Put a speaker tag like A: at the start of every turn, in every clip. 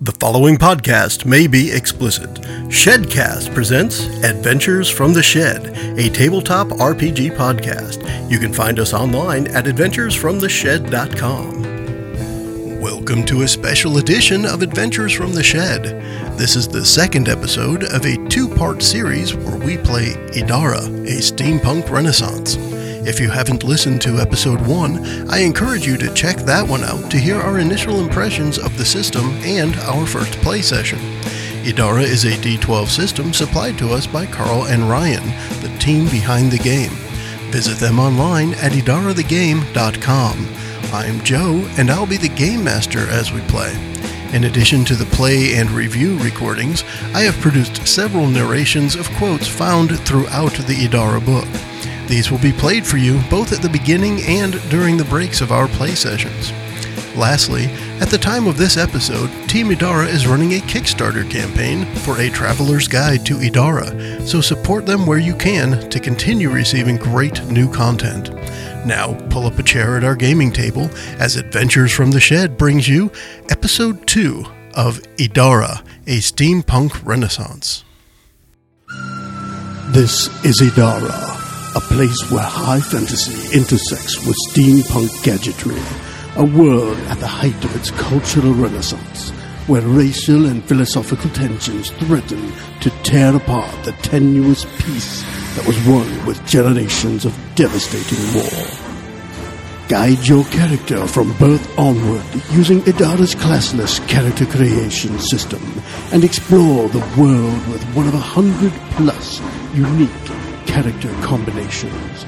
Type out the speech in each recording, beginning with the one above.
A: The following podcast may be explicit. Shedcast presents Adventures from the Shed, a tabletop RPG podcast. You can find us online at adventuresfromtheshed.com. Welcome to a special edition of Adventures from the Shed. This is the second episode of a two part series where we play Idara, a steampunk renaissance. If you haven't listened to episode one, I encourage you to check that one out to hear our initial impressions of the system and our first play session. Idara is a D12 system supplied to us by Carl and Ryan, the team behind the game. Visit them online at idarathegame.com. I'm Joe, and I'll be the game master as we play. In addition to the play and review recordings, I have produced several narrations of quotes found throughout the Idara book. These will be played for you both at the beginning and during the breaks of our play sessions. Lastly, at the time of this episode, Team Idara is running a Kickstarter campaign for a traveler's guide to Idara, so support them where you can to continue receiving great new content. Now, pull up a chair at our gaming table as Adventures from the Shed brings you Episode 2 of Idara, a steampunk renaissance.
B: This is Idara, a place where high fantasy intersects with steampunk gadgetry, a world at the height of its cultural renaissance, where racial and philosophical tensions threaten to tear apart the tenuous peace that was won with generations of devastating war. Guide your character from birth onward using Idara's classless character creation system and explore the world with one of a hundred plus unique character combinations.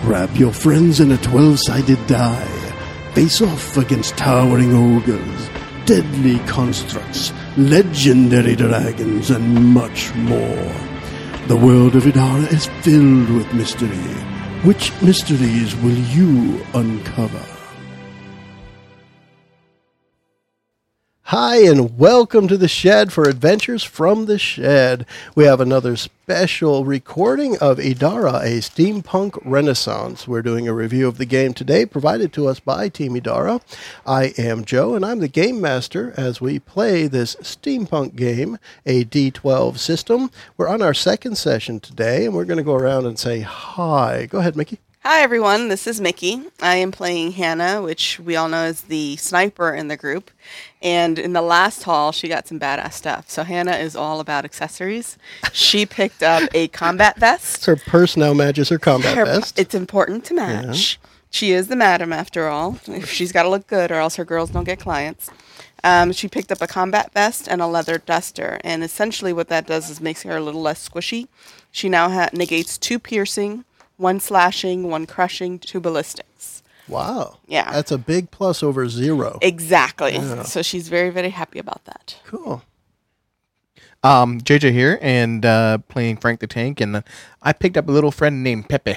B: Grab your friends in a 12 sided die. Face off against towering ogres, deadly constructs, legendary dragons, and much more. The world of Idara is filled with mystery. Which mysteries will you uncover?
A: Hi, and welcome to the Shed for Adventures from the Shed. We have another special recording of Idara, a steampunk renaissance. We're doing a review of the game today, provided to us by Team Idara. I am Joe, and I'm the game master as we play this steampunk game, a D12 system. We're on our second session today, and we're going to go around and say hi. Go ahead, Mickey.
C: Hi, everyone. This is Mickey. I am playing Hannah, which we all know is the sniper in the group. And in the last haul, she got some badass stuff. So, Hannah is all about accessories. She picked up a combat vest.
A: Her purse now matches her combat
C: Her-
A: vest.
C: It's important to match. She is the madam, after all. She's got to look good, or else her girls don't get clients. Um, she picked up a combat vest and a leather duster. And essentially, what that does is makes her a little less squishy. She now ha- negates two piercing, one slashing, one crushing, two ballistics.
A: Wow.
C: Yeah.
A: That's a big plus over zero.
C: Exactly. So she's very, very happy about that.
A: cool.
D: Um, JJ here and uh, playing Frank the Tank, and uh, I picked up a little friend named Pepe.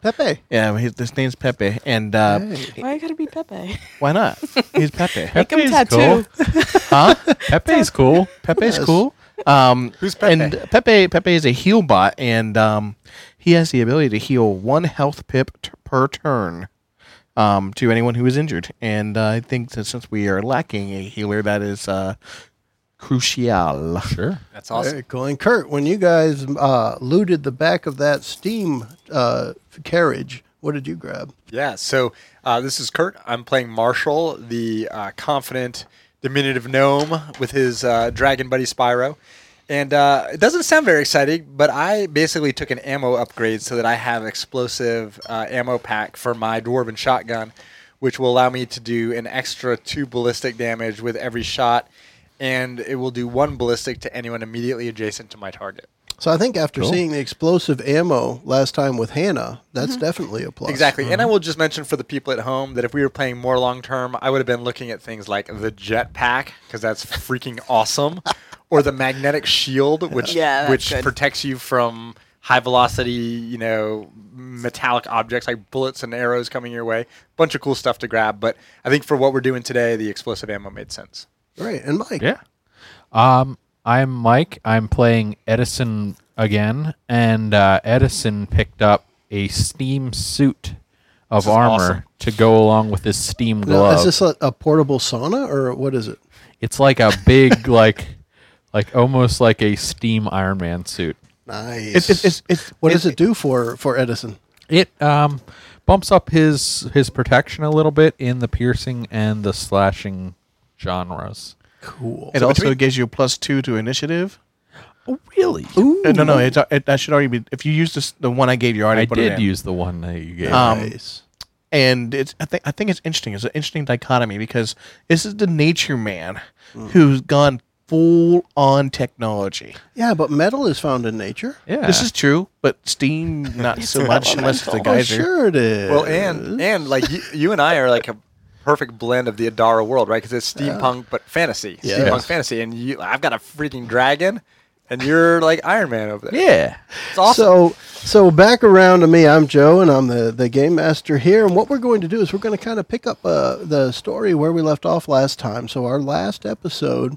A: Pepe.
D: Yeah, his, his name's Pepe, and uh,
C: Why you gotta be Pepe?
D: why not? He's Pepe,
C: Make him
E: Pepe's
C: tattoo.
D: huh? Pepe's cool. Pepe's
A: Yes.
D: cool. Um,
E: Who's Pepe?
D: And Pepe, Pepe is a heal bot, and um, he has the ability to heal one health pip t- per turn. Um, to anyone who is injured, and uh, I think that since we are lacking a healer, that is uh, crucial. Sure.
E: That's awesome.
A: Very cool. And Kurt, when you guys uh, looted the back of that steam uh, carriage, what did you grab?
E: Yeah. So uh, this is Kurt. I'm playing Marshall, the uh, confident, diminutive gnome with his uh, dragon buddy Spyro. And uh, it doesn't sound very exciting, but I basically took an ammo upgrade so that I have explosive uh, ammo pack for my dwarven shotgun, which will allow me to do an extra two ballistic damage with every shot, and it will do one ballistic to anyone immediately adjacent to my target.
A: So I think after seeing the explosive ammo last time with Hannah, that's definitely a plus.
E: Exactly. And I will just mention for the people at home that if we were playing more long term, I would have been looking at things like the jetpack because that's freaking awesome, or the magnetic shield, which
C: Yeah, that's
E: which
C: good.
E: protects you from high velocity, you know, metallic objects like bullets and arrows coming your way. Bunch of cool stuff to grab, but I think for what we're doing today, the explosive ammo made sense.
A: Right. And Mike.
F: Yeah. Um, I'm Mike. I'm playing Edison again, and uh, Edison picked up a steam suit of
E: is
F: armor
E: awesome.
F: to go along with his steam
A: Now,
F: glove.
A: is this a, a portable sauna or what is it?
F: It's like a big like like almost like a steam Iron Man suit.
A: Nice.
D: It- it- it's- it's-
A: what does it do for for Edison?
F: It um bumps up his his protection a little bit in the piercing and the slashing genres.
A: Cool.
D: It also gives you plus two to initiative.
F: Oh, really?
D: Uh, no, no, it's, it, that should already be. If you use this, the one I gave you, I already
F: I
D: put it
F: did
D: in.
F: use the one that you gave.
D: Um,
A: nice.
D: and it's I think I think it's interesting. It's an interesting dichotomy because this is the nature man
F: Mm.
D: who's gone full on technology.
A: Yeah, but metal is found in nature.
F: yeah.
D: This is true, but steam not so much unless it's a
A: Oh,
D: geyser.
A: sure it is.
E: Well, and and like you, you and I are like a perfect blend of the Adara world, right? Because it's steampunk but fantasy,
A: Yeah.
E: steampunk
A: Yes.
E: fantasy, and you, I've got a freaking dragon, and you're like Iron Man over there.
F: yeah.
E: it's awesome.
A: So, so back around to me. I'm Joe, and I'm the, the game master here. And what we're going to do is we're going to kind of pick up uh, the story where we left off last time. So, our last episode,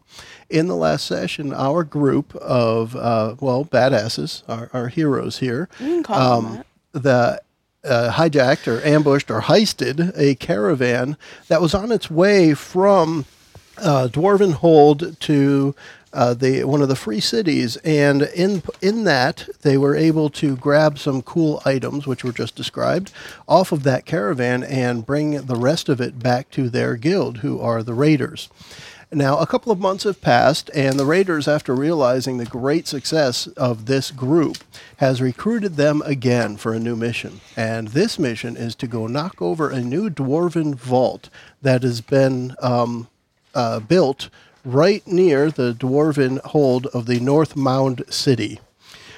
A: in the last session, our group of uh, well badasses, our, our heroes here,
C: You can
A: Um,
C: call them
A: the uh, hijacked or ambushed or heisted a caravan that was on its way from uh, Dwarven Hold to uh, the one of the free cities, and in in that they were able to grab some cool items, which were just described, off of that caravan and bring the rest of it back to their guild, who are the raiders. Now, a couple of months have passed, and the Raiders, after realizing the great success of this group, has recruited them again for a new mission. And this mission is to go knock over a new dwarven vault that has been um, uh, built right near the dwarven hold of the North Mound City.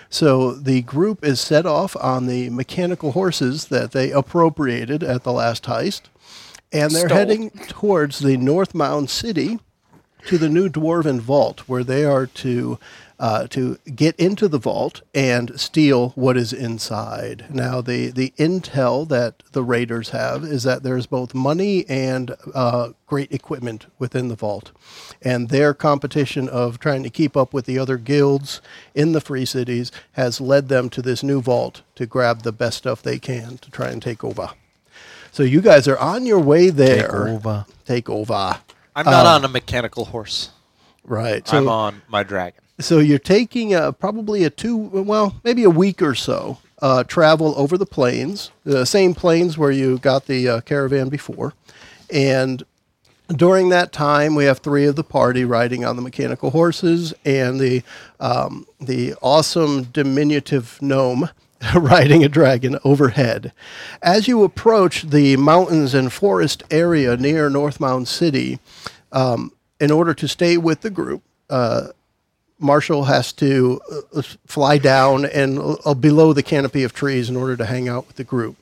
A: So the group is set off on the mechanical horses that they appropriated at the last heist, and they're
C: Stole.
A: heading towards the North Mound City to the new dwarven vault, where they are to uh, to get into the vault and steal what is inside. Now, the the intel that the raiders have is that there's both money and uh, great equipment within the vault, and their competition of trying to keep up with the other guilds in the free cities has led them to this new vault to grab the best stuff they can to try and take over. So you guys are on your way there.
D: over.
A: Take over.
E: I'm not on a mechanical horse.
A: Right. um, So,
E: I'm on my dragon.
A: so you're taking uh probably a two, well, maybe a week or so uh, travel over the plains, the same plains where you got the uh, caravan before. And during that time, we have three of the party riding on the mechanical horses and the, um, the awesome diminutive gnome. Riding a dragon overhead. As you approach the mountains and forest area near North Mound City, um, in order to stay with the group, Marshall has to uh, fly down and uh, below the canopy of trees in order to hang out with the group.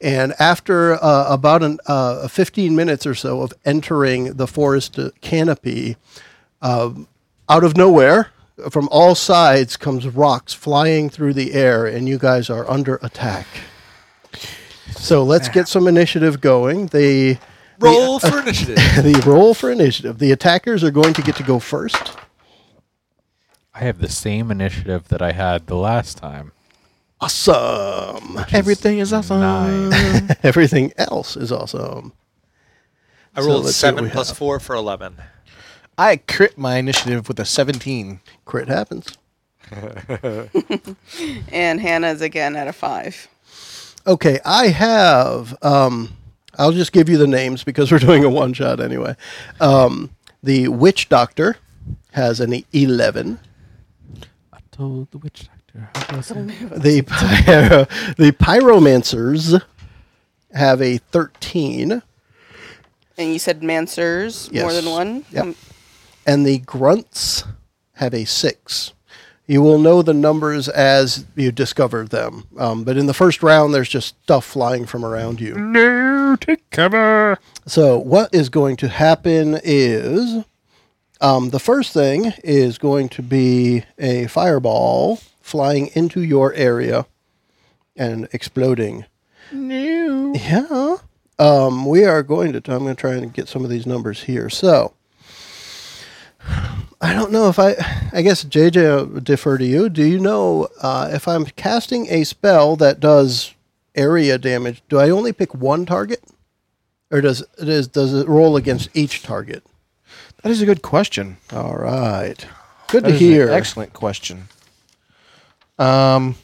A: And after uh, about an, uh, 15 minutes or so of entering the forest uh, canopy, um, out of nowhere, from all sides comes rocks flying through the air, and you guys are under attack. So let's get some initiative going. The
E: Roll for initiative.
A: the roll for initiative. The attackers are going to get to go first.
F: I have the same initiative that I had the last time.
A: Awesome.
D: Everything is awesome.
F: Nine.
A: Everything else is um, awesome.
E: I
A: So
E: rolled
A: let's see what
E: seven
A: we
E: plus
A: have.
E: four for eleven.
D: I crit my initiative with a 17.
A: Crit happens.
C: that. And Hannah's again at a five.
A: Okay, I have. Um, I'll just give you the names because we're doing a one shot anyway. Um, the witch doctor has an eleven.
F: I told the witch doctor. I wasn't-
A: The pyro, the pyromancers have a thirteen,
C: And you said Mansers more than
A: Yes.
C: one?
A: Yep.
C: Um,
A: and the grunts have a six. You will know the numbers as you discover them. Um, but in the first round, there's just stuff flying from around you.
D: No, take cover.
A: So what is going to happen is um, the first thing is going to be a fireball flying into your area and exploding.
D: No.
A: Yeah. Um, we are going to. I'm going to try and get some of these numbers here. So I don't know if I. I guess JJ I'll defer to you. Do you know uh, if I'm casting a spell that does area damage? Do I only pick one target, or does does does it roll against each target?
D: That is a good question.
A: All right. Good
D: That
A: to
D: is an
A: hear.
D: excellent question. Um,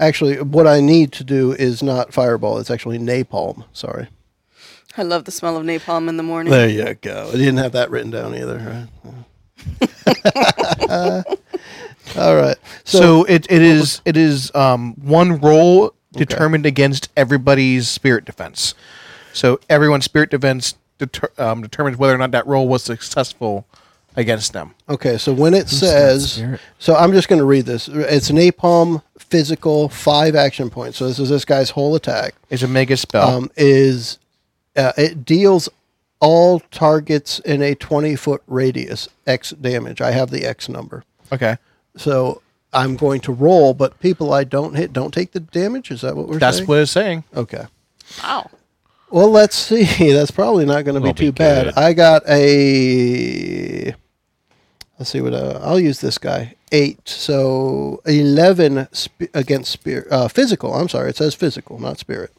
A: Actually, what I need to do is not fireball. It's actually napalm. Sorry.
C: I love the smell of napalm in the morning.
A: There you go. I didn't have that written down either. right? All right.
D: so,
A: So,
D: it, it is it is um, one roll determined against everybody's spirit defense. So everyone's spirit defense deter, um, determines whether or not that roll was successful against them.
A: okay. So when it says,
F: spirit?
A: so I'm just going to read this. It's napalm physical five action points. So this is this guy's whole attack.
D: It's a mega spell.
A: um, is uh, it deals all targets in a 20 foot radius X damage. I have the X number.
D: okay,
A: So I'm going to roll, but people I don't hit don't take the damage. Is that what we're
D: that's
A: saying?
D: what it's saying.
A: Okay.
C: Wow.
A: Well, let's see. That's probably not going to be
F: That'll be
A: too bad.
F: good.
A: I got a. Let's see what uh, I'll use this guy. Eight, so eleven sp- against spirit. Uh, physical. I'm sorry, it says physical, not spirit.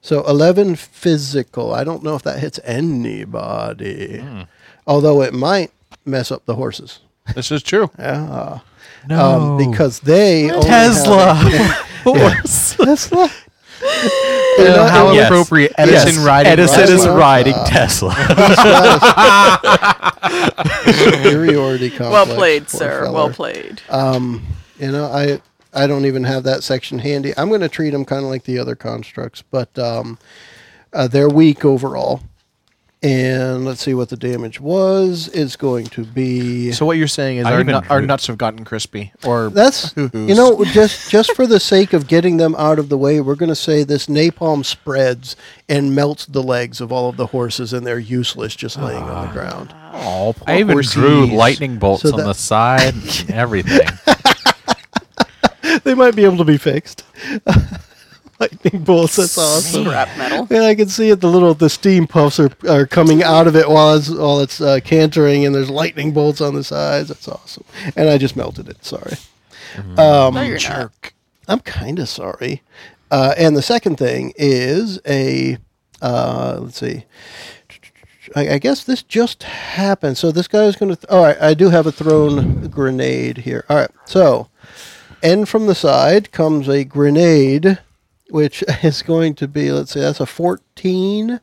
A: So eleven physical. I don't know if that hits anybody,
F: Hmm.
A: although it might mess up the horses.
D: This is true.
A: Um, because they only have-
D: Tesla.
A: Tesla.
D: You know
A: Oh,
D: how
F: Yes.
D: appropriate Edison
F: Yes,
D: riding.
F: Edison
A: Tesla.
F: is riding Tesla.
A: Superiority
C: Well
A: complex,
C: played,
A: poor
C: sir.
A: feller.
C: Well played.
A: You know, I I don't even have that section handy. I'm going to treat them kind of like the other constructs, but um, uh, they're weak overall. And let's see what the damage was. It's going to be
D: So what you're saying is
F: I
D: our,
F: even
D: nu- our
F: heard-
D: nuts have gotten crispy, or
A: that's you know just just for the sake of getting them out of the way, we're going to say this napalm spreads and melts the legs of all of the horses, and they're useless just laying on the ground.
D: oh, poor
F: I even drew
D: horsies.
F: lightning bolts
A: So
F: on
A: that-
F: the side and everything.
A: They might be able to be fixed. Lightning bolts. That's awesome.
C: Scrap metal.
A: And I can see it. The little the steam puffs are, are coming out of it while it's while it's uh, cantering, and there's lightning bolts on the sides. That's awesome. And I just melted it. Sorry,
C: no, you're not.
A: Um, I'm kind of sorry. Uh, and the second thing is a uh, let's see. I, I guess this just happened. So this guy is going to. Th- all right, I do have a thrown grenade here. All right, so and from the side comes a grenade, which is going to be let's see, that's a fourteen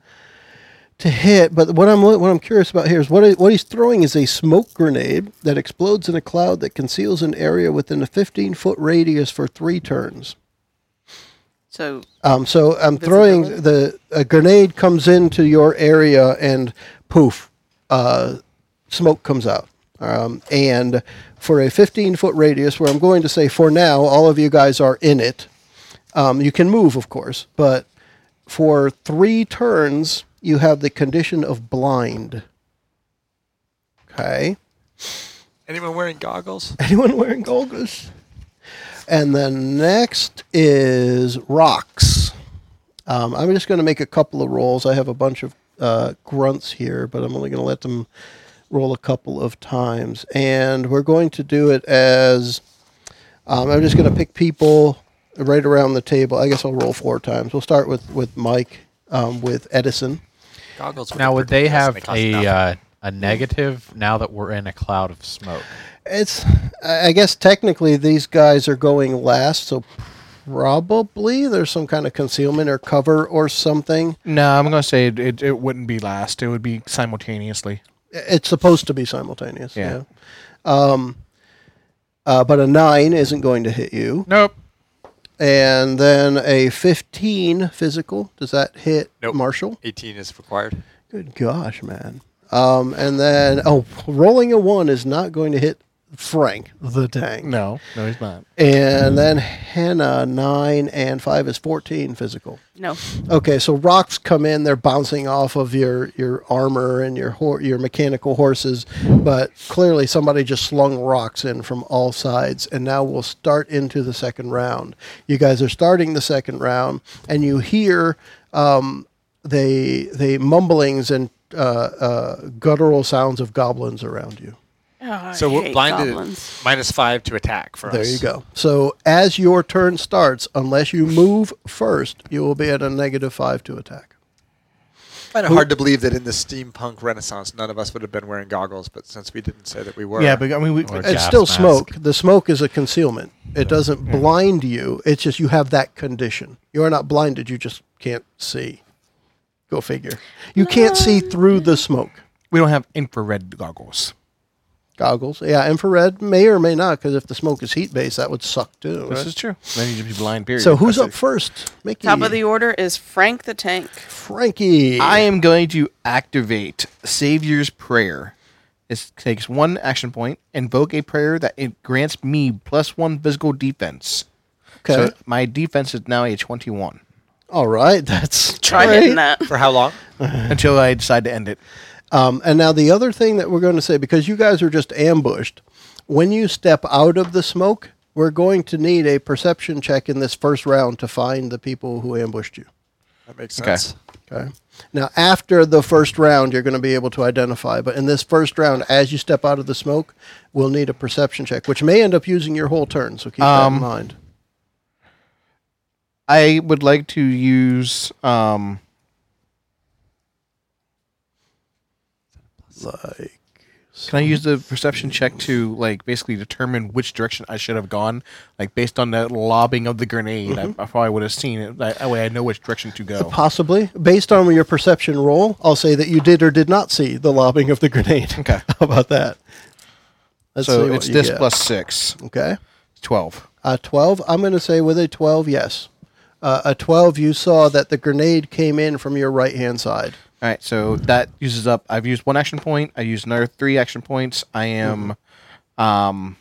A: to hit. But what I'm what I'm curious about here is what he- what he's throwing is a smoke grenade that explodes in a cloud that conceals an area within a 15 foot radius for three turns.
C: So
A: Um, so I'm throwing the a grenade comes into your area and poof, uh, smoke comes out. Um, and for a 15 foot radius, where I'm going to say for now, all of you guys are in it. Um, you can move, of course, but for three turns, you have the condition of blind. Okay.
E: Anyone wearing goggles?
A: Anyone wearing goggles? And then next is rocks. Um, I'm just going to make a couple of rolls. I have a bunch of uh, grunts here, but I'm only going to let them roll a couple of times. And we're going to do it as um, I'm just going to pick people right around the table. I guess I'll roll four times. We'll start with with Mike, um, with Edison.
E: Goggles.
F: now, would they have a
E: a?
F: uh, a negative now that we're in a cloud of smoke?
A: It's I I guess technically these guys are going last, so probably there's some kind of concealment or cover or something.
D: No, I'm gonna say it, it, it wouldn't be last. It would be simultaneously.
A: It's supposed to be simultaneous. Yeah.
D: Yeah.
A: Um, uh, but a nine isn't going to hit you,
F: Nope.
A: and then a fifteen physical. Does that hit
E: Nope.
A: Marshall?
E: 18 is required.
A: Good gosh, man. Um, and then oh, rolling a one is not going to hit Frank the tank.
D: No, no, he's not.
A: And then Hannah nine and five is fourteen physical.
C: no.
A: Okay, so rocks come in; they're bouncing off of your your armor and your hor- your mechanical horses, but clearly somebody just slung rocks in from all sides. And now we'll start into the second round. You guys are starting the second round, and you hear um, they they mumblings and uh, uh, guttural sounds of goblins around you.
C: Oh, I
E: So we're
C: hate
E: blinded
C: goblins.
E: minus five to attack for
A: There
E: us.
A: you go. So as your turn starts, unless you move first, you will be at a negative five to attack.
E: find it hard to believe that in the steampunk renaissance, none of us would have been wearing goggles, but since we didn't say that we were.
A: Yeah, but I mean, we,
F: Or
A: it's
F: gas
A: still
F: mask.
A: smoke. The smoke is a concealment. It doesn't blind you. It's just you have that condition. You are not blinded. You just can't see. Go figure. You can't see through the smoke.
D: We don't have infrared goggles.
A: Goggles. Yeah, infrared may or may not, because if the smoke is heat based, that would suck too.
D: This
A: right?
D: is true. Then you just be blind. Period.
A: So who's
D: That's
A: up
D: it.
A: first? Mickey.
C: Top of the order is Frank the Tank.
A: Frankie.
D: I am going to activate Savior's Prayer. This takes one action point. Invoke a prayer that it grants me plus one physical defense.
A: Okay.
D: So my defense is now a twenty-one
A: All right. That's
C: Try
A: great.
C: hitting that.
E: For how long?
D: until I decide to end it.
A: Um, and now the other thing that we're going to say, because you guys are just ambushed, when you step out of the smoke, we're going to need a perception check in this first round to find the people who ambushed you.
E: That makes
D: Okay.
E: sense.
A: Okay. Now, after the first round, you're going to be able to identify. But in this first round, as you step out of the smoke, we'll need a perception check, which may end up using your whole turn. So keep that in
D: Um,
A: mind.
D: I would like to use um,
A: Like,
D: Can I use the perception check to like basically determine which direction I should have gone? Like based on that lobbing of the grenade, I, I probably would have seen it. That that way, I know which direction to go.
A: possibly, based on your perception roll, I'll say that you did or did not see the lobbing of the grenade.
D: Okay.
A: How about that? Let's see
D: so
A: what
D: it's
A: you
D: this
A: get.
D: plus six,
A: Okay.
D: twelve.
A: Uh, 12. I'm going to say with a 12, yes. Uh, a 12, you saw that the grenade came in from your right hand side.
D: All right, so that uses up. I've used one action point. I used another three action points. I am, um,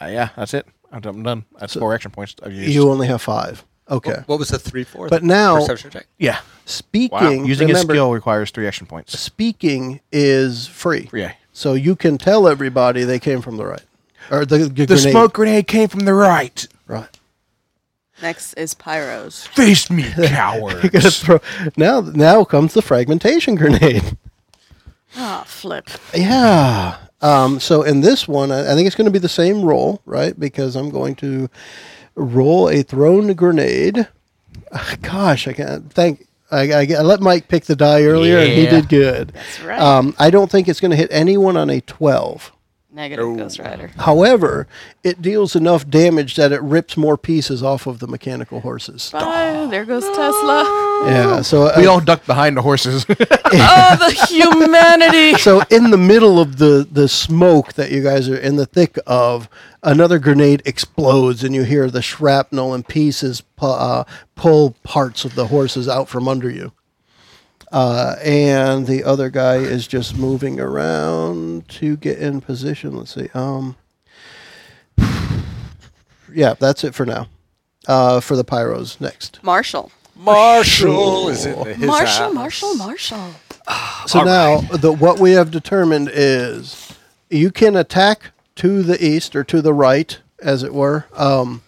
D: uh, yeah, that's it. I'm done. I'm done. That's four action points I've used.
A: You only have five. Okay.
E: What, what was the three four?
A: But now-
E: perception check.
D: yeah,
A: speaking,
D: using
A: remember,
D: a skill requires three action points.
A: speaking is free.
D: Yeah.
A: So you can tell everybody they came from the right. Or the, the,
D: The
A: grenade.
D: smoke grenade came from the right.
A: Right.
C: Next is Pyros.
D: Face me, coward.
A: You're gonna throw, now, now comes the fragmentation grenade.
C: Ah, flip.
A: Yeah. Um, so in this one, I, I think it's going to be the same roll, right? Because I'm going to roll a thrown grenade. Ah, Gosh, I can't thank. I, I, I let Mike pick the die earlier, and he
D: Yeah.
A: did good.
C: That's right.
A: Um, I don't think it's going to hit anyone on a 12.
C: Negative Ghost Rider.
A: However, it deals enough damage that it rips more pieces off of the mechanical horses.
C: Bye. Oh, There goes Tesla.
A: Yeah. So
D: we
A: uh,
D: all ducked behind the horses.
C: Oh, the humanity.
A: so in the middle of the the smoke that you guys are in the thick of another grenade explodes and you hear the shrapnel and pieces pu- uh, pull parts of the horses out from under you uh, and the other guy is just moving around to get in position let's see um yeah that's it for now uh, for the pyros next
C: Marshall.
E: Marshall is in the his
C: Marshall,
E: house.
C: Marshall, Marshall.
A: So now, the, what we have determined is you can attack to the east or to the right, as it were, um,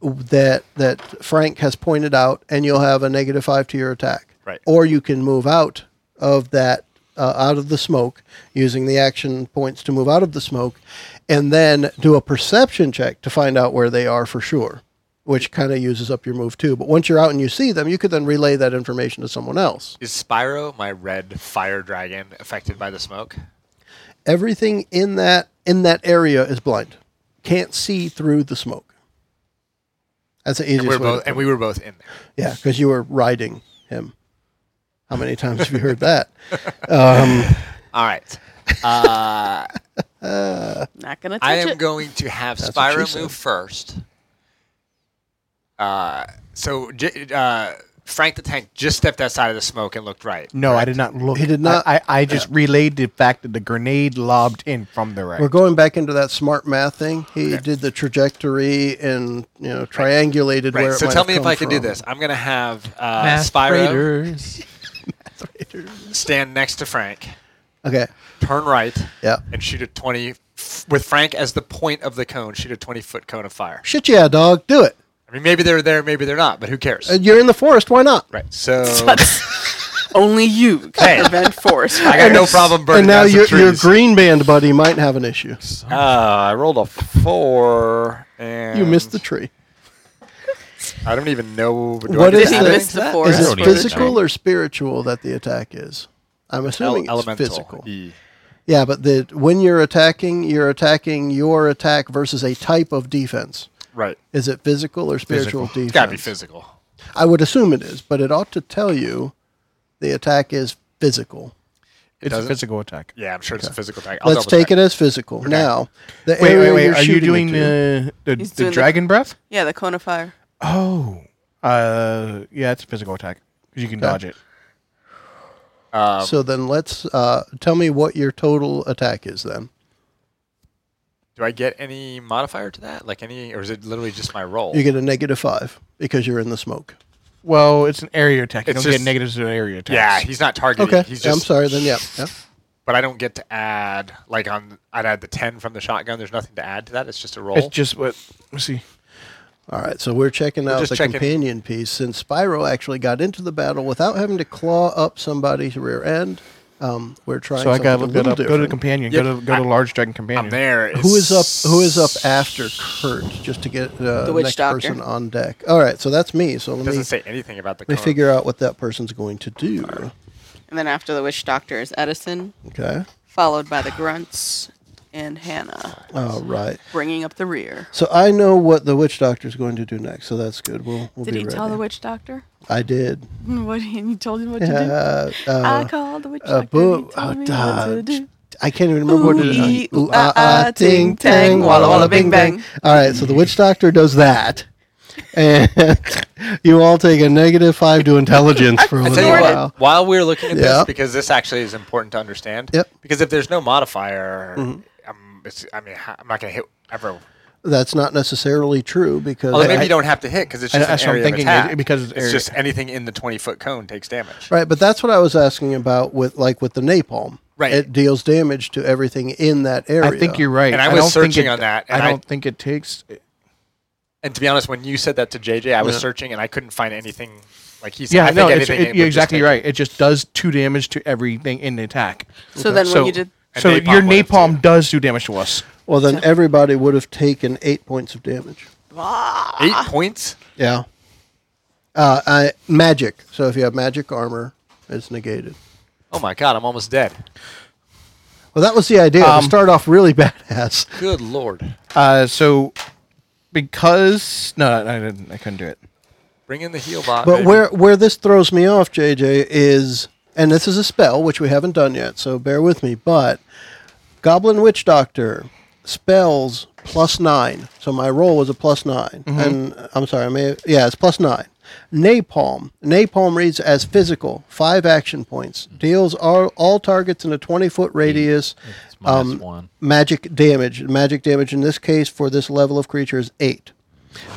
A: that that Frank has pointed out, and you'll have a negative five to your attack.
E: Right.
A: Or you can move out of that, uh, out of the smoke, using the action points to move out of the smoke, and then do a perception check to find out where they are for sure. Which kind of uses up your move too. But once you're out and you see them, you could then relay that information to someone else.
E: Is Spyro, my red fire dragon, affected by the smoke?
A: everything in that in that area is blind. Can't see through the smoke. That's the easiest
E: And, we're
A: way. to
E: both,
A: put
E: and we were both in there.
A: it. yeah, because you were riding him. How many times have you heard that? Um,
E: All right. Uh,
C: Not gonna touch
E: I am
C: it.
E: going to have
A: what she
E: Spyro move first. Uh, so J- uh, Frank the Tank just stepped outside of the smoke and looked right.
D: No, I did not look.
A: He did not-
D: I, I, I just relayed the fact that the grenade lobbed in from the right.
A: We're going back into that smart math thing. He did the trajectory and you know triangulated
E: Right.
A: where. It
E: So
A: might
E: tell
A: have
E: me if
A: come
E: I can do
A: from.
E: this. I'm gonna have uh, Spyro
F: Raiders.
E: stand next to Frank,
A: Okay.
E: turn right,
A: Yeah.
E: and shoot a twenty f- with Frank as the point of the cone. Shoot a twenty foot cone of fire.
A: Shit, yeah, dog, do it.
E: I mean, maybe they're there, maybe they're not, but who cares?
A: Uh, You're in the forest. Why not?
E: right. So
C: Only you can
E: Hey.
C: prevent forest.
E: I got no problem burning
A: and now
E: down some
A: your, your
E: trees.
A: green band buddy might have an issue.
E: Uh, I rolled a four, and
A: You missed the tree.
E: I don't even know. do I
A: What
E: get
A: is
E: to
A: the-
E: add
A: Miss
E: anything
C: the
E: to that?
C: four?
A: Is
C: Forest
A: it
C: footage.
A: physical or spiritual that the attack is? I'm
E: Ele-
A: assuming it's
E: elemental.
A: physical.
E: E.
A: Yeah, but the, when you're attacking, you're attacking your attack versus a type of defense.
E: Right.
A: Is it physical or spiritual defense?
E: It's got to be physical.
A: I would assume it is, but it ought to tell you the attack is physical.
D: It's a
E: doesn't-
D: physical attack.
E: Yeah, I'm sure it's a physical attack.
A: Let's take it as physical. Now, the
D: Wait, wait,
A: area
D: wait.
A: you're
D: Are you
A: shooting
D: doing
A: into-
D: the the,
C: He's
D: the
C: doing the-
D: dragon breath?
C: Yeah, the cone of fire.
D: Oh, uh, yeah, it's a physical attack 'cause you can dodge it.
E: uh,
A: so then let's uh, tell me what your total attack is then.
E: Do I get any modifier to that? Like any, or is it literally just my roll?
A: You get a negative five because you're in the smoke.
D: Well, it's an area attack. You
E: It's
D: don't get
E: just-
D: negatives to area
E: yeah,
D: attacks.
E: he's not targeting.
A: Okay,
E: He's
A: I'm
E: just,
A: sorry. Then yeah, yeah.
E: but I don't get to add like on. I'd add the ten from the shotgun. There's nothing to add to that. It's just a roll.
D: It's just what. Let's see.
A: All right, so we're checking out
E: just
A: the
E: checking.
A: companion piece since Spyro actually got into the battle without having to claw up somebody's rear end. Um, we're trying.
D: So I gotta
A: something
D: look
A: a
D: that
A: little
D: up. Go to the
A: different.
D: companion.
E: Yep.
D: Go to go to
E: I-
D: large dragon
E: I'm
D: companion.
E: there.
A: Who is up?
E: It's-
A: Who is up after Kurt? Just to get uh,
C: The witch
A: next
C: doctor.
A: person on deck. All right, so that's me. So let me
E: Doesn't say anything about the.
A: let me
E: cone.
A: figure out what that person's going to do.
C: And then after the witch doctor is Edison,
A: Okay.
C: followed by the grunts and Hannah,
A: All right.
C: bringing up the rear.
A: So I know what the witch doctor's going to do next. So that's good. We'll we'll
G: Did
A: be
G: he
A: ready.
G: tell the witch doctor?
A: I did.
G: What he told him what to do?
A: Uh,
G: I
A: uh,
G: called the witch
A: uh,
G: doctor.
A: boo-
G: he
A: oh,
G: told me what to
A: duh.
G: do.
A: I can't even remember what it
C: Ooh-ee,
A: is. Ooh,
C: ooh, ah, ah, ting, tang, walla, walla, bing, bang.
A: All right, so the witch doctor does that, and you all take a negative five to intelligence for a
E: Tell
A: little
E: you what,
A: while.
E: while we're looking at
A: Yeah.
E: this, because this actually is important to understand.
A: Yep. Mm-hmm.
E: Because if there's no modifier, um, it's, I mean, ha- I'm not going to hit ever.
A: That's not necessarily true because
E: Although maybe
A: I-
E: you don't have to hit because it's
D: I-
E: just an
D: that's what I'm
E: area of
D: thinking,
E: attack.
D: it- because it's
E: it's
D: area-
E: just anything in the 20 foot cone takes damage.
A: Right, but that's what I was asking about with like with the napalm.
E: Right.
A: It deals damage to everything in that area.
D: I think you're right.
E: And I was
D: don't think
E: searching
D: it-
E: on that,
D: I
E: and I-
D: don't think it takes.
E: And to be honest, when you said that to JJ, I was searching and I couldn't find anything. Like he said, I
D: Yeah,
E: think
D: no, it's,
E: anything
D: it-
E: would
D: you're
E: just
D: exactly
E: take-
D: right. It just does two damage to everything in the attack.
C: So then when you did,
E: And
D: so
E: napalm
D: your
E: would have
D: napalm
E: too.
D: does do damage to us.
A: Well, then everybody would have taken eight points of damage.
E: Eight points.
A: Yeah. Uh, I, magic. So if you have magic armor, it's negated.
E: Oh my god, I'm almost dead.
A: Well, that was the idea.
D: Um,
A: to start off really badass.
E: Good lord.
D: Uh, so because no, I didn't. I couldn't do it.
E: Bring in the heal bot.
A: But
E: baby.
A: where where this throws me off, JJ, is and this is a spell which we haven't done yet, so bear with me. But Goblin Witch Doctor spells plus nine, so my roll was a plus 9 and I'm sorry, I may yeah, it's plus nine. Napalm. Napalm reads as physical, five action points. Deals all, all targets in a 20 foot radius. Um,
F: It's minus one.
A: magic damage. Magic damage in this case for this level of creature is eight.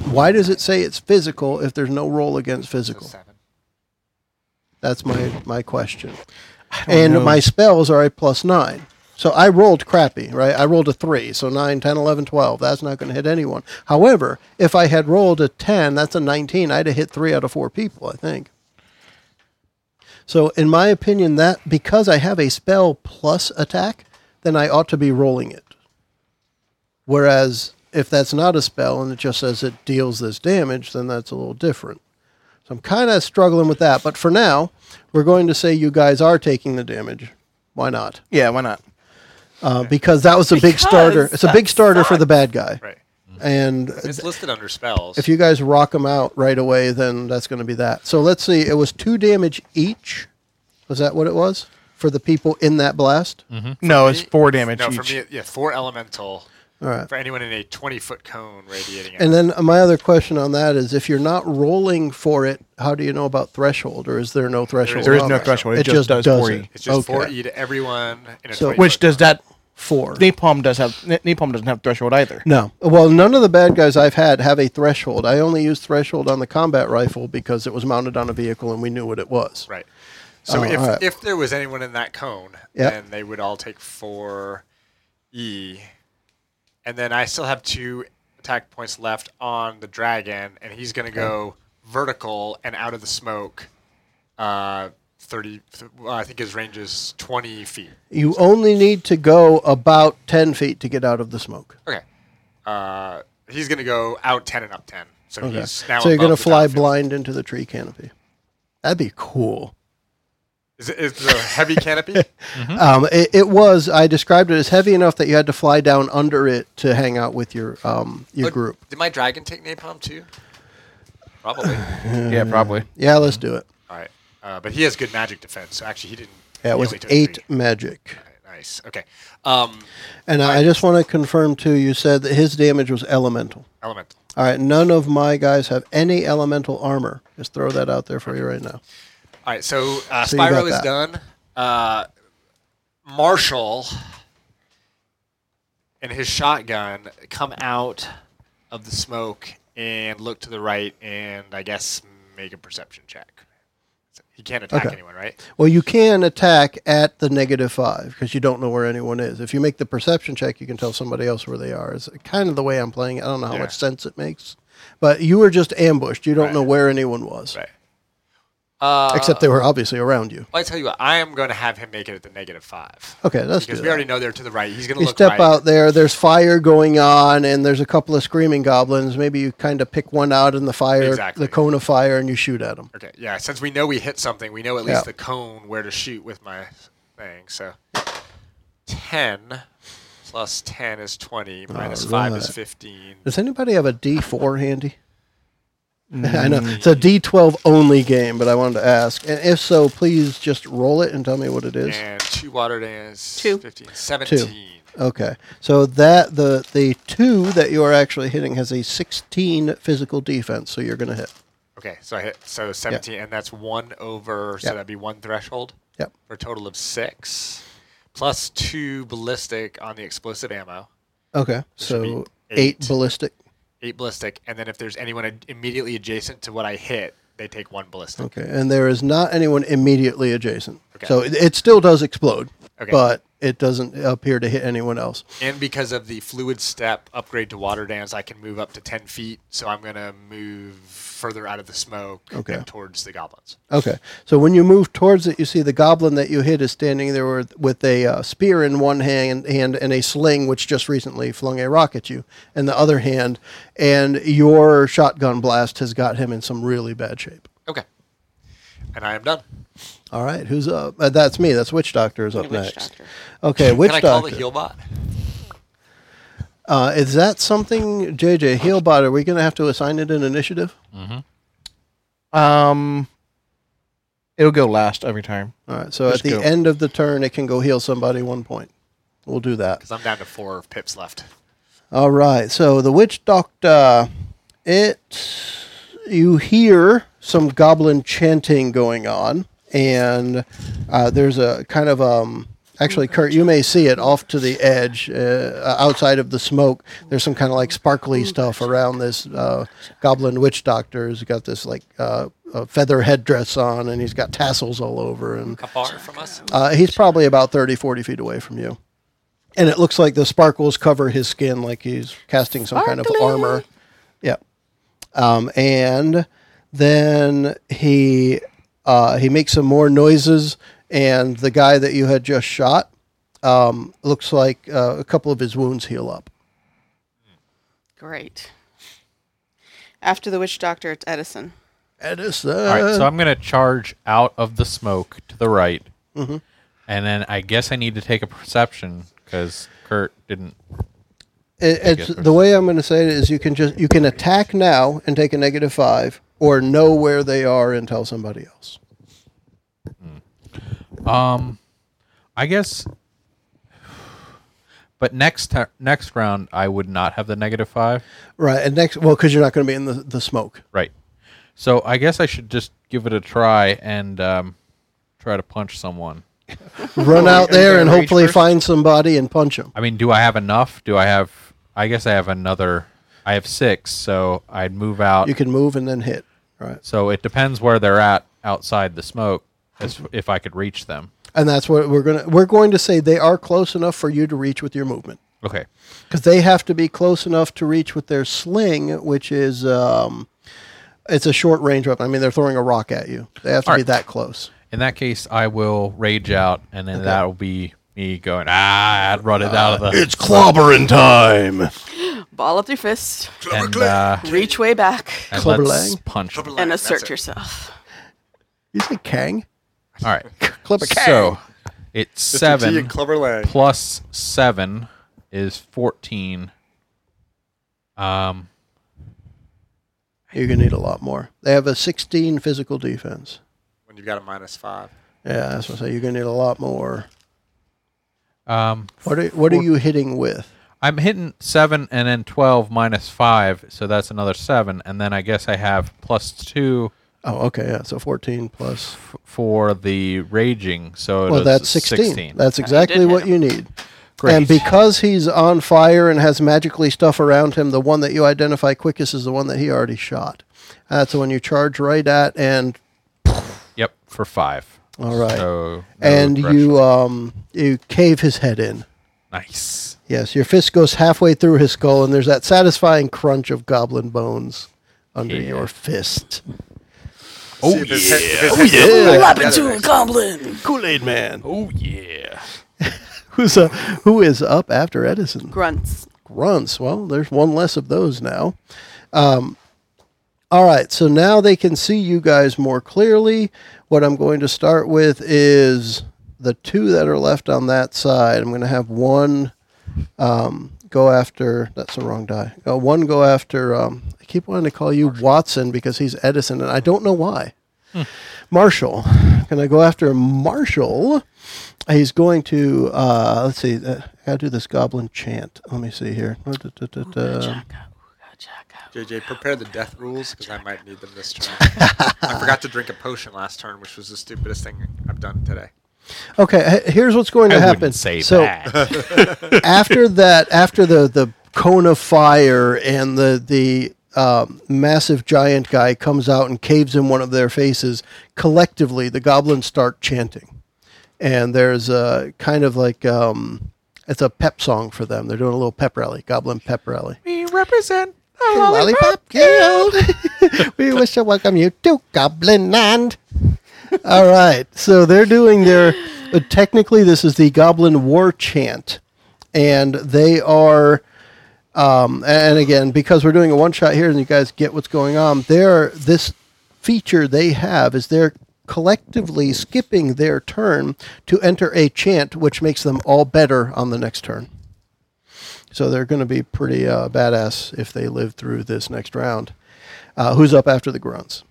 A: Why does it say it's physical if there's no roll against physical?
E: Seven.
A: That's my my question.
D: don't
A: And
D: know.
A: my spells are a plus nine. So I rolled crappy, right? I rolled a three. So 9, 10, 11, 12. That's not going to hit anyone. However, if I had rolled a 10, that's a 19. I'd have hit three out of four people, I think. So, in my opinion, that because I have a spell plus attack, then I ought to be rolling it. Whereas if that's not a spell and it just says it deals this damage, then that's a little different. So I'm kind of struggling with that. But for now, we're going to say you guys are taking the damage. Why not?
D: Yeah, why not?
A: Uh, because that was a big
C: Because
A: starter. It's a big
C: that Mm-hmm.
A: starter for the bad guy.
E: Right.
A: And
E: It's listed under spells.
A: if you guys rock them out right away, then that's going to be that. So let's see. It was two damage each. Was that what it was for the people in that blast?
D: Mm-hmm. No, it's four damage
E: no,
D: each.
E: for me, yeah, four elemental.
A: All right.
E: For anyone in a 20 foot cone radiating.
A: And then uh, my other question on that is, if you're not rolling for it, how do you know about threshold, or is there no threshold?
D: there is
A: on
D: no
A: it?
D: threshold. It,
A: It
D: just,
A: just
D: does,
A: does
D: four
A: it.
D: E.
E: It's just
A: Okay.
E: 4E to everyone in a
A: So-
E: 20
D: Which
E: foot
D: does that?
A: Four.
D: Napalm does have na- napalm doesn't have threshold either.
A: No. Well, none of the bad guys I've had have a threshold. I only used threshold on the combat rifle because it was mounted on a vehicle and we knew what it was.
E: Right. So
A: Oh,
E: if,
A: alright.
E: if there was anyone in that cone,
A: Yep.
E: then they would all take four E. And then I still have two attack points left on the dragon, and he's going to go vertical and out of the smoke. Uh, 30, th- well, I think his range is 20 feet.
A: You only need to go about 10 feet to get out of the smoke.
E: Okay. Uh, he's going to go out 10 and up 10. So
A: Okay.
E: he's now.
A: so you're
E: above
A: gonna
E: the
A: fly
E: top fifty.
A: blind into the tree canopy. That'd be cool.
E: Is it, is it a heavy canopy? Mm-hmm.
A: Um, it, it was. I described it as heavy enough that you had to fly down under it to hang out with your um, your
E: But
A: group.
E: Did my dragon take napalm too? Probably.
D: Yeah, probably.
A: Yeah, let's do it.
E: All right. Uh, but he has good magic defense, so actually he didn't.
A: That
E: he
A: was
E: only took
A: eight
E: three.
A: magic,
E: All right, Nice. Okay. Um,
A: and I, I just want to confirm too. You said that his damage was elemental.
E: elemental.
A: All right, none of my guys have any elemental armor. Just throw that out there for you right now.
E: All right. So, uh,
A: So you got
E: Spyro is
A: that.
E: done. Uh, Marshall and his shotgun come out of the smoke and look to the right, and I guess make a perception check. So he can't attack
A: Okay.
E: anyone, right?
A: Well, you can attack at the negative five because you don't know where anyone is. If you make the perception check, you can tell somebody else where they are. It's kind of the way I'm playing it. I don't know how
E: Yeah.
A: much sense it makes, but you were just ambushed. You don't
E: Right.
A: know where anyone was,
E: Right. Uh,
A: except they were obviously around you.
E: Well, I tell you what, I am going to have him make it at the negative five.
A: Okay, Oh, let's do
E: Because
A: that.
E: we already know they're to the right. He's going to
A: you
E: look
A: step
E: right.
A: out there. There's fire going on, and there's a couple of screaming goblins. Maybe you kind of pick one out in the fire,
E: Exactly.
A: the cone of fire, and you shoot at them.
E: Okay, yeah. Since we know we hit something, we know at least
A: Yeah.
E: the cone where to shoot with my thing. So, ten plus ten is twenty. minus five is
A: right.
E: fifteen.
A: Does anybody have a D4 handy? I know it's a D12 only game, but I wanted to ask. And if so, please just roll it and tell me what it is.
E: And two water dance.
C: Two.
E: Fifteen. Seventeen.
A: Okay, so that the the two that you are actually hitting has a 16 physical defense, so you're going to hit.
E: Okay, so I hit so seventeen, and that's one over. So
A: Yeah.
E: that'd be one threshold.
A: Yep.
E: For a total of six, plus two ballistic on the explosive ammo.
A: Okay,
E: be
A: so
E: eight.
A: eight ballistic.
E: eight ballistic, and then if there's anyone ad- immediately adjacent to what I hit, they take one ballistic.
A: Okay, and there is not anyone immediately adjacent.
E: Okay.
A: So it, it still does explode,
E: Okay.
A: but it doesn't appear to hit anyone else.
E: And because of the fluid step upgrade to water dance, I can move up to ten feet. So I'm gonna move further out of the smoke
A: Okay.
E: and towards the goblins.
A: Okay. So when you move towards it, you see the goblin that you hit is standing there with, with a uh, spear in one hand, hand and a sling, which just recently flung a rock at you, in the other hand. And your shotgun blast has got him in some really bad shape.
E: Okay, and I am done.
A: All right. Who's up? Uh, that's me. That's Witch Doctor is up
C: Witch
A: next.
C: Doctor.
A: Okay. Witch
E: can I call
A: Doctor.
E: the heal bot?
A: uh, is that something, JJ, Healbot, are we going to have to assign it an initiative?
D: Um, it'll go last every time.
A: All right. So
D: Let's
A: at the
D: go.
A: end of the turn, it can go heal somebody one point. We'll do that.
E: Because I'm down to four pips left.
A: All right. So the witch doctor, it you hear some goblin chanting going on, and uh, there's a kind of um. Actually, Kurt, you may see it off to the edge, uh, outside of the smoke. There's some kind of like sparkly stuff around this uh, goblin witch doctor. He's got this like uh, uh, feather headdress on, and he's got tassels all over. And
E: How far from us?
A: uh, he's probably about 30, 40 feet away from you. And it looks like the sparkles cover his skin like he's casting some kind of armor. Yeah. Um, and then he uh, he makes some more noises, and the guy that you had just shot um, looks like uh, a couple of his wounds heal up.
C: Great. After the witch doctor, it's Edison.
A: Edison.
F: All right, so I'm gonna charge out of the smoke to the right, and then I guess I need to take a perception because Kurt didn't.
A: It, it's the way I'm going to say it is you can just you can attack now and take a negative five, or know where they are and tell somebody else.
F: Um, I guess. But next ti- next round, I would not have the negative five.
A: Right, and next, well, because you're not going to be in the, the smoke.
F: Right. So I guess I should just give it a try and um, try to punch someone.
A: Run out there
D: gonna
A: and
D: reach
A: hopefully
D: first?
A: find somebody and punch them.
F: I mean, do I have enough? Do I have? I guess I have another. I have six, so I'd move out.
A: You can move and then hit. Right,
F: so it depends where they're at outside the smoke, as if I could reach them.
A: and that's what we're gonna we're going to say they are close enough for you to reach with your movement
F: Okay.
A: because they have to be close enough to reach with their sling, which is um, it's a short range weapon. I mean, they're throwing a rock at you. They have to be
F: Alright.
A: that close.
F: In that case, I will rage out, and then that'll be me going ah, I'd run it out of the.
B: It's clobbering time.
C: Ball up your fist,
F: and, uh,
C: reach way back,
F: and
A: Clever
F: let's
A: leg.
F: punch. 'em.
C: and assert yourself.
A: You say Kang?
F: All right.
A: Clever Kang.
F: So it's
E: T
F: seven
E: and clever leg.
F: plus seven is fourteen. Um,
A: You're gonna need a lot more. They have a 16 physical defense.
E: When you've got a minus five.
A: Yeah, that's what I say. You're gonna need a lot more.
F: um,
A: What are, what are you hitting with?
F: I'm hitting seven and then twelve minus five, so that's another seven, and then I guess I have plus two
A: Oh, okay, yeah. So 14 plus.
F: f- for the raging. So
A: Well,
F: it's
A: that's 16.
F: 16.
A: That's exactly
C: Oh, hit
A: what
C: him.
A: you need.
F: Great.
A: And because he's on fire and has magically stuff around him, the one that you identify quickest is the one that he already shot. That's the one you charge right at, and
F: yep for five.
A: all right,
F: So no
A: and you
F: aggression.
A: um you cave his head in.
F: nice.
A: Yes, your fist goes halfway through his skull, and there's that satisfying crunch of goblin bones under
F: Yeah.
A: your fist.
E: Oh, yeah.
C: a goblin.
A: Kool Aid Man,
F: Oh yeah.
A: who's uh, who is up after Edison?
C: Grunts.
A: grunts. Well, there's one less of those now. Um, all right, so now they can see you guys more clearly. What I'm going to start with is the two that are left on that side. I'm going to have one um, go after. That's the wrong die. Uh, one go after. Um, I keep wanting to call you Watson because he's Edison, and I don't know why. Marshall. Going to go after Marshall. He's going to uh, let's see. Uh, how do this goblin chant? Let me see here. Uh, da, da, da,
F: Oh,
A: da.
E: JJ, prepare the death rules because I might need them this turn. I forgot to drink a potion last turn, which was the stupidest thing I've done today.
A: Okay, h- here's what's going to
F: I
A: happen.
F: wouldn't say
A: so
F: that.
A: after that, after the the cone of fire and the the um, massive giant guy comes out and caves in one of their faces, collectively the goblins start chanting, and there's a kind of like um, it's a pep song for them. They're doing a little pep rally, goblin pep rally.
F: we represent
A: Hey, Lollipop Guild. we wish to welcome you to Goblin Land. All right, so they're doing their. uh, technically, this is the Goblin War Chant, and they are. Um, and again, because we're doing a one shot here, and you guys get what's going on, they're this feature they have is they're collectively skipping their turn to enter a chant, which makes them all better on the next turn. So they're going to be pretty uh, badass if they live through this next round. Uh, who's up after the grunts?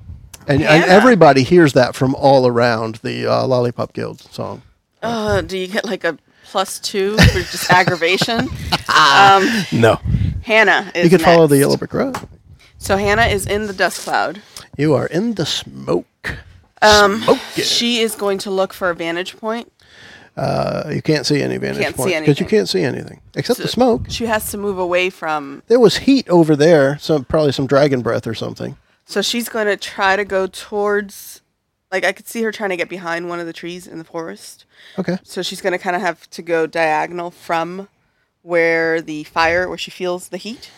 A: And, and everybody hears that from all around the uh, Lollipop Guild song.
C: Uh, do you get like a plus two for just aggravation? Um,
A: No.
C: Hannah is
A: You could follow the
C: next.
A: Yellow Brick Road.
C: So Hannah is in the dust cloud.
A: You are in the smoke.
C: Um,
A: Smoking.
C: She is going to look for a vantage point.
A: Uh, you can't see any vantage
C: Can't see
A: point because you
C: anything.
A: can't see anything except the
C: So-
A: smoke.
C: She has to move away from.
A: There was heat over there, some probably some dragon breath or something.
C: So she's going to try to go towards. Like I could see her trying to get behind one of the trees in the forest.
A: Okay.
C: So she's going to kind of have to go diagonal from where the fire, where she feels the heat.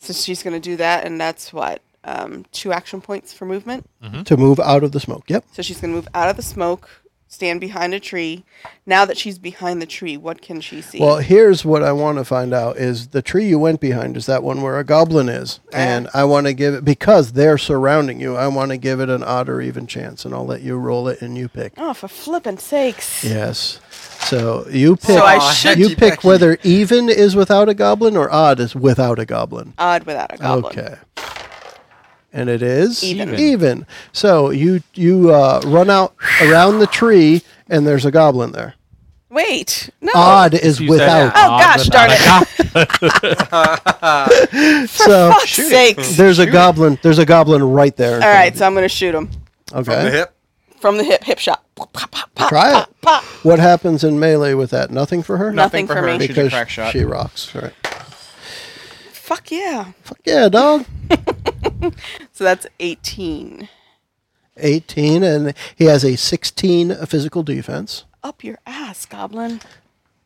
C: So she's going to do that, and that's what um, two action points for movement.
A: To move out of the smoke. Yep.
C: So she's going to move out of the smoke, stand behind a tree. Now that she's behind the tree, what can she see?
A: Well, here's what I want to find out is the tree you went behind is that one where a goblin is. And I want to give it because they're surrounding you, I want to give it an odd or even chance and I'll let you roll it and you pick.
C: oh, for flippin' sakes.
A: Yes. So you pick
C: I should-
A: you
E: hecky
A: pick
E: pecky.
A: whether even is without a goblin or odd is without a goblin.
C: Odd without a goblin.
A: Okay. And it is
C: Even.
A: Even. So you you uh, run out around the tree and there's a goblin there.
C: Wait. No.
A: Odd is
F: You said
A: without.
C: Oh, gosh
F: without
C: darn
F: a
C: it.
F: cop.
A: So
C: Oh, Fuck's
D: Mm.
C: sakes.
A: There's a goblin. There's a goblin right there. in
C: All
A: front
C: right,
A: of
C: so I'm going to shoot him
A: you.
E: From the
A: Okay.
E: hip.
C: from the hip, hip shot. Pop, pop, pop, pop,
A: Try
C: pop,
A: it.
C: pop.
A: What happens in melee with that? Nothing for her.
C: Nothing for me.
D: her. She's a
A: Because
D: crack shot.
A: she rocks. All right.
C: Fuck yeah.
A: Fuck yeah, dog.
C: So that's 18.
A: 18, and he has a 16 physical defense.
C: Up your ass, goblin.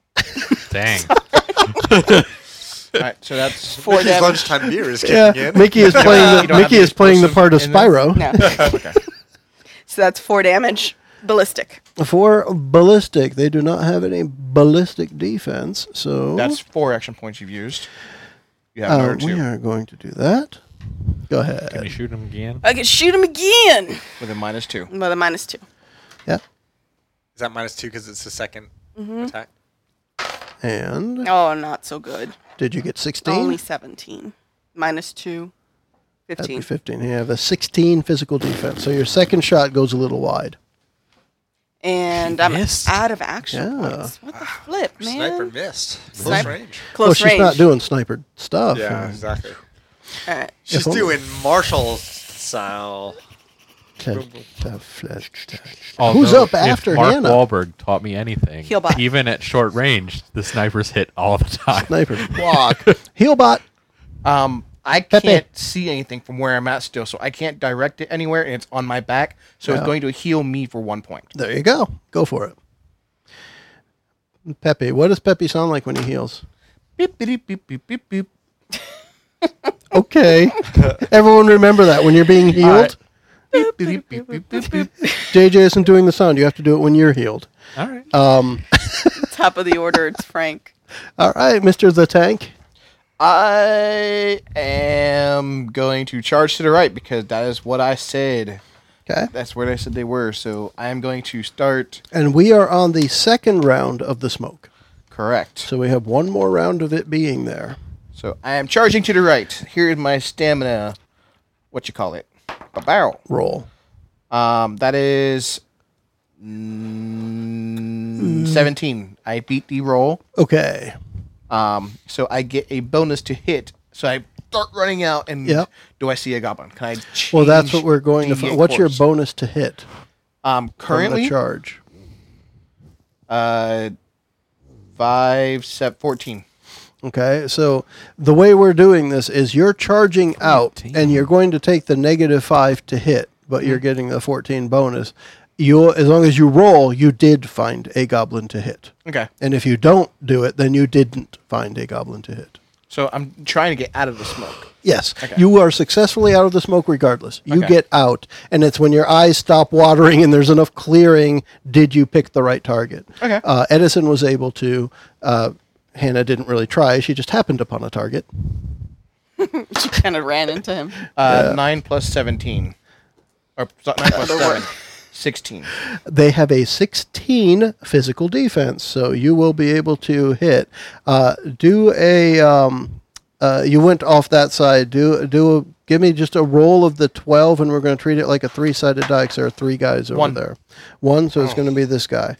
F: Dang.
D: All right, so that's
C: Four
E: His
C: damage.
E: lunchtime beer is kicking
A: Yeah,
E: in.
A: Mickey is playing.
D: You
A: The,
D: don't have
A: Mickey is
D: the
A: playing the
D: explosive
A: part of
D: in there?
A: Spyro.
C: No. So that's four damage. Ballistic.
A: For ballistic, they do not have any ballistic defense. So
D: that's four action points you've used. You have
A: Uh,
D: another
A: we
D: two.
A: are going to do that. Go ahead.
F: Can you shoot him again?
C: I can shoot him again
D: with a minus two.
C: with a minus two.
A: Yeah.
E: Is that minus two because it's the 2nd
C: Mm-hmm.
E: attack?
A: And
C: Oh, not so good.
A: did you get 16?
C: Only 17. Minus two,
A: That'd be
C: 15.
A: 15. You have a 16 physical defense. So your second shot goes a little wide.
C: And I'm
F: Missed.
C: out of action
A: Yeah.
C: points. What the flip, man?
E: Sniper missed. Close
C: Sniper-
E: range.
C: Close
A: well, Oh, she's
C: range.
A: not doing sniper stuff.
E: Yeah,
A: Um,
E: exactly.
C: All right.
E: She's
A: only-
E: doing martial style.
A: tap, tap, flash, tap.
F: Although,
A: Who's up
F: if
A: after
F: Mark
A: Hannah?
F: Wahlberg taught me anything.
C: Heal bot.
F: Even at short range, the snipers hit all the time.
A: Sniper. Block. Healbot.
D: Um, I
A: Pepe.
D: can't see anything from where I'm at still, so I can't direct it anywhere, and it's on my back, so it's
A: Yeah.
D: going to heal me for one point.
A: There you go. Go for it. Pepe. What does Pepe sound like when he heals?
D: Beep, beep, beep, beep, beep, beep.
A: Okay. Everyone remember that when you're being healed.
D: Beep, beep, beep, beep, beep, beep.
A: JJ isn't doing the sound. You have to do it when you're healed.
F: All right.
A: Uh,
C: Top of the order, it's Frank.
A: All right, Mr. The Tank.
D: I am going to charge to the right because that is what I said.
A: Okay.
D: That's where I said they were, so I am going to start
A: And we are on the second round of the smoke.
D: correct.
A: So we have one more round of it being there.
D: So I am charging to the right. Here is my stamina. What you call it? A barrel.
A: Roll.
D: Um, that is mm, seventeen. I beat the roll,
A: Okay.
D: um, so I get a bonus to hit. So I start running out, and
A: Yep.
D: do I see a goblin? Can I? Change
A: Well, that's what we're going to.
D: the
A: F- what's your
D: course?
A: bonus to hit
D: um
A: from the
D: currently?
A: charge?
D: Uh, five, seven, 14.
A: Okay. So the way we're doing this is you're charging out, and you're going to take the negative five to hit, but
D: Mm-hmm.
A: you're getting the fourteen bonus. You, as long as you roll, you did find a goblin to hit,
D: Okay,
A: and if you don't do it, then you didn't find a goblin to hit.
D: so I'm trying to get out of the smoke.
A: Yes, you are successfully out of the smoke regardless. You
D: Okay.
A: get out, and it's when your eyes stop watering and there's enough clearing. Did you pick the right target?
D: Okay.
A: Uh, Edison was able to. Uh, Hannah didn't really try. She just happened upon a target.
C: She kind of ran into him.
D: Uh, nine plus seventeen, or so- nine plus seven. Sixteen.
A: They have a 16 physical defense, so you will be able to hit. Uh, do a. Um, uh, you went off that side. Do do a, give me just a roll of the 12, and we're going to treat it like a three-sided die. 'cause there are three guys over
D: One. Oh.
A: there. One, so it's going to be this guy.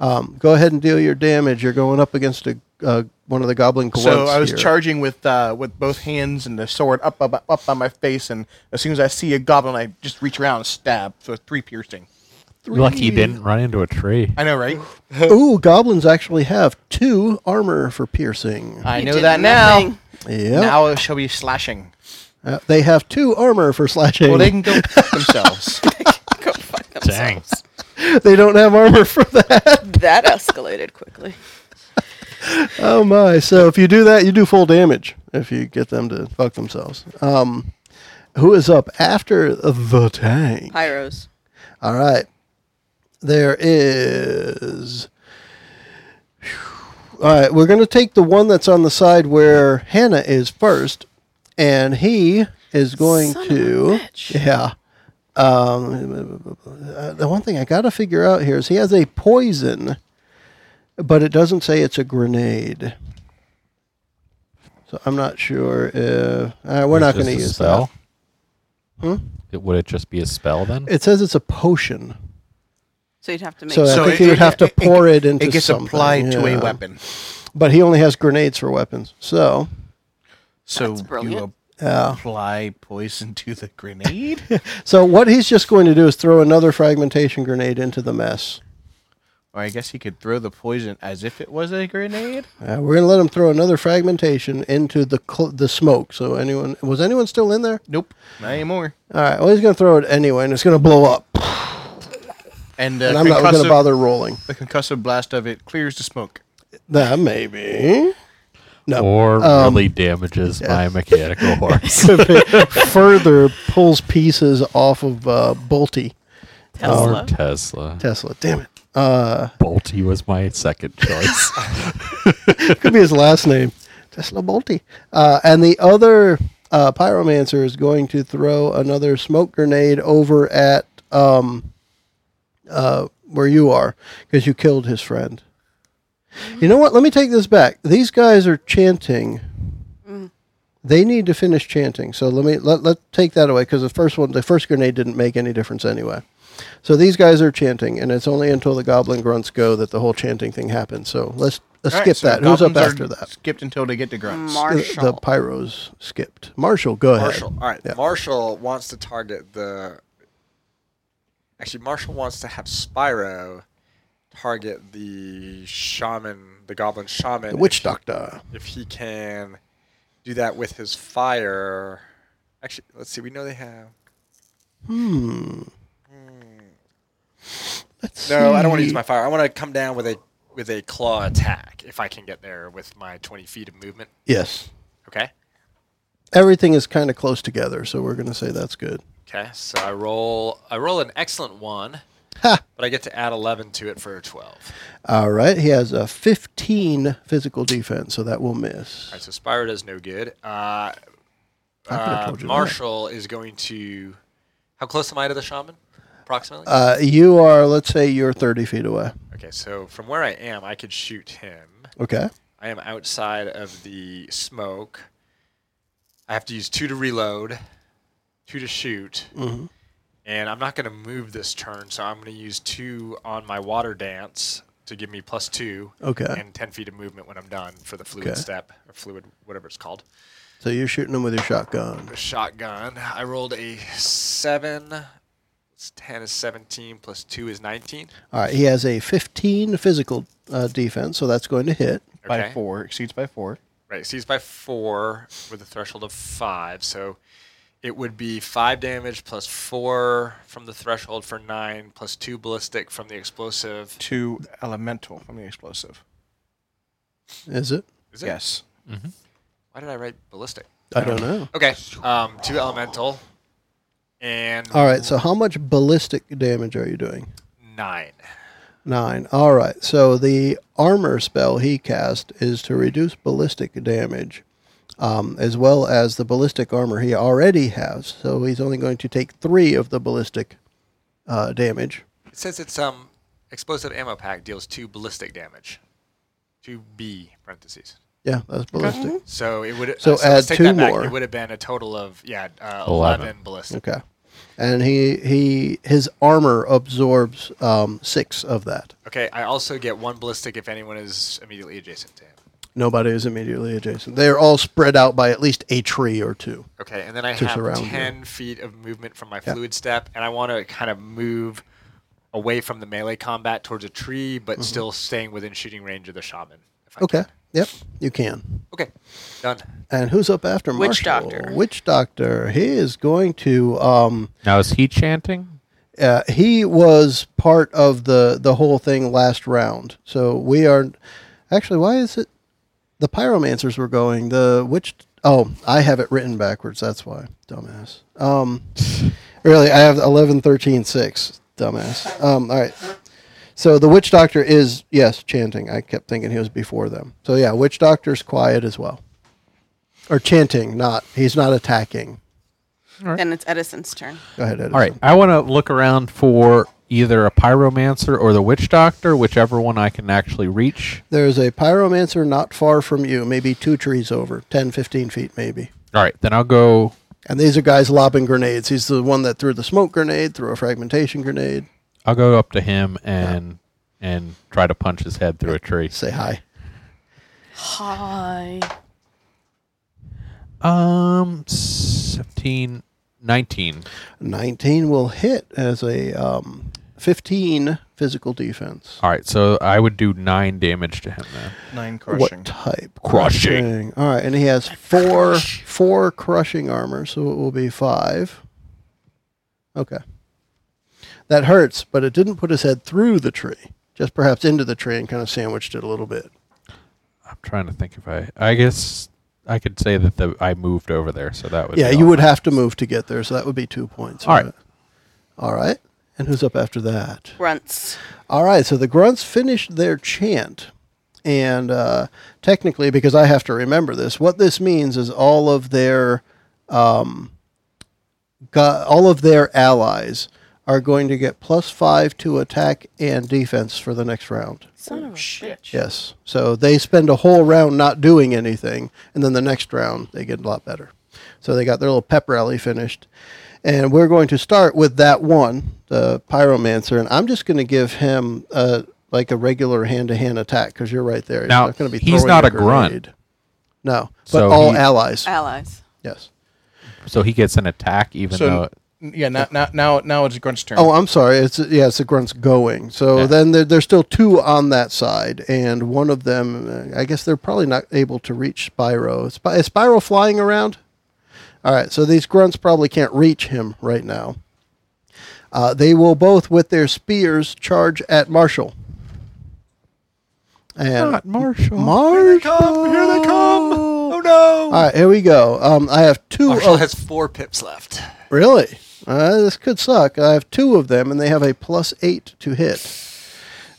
A: Um, go ahead and deal your damage. You're going up against a, uh, one of the goblin gloves.
D: So I was
A: here.
D: charging with uh, with both hands and the sword up, up up on my face, and as soon as I see a goblin, I just reach around and stab. So it's three piercing.
F: You're Lucky you didn't run into a tree.
D: I know, right?
A: Ooh, goblins actually have two armor for piercing.
F: Uh,
D: I
C: You
D: know
C: did
D: that now.
C: nothing.
A: Yep.
D: Now it shall be slashing.
A: Uh, they have two armor for slashing.
D: Well, they can go fuck themselves.
C: Go fuck themselves.
F: Dang.
A: they don't have armor for that.
C: That escalated quickly.
A: Oh my! So if you do that, you do full damage if you get them to fuck themselves. Um, who is up after the tank?
C: Pyros.
A: All right, there is. All right, we're going to take the one that's on the side where Hannah is first, and he is going
C: Son of a
A: to
C: bitch.
A: yeah. Um, uh, the one thing I got to figure out here is he has a poison, but it doesn't say it's a grenade. So I'm not sure if uh, we're not going to use
F: spell.
A: that.
F: It, would it just be a spell then?
A: It says it's a potion.
C: So you'd have to make
A: So I
D: So
A: think
D: it-
A: you would have to
D: it- it-
A: pour it, into
D: it gets
A: something,
D: applied to a
A: yeah.
D: weapon.
A: But he only has grenades for weapons. So
D: So you
C: brilliant.
D: apply poison to the grenade.
A: so what he's just going to do is throw another fragmentation grenade into the mess.
D: Or I guess he could throw the poison as if it was a grenade.
A: Uh, we're going to let him throw another fragmentation into the cl- the smoke. So anyone was anyone still in there?
D: Nope, not anymore.
A: All right. Well, he's going to throw it anyway, and it's going to blow up.
D: And, uh,
A: And I'm not going to bother rolling.
D: The concussive blast of it clears the smoke.
A: That maybe
F: Or
A: um,
F: really damages my mechanical horse.
A: further pulls pieces off of uh, Bolty
F: or Tesla.
A: Tesla. Damn it.
F: Bolty was my second choice.
A: Could be his last name. Tesla Bolte. Uh, and the other uh, pyromancer is going to throw another smoke grenade over at um, uh, where you are because you killed his friend. You know what? Let me take this back. These guys are chanting. They need to finish chanting. So let me let let take that away because the first one, the first grenade didn't make any difference anyway. So these guys are chanting, and it's only until the goblin grunts go that the whole chanting thing happens. So let's, let's
D: All right,
A: skip
D: so
A: that. Who's up
D: goblins are
A: after that?
D: Skipped until they get to grunts.
A: The- The
C: Marshall.
A: pyros skipped. Marshall, go ahead.
E: Marshall. All right.
A: Yeah.
E: Marshall wants to target the. Actually, Marshall wants to have Spyro target the shaman, the goblin shaman.
A: The witch
E: if-
A: doctor.
E: If he can do that with his fire. Actually, let's see. We know they have.
A: Let's
E: No, I don't want to
A: see.
E: use my fire. I want to come down with a with a claw attack if I can get there with my 20 feet of movement.
A: Yes.
E: Okay.
A: Everything is kind of close together, so we're going to say that's good.
E: Okay. So I roll. I roll an excellent one,
A: Ha!
E: but I get to add 11 to it for a 12.
A: All right. He has a 15 physical defense, so that will miss.
E: All right, so Spyro does no good.
A: I
E: Uh,
A: could have
E: uh,
A: told you that.
E: Marshall is going to. How close am I to the shaman? Approximately.
A: Uh, you are, let's say, you're 30 feet away.
E: okay, so from where I am, I could shoot him.
A: Okay.
E: I am outside of the smoke. I have to use two to reload, two to shoot,
A: Mm-hmm.
E: and I'm not going to move this turn, so I'm going to use two on my water dance to give me plus two
A: Okay.
E: and 10 feet of movement when I'm done for the fluid
A: Okay.
E: step or fluid, whatever it's called.
A: So you're shooting him with your shotgun.
E: a shotgun. I rolled a seven. It's Ten is seventeen. Plus two is nineteen.
A: All right. He has a 15 physical uh, defense, so that's going to hit.
D: by
E: Okay.
D: four, exceeds by four.
E: Right. So he's by four with a threshold of five. So it would be five damage plus four from the threshold for nine plus two ballistic from the explosive.
D: Two elemental from the explosive.
A: Is it?
E: Is it?
D: Yes.
E: Why did I write ballistic?
A: I don't know.
E: Okay. Um, two elemental and
A: All right. So how much ballistic damage are you doing?
E: nine.
A: Nine. All right. So the armor spell he cast is to reduce ballistic damage, um, as well as the ballistic armor he already has. So he's only going to take three of the ballistic uh, damage.
E: It says it's um explosive ammo pack deals two ballistic damage. Two B parentheses.
A: Yeah, that's ballistic.
E: So it would.
A: So
E: uh, let's
A: add
E: take
A: two
E: that back.
A: more.
E: It would have been a total of yeah, uh,
F: Eleven.
E: eleven. ballistic.
A: Okay. And he he his armor absorbs um, six of that.
E: Okay, I also get one ballistic if anyone is immediately adjacent to him.
A: Nobody is immediately adjacent. They are all spread out by at least a tree or two.
E: Okay, and then I
A: To
E: have
A: surround you.
E: ten feet of movement from my fluid step, and I want to kind of move away from the melee combat towards a tree, but still staying within shooting range of the shaman. if I
A: Mm-hmm. Okay.
E: can.
A: Yep. You can.
E: Okay. Done.
A: And who's up after
C: Witch
A: Marshall?
C: Doctor.
A: Witch Doctor. He is going to. Um,
F: Now is he chanting?
A: uh, he was part of the the whole thing last round. So we are. Actually, why is it? The pyromancers were going. The witch. Oh, I have it written backwards. That's why. Dumbass. Um, really, I have 11, 13, 6. Dumbass. Um, all right. So the witch doctor is, yes, chanting. I kept thinking he was before them. So yeah, witch doctor's quiet as well. Or chanting, not. He's not attacking.
C: Then it's Edison's turn.
A: Go ahead, Edison.
F: All right, I want to look around for either a pyromancer or the witch doctor, whichever one I can actually reach.
A: There's a pyromancer not far from you, maybe two trees over, 10, 15 feet maybe.
F: All right, then I'll go.
A: And these are guys lobbing grenades. He's the one that threw the smoke grenade, threw a fragmentation grenade.
F: I'll go up to him and and try to punch his head through a tree.
A: Say hi.
G: Hi.
F: Um, 17, 19.
A: 19 will hit as a um, 15 physical defense.
F: All right, so I would do nine damage to him then.
D: Nine
A: What
D: crushing.
A: type?
F: Crushing.
A: All right, and he has four four crushing armor, so it will be five. Okay. That hurts, but it didn't put his head through the tree, just perhaps into the tree and kind of sandwiched it a little bit.
F: I'm trying to think if I. I guess I could say that the, I moved over there, so that would.
A: Yeah,
F: be
A: you
F: all
A: would
F: nine.
A: have to move to get there, so that would be two points.
F: All right.
A: right. All right. And who's up after that?
C: Grunts.
A: All right, so the grunts finished their chant And uh, technically, because I have to remember this, what this means is all of their um, got, all of their allies are going to get plus five to attack and defense for the next round.
G: Son
D: Oh,
G: of a bitch.
A: Yes. So they spend a whole round not doing anything, and then the next round they get a lot better. So they got their little pep rally finished. And we're going to start with that one, the pyromancer, and I'm just going to give him uh, like a regular hand-to-hand attack because you're right there. He's
F: Now,
A: going to be.
F: he's
A: throwing
F: not a grunt.
A: grenade. No, but
F: So
A: all
F: he-
C: Uh,
A: allies.
G: Allies.
A: yes.
F: So he gets an attack, even
D: So
F: though it-
D: yeah, now now now, now it's Grunt's turn.
A: Oh, I'm sorry. It's yeah, it's the grunts going. So
D: Yeah.
A: then there, there's still two on that side, and one of them, uh, I guess they're probably not able to reach Spyro. Is, Spy- is Spyro flying around? All right. So these grunts probably can't reach him right now. Uh, they will both, with their spears, charge at Marshall. And
F: not Marshall.
A: Marshall.
E: Come, here they come. Oh no.
A: All right, here we go. Um, I have two.
E: Marshall
A: of-
E: has four pips left.
A: Really? Uh, this could suck. I have two of them, and they have a plus eight to hit.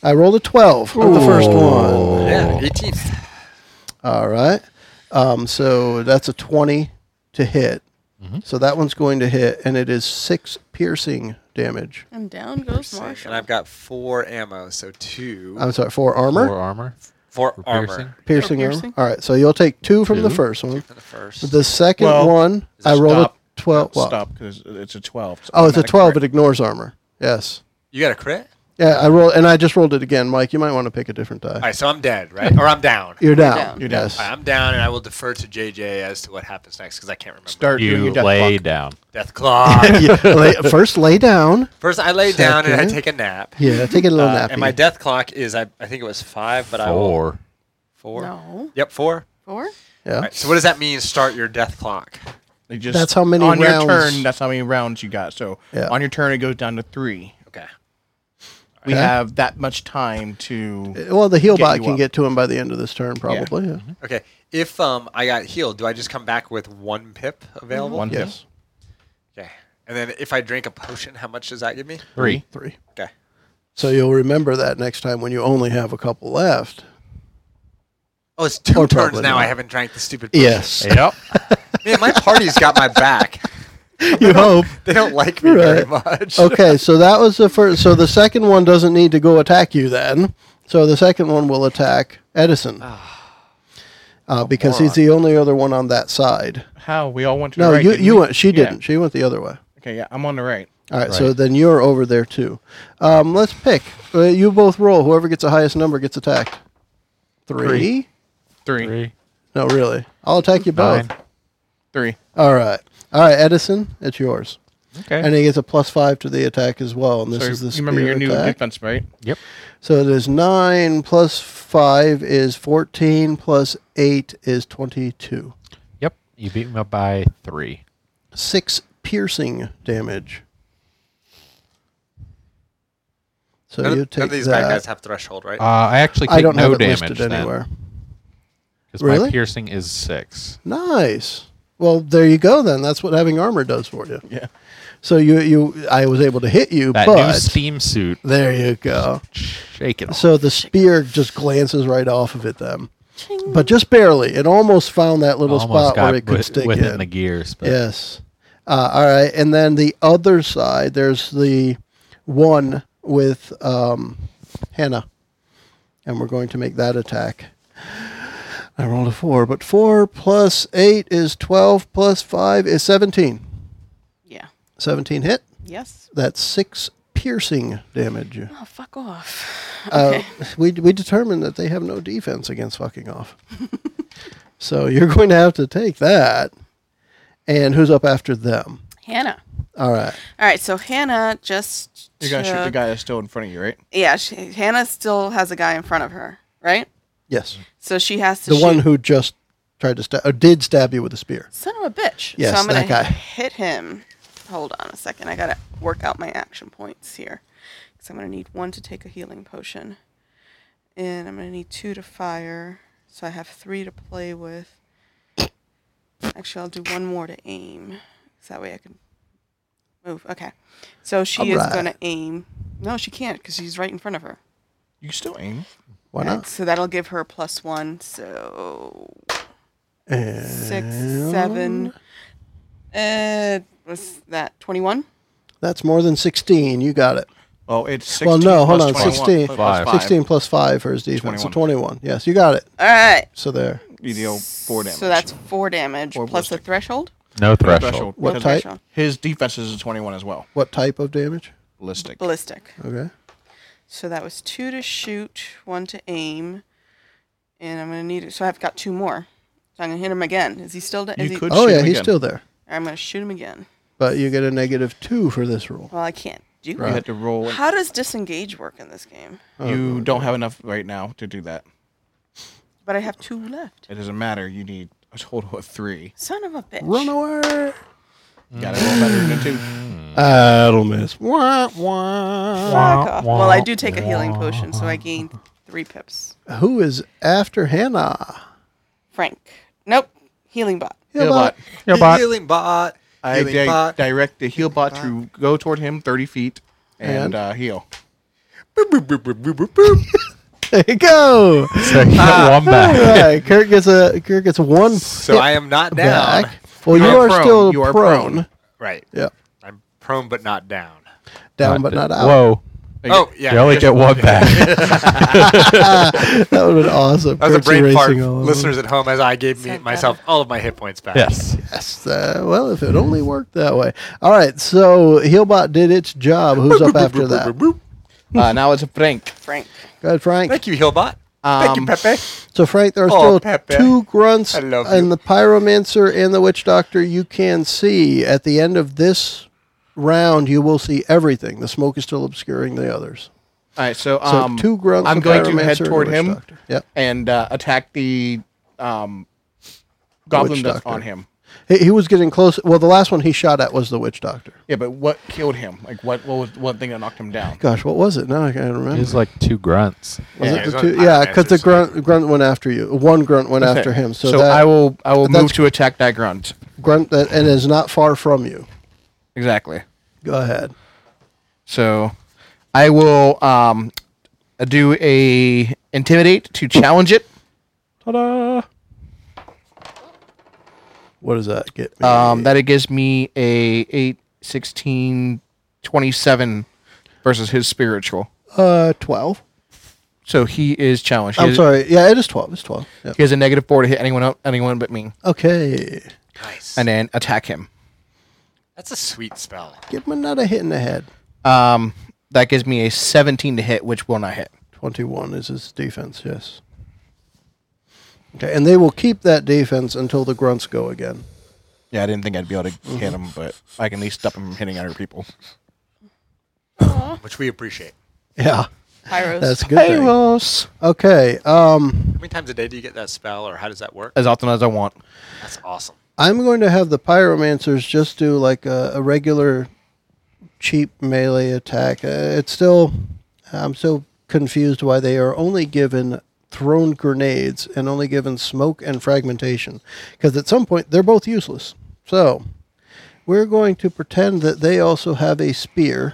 A: I rolled a 12 on the first one.
E: Yeah, 18th.
A: All right. Um, so that's a 20 to hit. So that one's going to hit, and it is six piercing damage.
G: And down goes Marshall.
E: And I've got four ammo, so two.
A: I'm sorry, four armor?
F: Or armor.
E: four
F: for
E: armor.
F: piercing?
A: Piercing,
G: piercing.
A: armor. All right, so you'll take two from the first one.
E: The first.
A: The second
D: Well,
A: one,
D: Is it
A: I rolled
D: stop?
A: a 12. Well,
D: Stop because it's a twelve.
A: Oh, it's a
D: automatic
A: 12.
D: crit.
A: It ignores armor. Yes.
E: you got a crit?
A: Yeah, I rolled, and I just rolled it again, Mike. You might want to pick a different die.
E: All right, so I'm dead, right? Or I'm down.
A: You're down.
G: down.
D: You're down.
A: Yes.
E: All right, I'm down, and I will defer to JJ as to what happens next because I can't remember.
D: Start doing
F: You
D: your death
F: lay
D: block.
F: down.
E: Death claw.
A: Yeah, lay- first, lay down.
E: First, I lay down and I
A: Second.
E: take a nap.
A: Yeah, take it a little
E: Uh,
A: nap.
E: and my death clock is, I, I think it was five, but I will,
F: Or
E: four.
G: No.
E: Yep, four.
A: Oh.
G: Four?
A: yeah.
E: All right, so what does that mean? Start your death clock.
D: They just-
A: That's how many
D: on
A: rounds-
D: your turn. That's how many rounds you got. So
A: Yeah.
D: on your turn, it goes down to three.
E: Okay.
D: We
A: Okay.
D: have that much time to.
A: Well, the heal
D: Get
A: bot
D: you
A: can
D: up. Mm-hmm.
A: get to him by the end of this turn, probably. Yeah.
E: Okay. If um I got healed, do I just come back with one pip available?
D: One
A: Yes.
E: Okay. And then if I drink a potion, how much does that give me?
F: three.
A: Three.
E: Okay.
A: So you'll remember that next time when you only have a couple left.
E: Oh, it's two
A: Or
E: turns
A: probably
E: now.
A: not.
E: I haven't drank the stupid. Potion.
A: Yes.
F: Yep.
E: Man, my party's got my back.
A: you hope.
E: They don't like me very much.
A: Okay, so that was the first. So the second one doesn't need to go attack you then. So the second one will attack Edison.
D: Ah.
A: Uh, because he's the only other one on that side.
D: How we all went to
A: No,
D: the right.
A: you,
D: didn't
A: you
D: we?
A: went. She
D: Yeah.
A: didn't. She went the other way.
D: Okay, yeah, I'm on the right.
A: All right, so then you're over there too. Um, let's pick. Uh, you both roll. Whoever gets the highest number gets attacked. Three?
D: Three, three.
F: Three.
A: No, really. I'll attack you both.
F: Nine.
A: All right. All right, Edison, it's yours.
F: Okay.
A: And he gets a plus five to the attack as well. And this
D: So
A: is the
D: you remember
A: spear
D: your new
A: attack.
D: defense, right?
F: yep.
A: So it is nine plus five is 14, plus eight is 22.
F: Yep. You beat me by three.
A: six piercing damage. So
E: None,
A: you
E: of-
A: take
E: none of these
A: that.
E: bad guys have threshold, right?
F: Uh, I actually take
A: I don't
F: no
A: have it
F: damage
A: listed anywhere.
F: because
A: Really?
F: my piercing is six.
A: Nice. Well, there you go. Then that's what having armor does for you.
D: Yeah.
A: So you you I was able to hit you,
F: That new
A: but
F: steam suit.
A: there you go.
F: Shake it. off.
A: So the spear just glances right off of it, then, but just barely. It almost found that little
F: Almost
A: spot where
F: got
A: it could
F: wi-
A: stick
F: within
A: in.
F: the gears. But
A: Yes. Uh, all right. And then the other side, there's the one with um, Hannah. And we're going to make that attack. I rolled a four, but four plus eight is 12, plus five is 17.
G: Yeah.
A: 17 hit.
G: Yes.
A: That's six piercing damage.
G: Oh, fuck off.
A: Uh, we, we determined that they have no defense against fucking off. so you're going to have to take that. And who's up after them?
G: Hannah.
A: All right.
G: All right, so Hannah just.
D: You're gonna shoot the
G: took-
D: guy that's still in front of you, right?
G: Yeah, she, Hannah still has a guy in front of her, right?
A: Yes.
G: So she has to
A: the
G: shoot.
A: one who just tried to stab or did stab you with a spear.
G: Son of a bitch.
A: Yes,
G: so I'm gonna
A: that guy.
G: hit him. Hold on a second. I gotta work out my action points here. Because I'm gonna need one to take a healing potion. And I'm gonna need two to fire. So I have three to play with. Actually I'll do one more to aim. So that way I can move. Okay. So she is
A: Alright.
G: gonna aim. No, she can't because she's right in front of her.
D: You can still aim.
A: Why
C: Right,
A: not?
C: So that'll give her a plus one. So
A: And
C: six, seven. Uh, was that twenty-one?
A: that's more than 16. You got it.
D: Oh, it's 16
A: Well, no, hold
D: plus
A: on. 16.
D: 21, plus
F: Five.
D: five.
A: 16 plus 5 for his defense. So 21. Yes, you got it.
C: All right.
A: So there.
D: You deal four damage.
C: So that's four damage
D: Four
C: plus the
D: ballistic.
C: threshold.
F: No threshold.
D: special.
A: What
D: because
A: type?
C: Threshold.
D: His defense is a 21 as well.
A: What type of damage?
D: Ballistic.
C: Ballistic.
A: Okay.
C: So that was two to shoot, one to aim, and I'm gonna need it. So I've got two more. So I'm gonna hit him again. Is he still? De-
D: You
C: is he,
D: could
A: Oh,
D: shoot
A: yeah,
D: him
A: he's
D: again.
A: still there.
C: I'm gonna shoot him again.
A: But you get a negative 2 for this roll.
C: Well, I can't do
D: You
A: Right. Oh,
C: it.
D: had to roll.
C: How does disengage work in this game?
D: You don't have enough right now to do that.
C: But I have two left.
D: It doesn't matter. You need a total of three.
C: Son of a bitch.
A: Run away.
D: You gotta roll better than a two.
A: That'll miss. Wah, wah.
C: Fuck off. Well, I do take a healing potion, so I gain three pips.
A: Who is after Hannah?
C: Frank. Nope. Healing bot.
D: Healbot.
F: Healbot.
E: Healing bot.
D: I
E: Healing
D: di-
E: bot.
D: direct the heal bot to go toward him 30 feet and,
A: And?
D: Uh, heal.
E: Boop, boop, boop, boop, boop, boop, boop.
A: There you go.
F: So you get one
A: All
F: back.
A: right, Kirk gets a Kirk gets one
E: So I am not down.
A: back. Well, you
D: You are
A: are,
D: prone.
A: still
D: You are
A: prone.
D: prone.
E: Right.
A: Yeah,
E: I'm prone but not down.
A: down but not out.
F: Whoa.
E: Oh yeah.
F: You only get one back.
A: That would have been awesome.
E: That was a
A: Kirk's
E: brain fart.
A: erasing all of
E: Listeners at home, as I gave me,
C: Said
E: myself all of my hit points back.
F: yes.
A: them. Yes, uh, well, if
E: Mm-hmm.
A: it only worked that way. All right, so Healbot did its job. Who's up after that?
E: Boop.
D: Uh, now it's Frank.
C: Frank.
A: Go ahead, Frank.
E: Thank you, Healbot. Thank you,
D: Um,
E: Pepe.
A: So, Frank, there are
E: Oh,
A: still
E: Pepe.
A: two grunts
E: I love
A: and
E: you.
A: the pyromancer and the witch doctor you can see. At the end of this round, you will see everything. The smoke is still obscuring the others.
D: All right, so,
A: So,
D: um,
A: two grunts.
D: I'm
A: the
D: going to head
A: pyromancer, and the
D: toward
A: witch
D: him
A: doctor. Yep.
D: and uh, attack the um, goblin
A: witch
D: that's
A: doctor.
D: on him.
A: He, he was getting close. Well, the last one he shot at was the witch doctor.
D: Yeah, but what killed him? Like, what, what was one thing that knocked him down?
A: Gosh, what was it? Now I can't remember.
F: He's like two grunts.
A: Was
E: Yeah,
A: it
E: it's
A: the
E: on
A: two?
E: Iron
A: Yeah,
E: Man,
A: because the
E: it's just-
A: grunt, grunt went after you. One grunt went after him. So, that
D: I will I will move
A: that's-
D: to attack that grunt.
A: grunt that and is not far from you.
D: Exactly.
A: Go ahead.
D: So I will um, do a intimidate to challenge it.
A: What does that get? Me?
D: Um, that it gives me a 8, 16, 27 versus his spiritual.
A: uh, twelve.
D: So he is challenged. He
A: I'm
D: is-
A: sorry. Yeah, it is twelve. It's twelve. Yeah.
D: He has a negative four to hit anyone el- anyone but me,
A: Okay.
E: Nice.
D: and then attack him.
E: That's a sweet spell.
A: Give him another hit in the head.
D: Um, that gives me a 17 to hit, which will not hit.
A: Twenty-one is his defense. Yes. Okay, and they will keep that defense until the grunts go again.
D: Yeah, I didn't think I'd be able to hit him, but I can at least stop him from hitting other people.
E: which we appreciate.
A: Yeah,
C: Pyros.
A: that's a good. thing.
D: Ross.
A: Okay. Um.
E: How many times a day do you get that spell, or how does that work?
D: As often as I want.
E: That's awesome.
A: I'm going to have the pyromancers just do like a, a regular cheap melee attack. Uh, it's still, I'm still confused why they are only given thrown grenades and only given smoke and fragmentation. Because at some point, they're both useless. So we're going to pretend that they also have a spear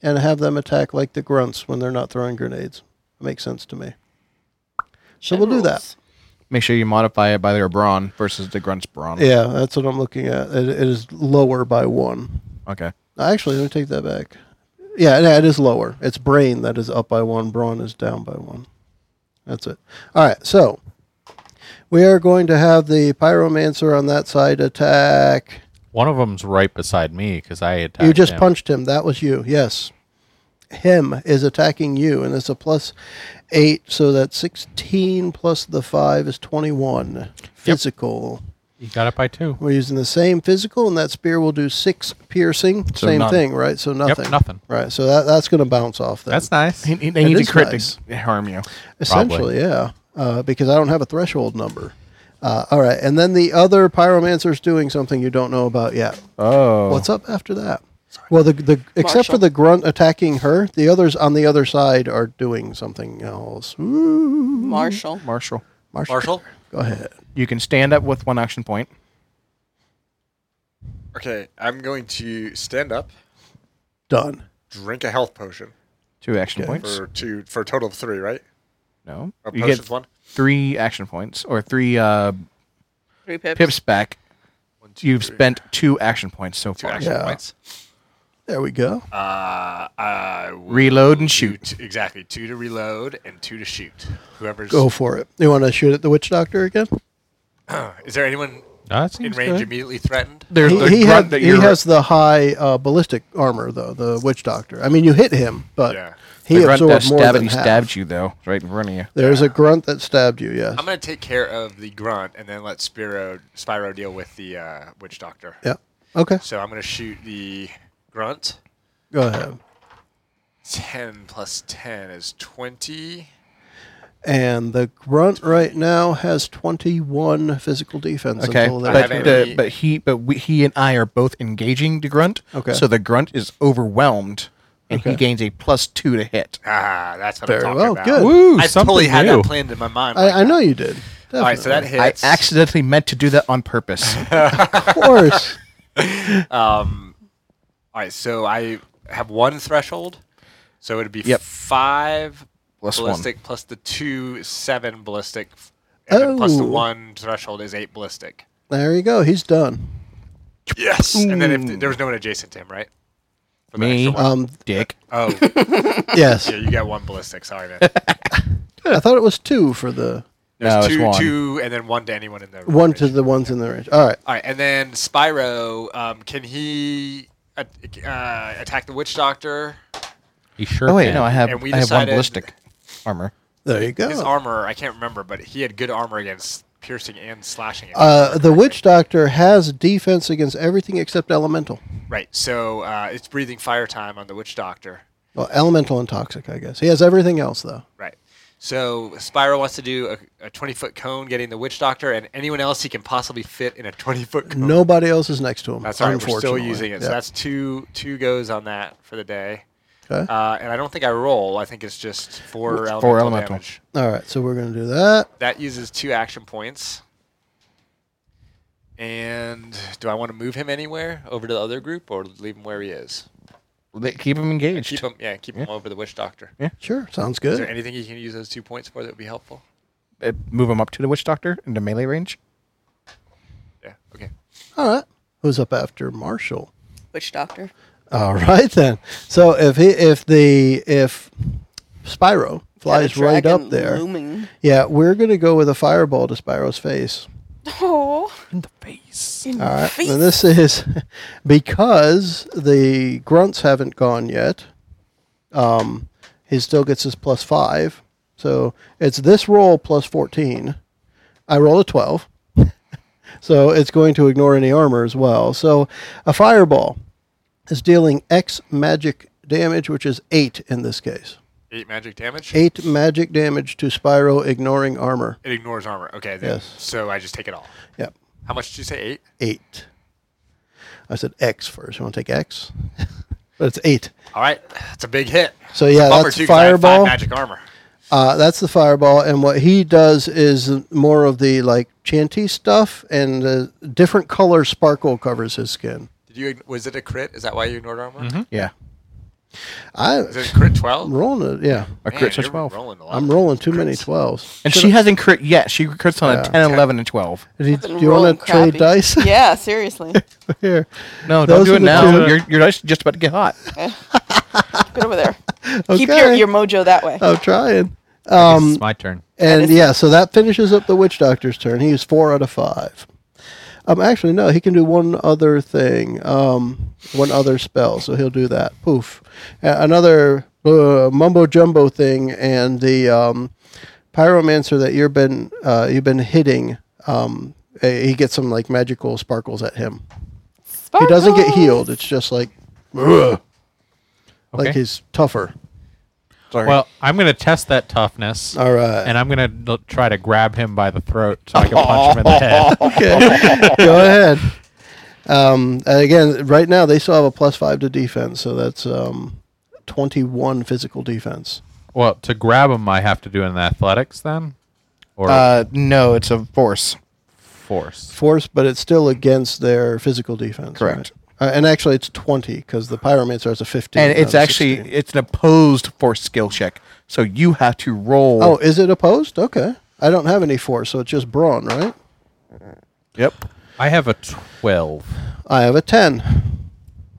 A: and have them attack like the grunts when they're not throwing grenades. Makes sense to me. So we'll do that.
D: Make sure you modify it by their brawn versus the grunt's brawn.
A: Yeah, that's what I'm looking at. It, it is lower by one.
D: Okay.
A: Actually, let me take that back. Yeah, yeah, it is lower. It's brain that is up by one, brawn is down by one. That's it. All right, so we are going to have the pyromancer on that side attack.
F: One of them's right beside me because I attacked
A: you just
F: him.
A: punched him. That was you. Yes. Him is attacking you, and it's a plus eight, so that's 16 plus the five is 21. Physical.
F: You got it by two.
A: We're using the same physical, and that spear will do six piercing.
D: So
A: same
D: none.
A: thing, right? So nothing.
F: nothing.
A: Right. So that, that's going to bounce off. Then.
F: That's nice.
D: They, they
A: It
D: need to
A: is
D: crit
A: nice.
D: to harm you.
A: essentially, yeah. Uh, because I don't have a threshold number. Uh, all right, and then the other pyromancer's doing something you don't know about yet.
D: Oh.
A: What's up after that? Well, the the except for
C: Marshall.
A: the grunt attacking her, the others on the other side are doing something else. Ooh,
C: Marshall.
D: Marshall.
A: Marshall,
E: Marshall.
A: go ahead.
D: You can stand up with one action point.
E: Okay, I'm going to stand up,
A: Done.
E: drink a health potion
D: Two action points.
E: for two for a total of three, right?
D: No.
E: Or
D: you get
E: potions one?
D: three action points or three uh,
C: Three pips.
D: pips back.
E: One, two,
D: You've
E: three.
D: spent two action points so
E: two
D: far.
E: action
A: Yeah.
E: points.
A: There we go.
E: Uh, I will
D: Reload and
E: do
D: shoot.
E: t- exactly, two to reload and two to shoot. Whoever's
A: Go for it. You want to shoot at the witch doctor again?
E: is there anyone
F: That
E: in
F: seems
E: range
F: good.
E: immediately threatened?
D: There's
A: He,
D: the
A: he,
D: grunt
A: had,
D: that
A: he
D: you're-
A: has the high uh, ballistic armor, though, the witch doctor. I mean, you hit him, but
E: Yeah.
A: he
D: the grunt that
A: absorbed more
D: stabbed,
A: than
D: he
A: half.
D: stabbed you though, right in front of you.
A: There's a grunt that stabbed you, yes.
E: I'm gonna take care of the grunt and then let Spiro Spyro deal with the uh, witch doctor.
A: yeah. Okay,
E: So I'm gonna shoot the grunt.
A: go ahead.
E: Ten plus ten is twenty.
A: And the grunt right now has 21 physical defense.
D: Okay,
A: Until the
E: I have
D: but
A: next turn.
E: it.
D: the,
E: any-
D: but he but we, he and I are both engaging the grunt.
A: Okay.
D: So the grunt is overwhelmed, and he gains a plus two to hit.
E: Ah, that's what
A: Very
E: I'm talking
A: well,
E: about.
A: good.
F: Woo,
E: I totally
F: something
E: had
F: new.
E: that planned in my mind.
A: I, I know you did.
E: All right, so that
A: definitely.
E: hits.
D: I accidentally meant to do that on purpose.
A: Of course.
E: All right, so I have one threshold, so it'd be
D: Yep.
E: five
D: Plus one.
E: ballistic plus the two seven ballistic, and then plus the
A: Oh.
E: one threshold is eight ballistic.
A: there you go. He's done.
E: Yes, and then if there was no one adjacent to him, right? For the
D: Me. Uh.
E: extra one.
A: Um,
D: Dick.
E: Oh,
A: yes.
E: yeah, you got one ballistic. Sorry, man.
A: I thought it was two for the
E: There's
D: No, it's
E: two,
D: one.
E: two, and then one to anyone in the
A: one to
E: range.
A: the ones in the range. All right.
E: All right, and then Spyro, um, can he uh, uh, attack the witch doctor?
F: He sure
D: Oh wait,
F: can.
D: no, I have
E: And we
D: I have one
E: decided-
D: ballistic armor.
A: There you go.
D: Oh.
E: His armor, I can't remember, but he had good armor against piercing and slashing. if I
A: Uh,
E: remember
A: the
E: correctly.
A: witch doctor has defense against everything except elemental.
E: Right. So uh, it's breathing fire time on the witch doctor.
A: Well, elemental and toxic, I guess. He has everything else though.
E: Right. So Spyro wants to do a, a 20 foot cone, getting the witch doctor and anyone else he can possibly fit in a 20 foot cone.
A: Nobody else is next to him.
E: That's all right. We're still
A: unfortunately.
E: using it. So
A: Yeah.
E: that's two two goes on that for the day.
A: Okay.
E: Uh, and I don't think I roll. I think it's just four elemental,
D: elemental.
E: damage.
A: all right. So we're gonna do that.
E: That uses two action points. And do I want to move him anywhere over to the other group or leave him where he is?
D: They- Keep him engaged.
E: Keep him, yeah, keep him over the witch doctor.
A: Sure. Sounds
E: Is there
A: good.
E: anything you can use those two points for that would be helpful?
D: Uh, move him up to the witch doctor into melee range.
E: Yeah. Okay.
A: All right. Who's up after Marshall?
C: Witch doctor.
A: All right then. So if he, if the if Spyro flies
C: Got a
A: right up
C: dragon
A: there,
C: Looming.
A: yeah, we're gonna go with a fireball to Spyro's face.
C: Oh.
F: in the face.
C: In
A: All
C: the
A: right.
C: face.
A: And this is because the grunts haven't gone yet. Um, he still gets his plus five. So it's this roll plus 14. I roll a 12. so it's going to ignore any armor as well. So a fireball is dealing X magic damage, which is eight in this case.
E: Eight magic damage.
A: Eight magic damage to Spyro, ignoring armor.
E: It ignores armor. Okay. Then,
A: Yes.
E: So I just take it all.
A: Yep.
E: How much did you say? Eight.
A: eight. I said X first. You want to take X? but it's eight.
E: All right. That's a big hit.
A: So yeah,
E: Bummer,
A: that's
E: too, 'cause I have
A: fireball.
E: Five magic armor.
A: Uh, that's the fireball, and what he does is more of the like chanty stuff, and uh, different color sparkle covers his skin.
E: Did you? ign- Was it a crit? Is that why you ignored armor?
D: Yeah.
A: I,
E: Is it a crit twelve?
A: I'm rolling it. Yeah,
D: A
E: Man,
D: crit's a
E: you're
D: 12.
E: Rolling a lot.
A: I'm rolling too many twelves.
D: And she hasn't crit yet. She crits on a 10, 11, and 12.
A: Do you,
C: I've been rolling
A: want to trade
C: crappy.
A: dice
C: yeah, seriously. Keep
A: here?
D: No,
A: Those
D: don't do
A: are
D: it
A: the
D: now.
A: two-
D: Your, your dice is just about to get hot.
C: it over there. Keep your,
A: Okay. Uh,
C: your mojo that way.
A: I'm trying.
D: Um,
F: it's my turn.
A: And yeah, so that finishes up the witch doctor's turn. He's four out of five. Um, actually, no, he can do one other thing, um, one other spell. So he'll do that. Poof, A- another uh, mumbo jumbo thing, and the um, pyromancer that you've been uh, you've been hitting. Um, eh, he gets some like magical sparkles at him. He doesn't get
C: Sparkle.
A: healed. It's just like, ugh, like
F: Okay.
A: he's tougher.
D: Sorry.
F: Well, I'm gonna test that toughness,
A: All right.
F: and I'm gonna l- try to grab him by the throat so I can punch him in the head.
A: Okay. Go ahead. Um, and again, right now they still have a plus five to defense, so that's um, twenty-one physical defense.
F: Well, to grab him, I have to do an athletics then, or
D: uh, no, it's a force.
F: force.
A: Force, but it's still against their physical defense.
D: Correct.
A: right? Uh, and actually, it's 20 because the pyromancer has a 15.
D: and it's
A: not a
D: actually
A: 16.
D: it's an opposed force skill check. So you have to roll.
A: Oh, is it opposed? Okay. I don't have any four, so it's just brawn, right?
D: yep.
F: I have a 12.
A: I have a 10.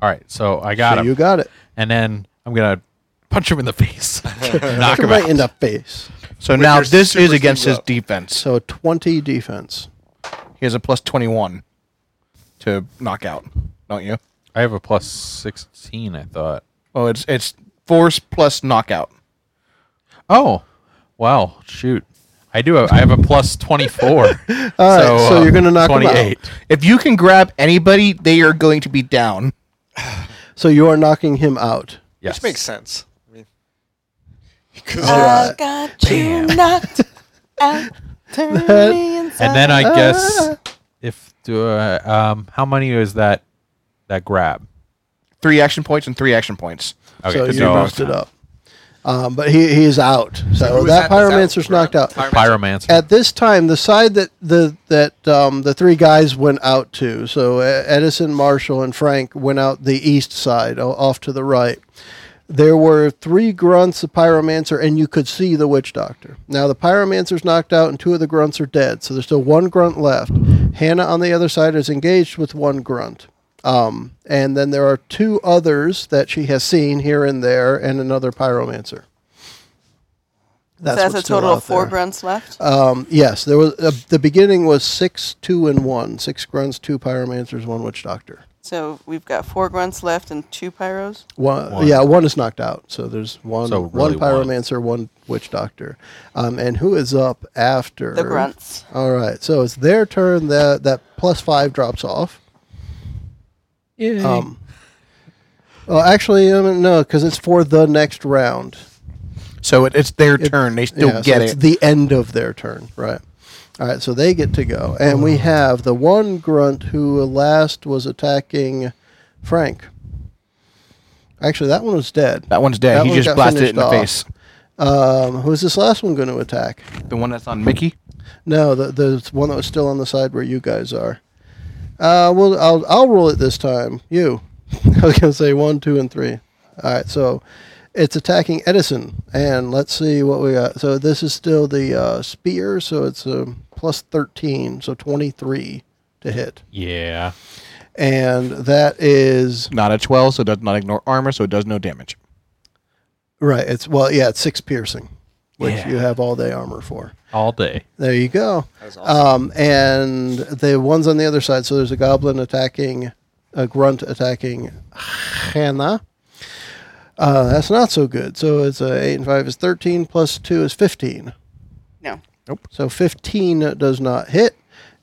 F: All right, so I got
A: so
F: him.
A: you got it.
F: and then I'm going to punch him in the face. Knock him
A: right
F: out.
A: in the face.
D: So now
E: your
D: this is
E: super
D: against
E: speed
D: his
E: up.
D: defense.
A: So 20 defense.
D: He has a plus twenty one to knock out. Don't you?
F: I have a plus 16, I thought.
D: Oh, it's it's force plus knockout.
F: Oh, wow. Shoot. I do. Have, I have a plus 24. All right, so, uh,
A: right, so you're gonna knock him out.
F: 28.
D: If you can grab anybody, they are going to be down.
A: So you are knocking him out.
F: Yes.
E: Which makes sense. I mean, because
C: Uh,
G: I got you knocked out. Turn me
F: And
G: inside.
F: then
A: Ah.
F: I guess if do I, um how many is that that grab?
D: Three action points and three action points.
A: so you
F: no,
A: boost it up. Um, but he, he is out. So
E: who was
A: that
E: that that's out?
A: pyromancer's knocked out.
F: Pyromancer.
A: At this time, the side that the that um, the three guys went out to, so uh, Edison, Marshall, and Frank went out the east side, o- off to the right. There were three grunts, the pyromancer, and you could see the witch doctor. Now the pyromancer's knocked out, and two of the grunts are dead. So there's still one grunt left. Hannah on the other side is engaged with one grunt. Um, and then there are two others that she has seen here and there, and another pyromancer.
C: so that's a
A: what's still
C: total of
A: out
C: four
A: there.
C: grunts left.
A: Um, yes, there was uh, the beginning was six, two, and one. Six grunts, two pyromancers, one witch doctor.
C: so we've got four grunts left and two pyros.
A: One, yeah, one is knocked out. So there's one,
F: So
A: one
F: really one.
A: pyromancer, one. witch doctor, um, and who is up after
C: The grunts.
A: All right, so it's their turn. That that plus five drops off. Yeah. Um, well, actually, um, no, because it's for the next round.
D: So it, it's their turn. They still
A: yeah, so
D: get
A: it's
D: it.
A: the end of their turn, right? All right, so they get to go, and
D: Oh.
A: we have the one grunt who last was attacking Frank. Actually, that one was dead.
D: that one's dead.
A: that
D: he
A: one
D: just
A: got
D: blasted it
A: finished
D: in the
A: off.
D: face.
A: Um, who is this last one going to attack?
D: The one that's on Mickey.
A: No, the the one that was still on the side where you guys are. Uh, well, I'll I'll roll it this time. You, I was going to say one, two, and three. All right, so it's attacking Edison, and let's see what we got. So this is still the uh, spear, so it's a plus thirteen, so twenty three to hit,
F: yeah.
A: and that is
D: Not a twelve, so it does not ignore armor, so it does no damage.
A: right. It's well, yeah, it's six piercing, which
F: Yeah.
A: you have all day armor for.
F: All day.
A: There you go.
E: was
A: Um, and the ones on the other side. So there's a goblin attacking, a grunt attacking Hannah. Uh, that's not so good. So it's uh, eight and five is thirteen plus two is fifteen.
C: No.
A: So fifteen does not hit.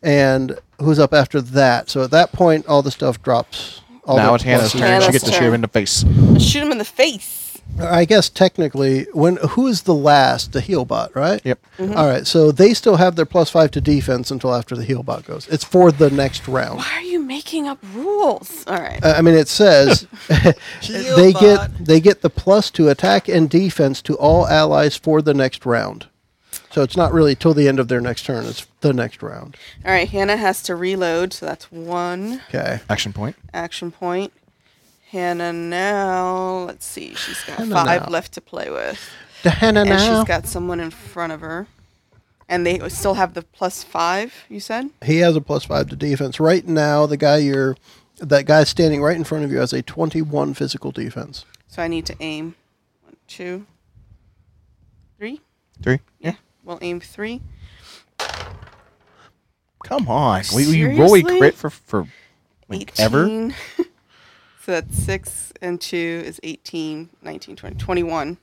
A: And who's up after that? So at that point, all the stuff drops. All
D: now
A: the
D: it's
A: pluses.
D: Hannah's turn. She
C: Hannah's
D: gets to shoot him
C: turn.
D: in the face.
C: Let's shoot him in the face.
A: I guess technically, when who is the last? The heal bot, right?
D: Yep.
C: Mm-hmm.
A: All right. So they still have their plus five to defense until after the heal bot goes. It's for the next round.
C: Why are you making up rules? All right.
A: Uh, I mean, it says they get they get the plus to attack and defense to all allies for the next round. So it's not really till the end of their next turn. It's the next round.
C: All right. Hannah has to reload, so that's one
A: Okay.
D: Action point.
C: action point. Hannah now, let's see, she's got
A: Hannah
C: five
A: now.
C: left to play with.
A: The Hannah
C: and
A: now.
C: she's got someone in front of her. And they still have the plus five, you said?
A: he has a plus five to defense right now. The guy you're that guy standing right in front of you has a twenty-one physical defense.
C: So I need to aim. One, two, three.
D: Three.
C: Yeah. We'll aim three.
D: Come on. We, we roll a
C: Seriously?
D: crit for for like ever.
C: 18. so that's six and two is 18, 19, 20, 21.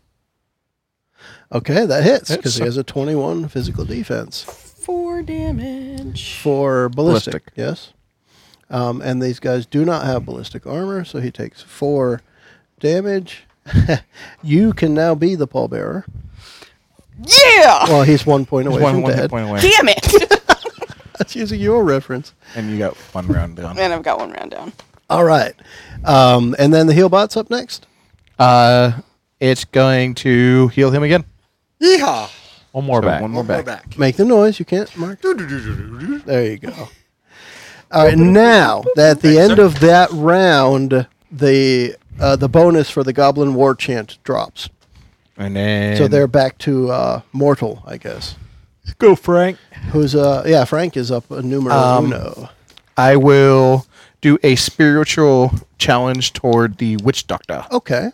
A: Okay, that hits because he has a twenty-one physical defense.
C: Four damage.
A: for ballistic.
D: Ballistic.
A: Yes. Um, and these guys do not have ballistic armor, so he takes four damage. you can now be the pallbearer.
C: Yeah!
A: Well, he's one point away
D: One
A: from
D: one hit
A: dead.
D: point away,
C: Damn it!
A: That's using your reference.
D: and you got one round down.
C: and I've got one round down.
A: All right. Um, and then the heel bot's up next.
D: Uh, it's going to heal him again.
E: Yeehaw!
F: One more
D: So
F: back.
D: One more
E: We're
D: back.
E: back.
A: Make the noise. You can't mark. There you go. All right, now at the end of that round, the uh, the bonus for the Goblin War Chant drops,
D: And then
A: so they're back to uh, mortal, I guess.
D: go, Frank.
A: Who's uh yeah? Frank is up a numero
D: Um,
A: uno.
D: I will do a spiritual challenge toward the witch doctor.
A: Okay,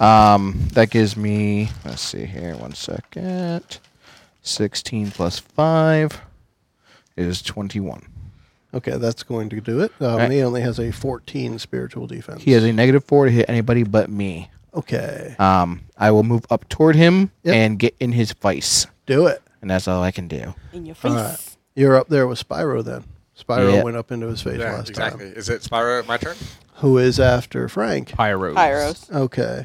D: Um, that gives me. Let's see here. One second. Sixteen plus five is twenty-one.
A: okay, that's going to do it. Um,
D: right.
A: He only has a fourteen spiritual defense.
D: He has a negative four to hit anybody but me.
A: okay.
D: Um, I will move up toward him
A: Yep.
D: and get in his face,
A: Do it.
D: and that's all I can do.
C: in your face.
A: You're up there with Spyro then. Spyro
D: Yeah.
A: went up into his face last
H: exactly.
A: time.
H: Is it Spyro? My turn.
A: Who is after Frank?
F: Pyros.
C: Pyros,
A: Okay.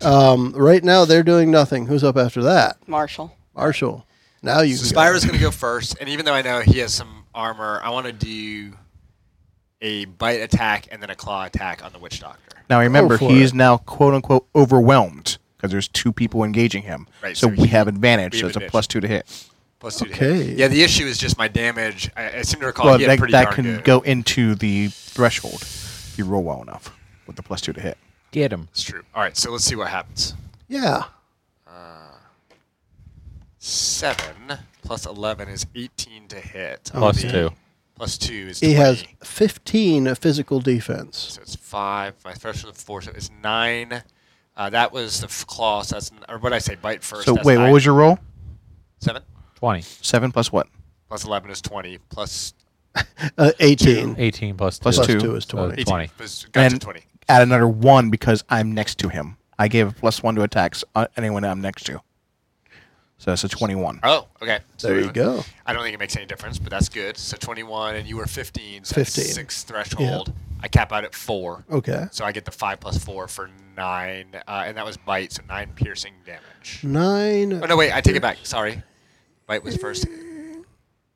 A: Um, right now they're doing nothing. Who's up after that?
C: Marshall.
A: Marshall. Now you.
E: So
A: can go.
E: Spyro's going to go first, and even though I know he has some armor, I want to do a bite attack and then a claw attack on the witch doctor.
D: Now remember,
A: for
D: he is
A: it.
D: now quote unquote overwhelmed because there's two people engaging him.
E: Right,
D: so,
E: so
D: we
E: he-
D: have advantage.
E: we
D: so
E: have
D: it's a
E: advantage.
D: plus two to hit.
E: Plus two. to
A: Okay.
E: hit. Yeah, the issue is just my damage. I, I seem to recall
D: Well,
E: Oh, he had
D: that,
E: pretty
D: that
E: darn
D: can
E: good.
D: go into the threshold if you roll well enough with the plus two to hit.
F: Get him.
E: That's true. All right, so let's see what happens.
A: Yeah.
E: Seven plus eleven is eighteen to hit.
A: Oh,
D: Oh.
F: Plus
E: The-
F: two.
E: Plus two is.
A: He
E: 20.
A: has 15 physical defense.
E: So it's five. My threshold of four. So it's nine. Uh, that was the f- claw. So that's n- or what I say, bite first.
D: So
E: that's
D: wait,
E: nine.
D: what was your roll?
E: seven?
F: Twenty.
D: Seven plus what?
E: Plus eleven is twenty. Plus
A: Uh, 18.
F: Eighteen plus two.
D: Plus
A: Plus
D: two.
A: 2 is 20.
E: 18
F: Twenty.
E: Was, got to
D: And-
E: twenty.
D: Add another one because I'm next to him. I gave a plus one to attacks on anyone I'm next to. So that's a twenty-one.
E: Oh, okay.
A: There you go.
E: I don't think it makes any difference, but that's good. So 21, and you were 15, so
A: 15.
E: That's six threshold. I cap out at four.
A: Okay.
E: So I get the five plus four for nine, uh, and that was bite, so nine piercing damage.
A: Nine.
E: Oh no, wait, I take it back. Sorry, bite was first.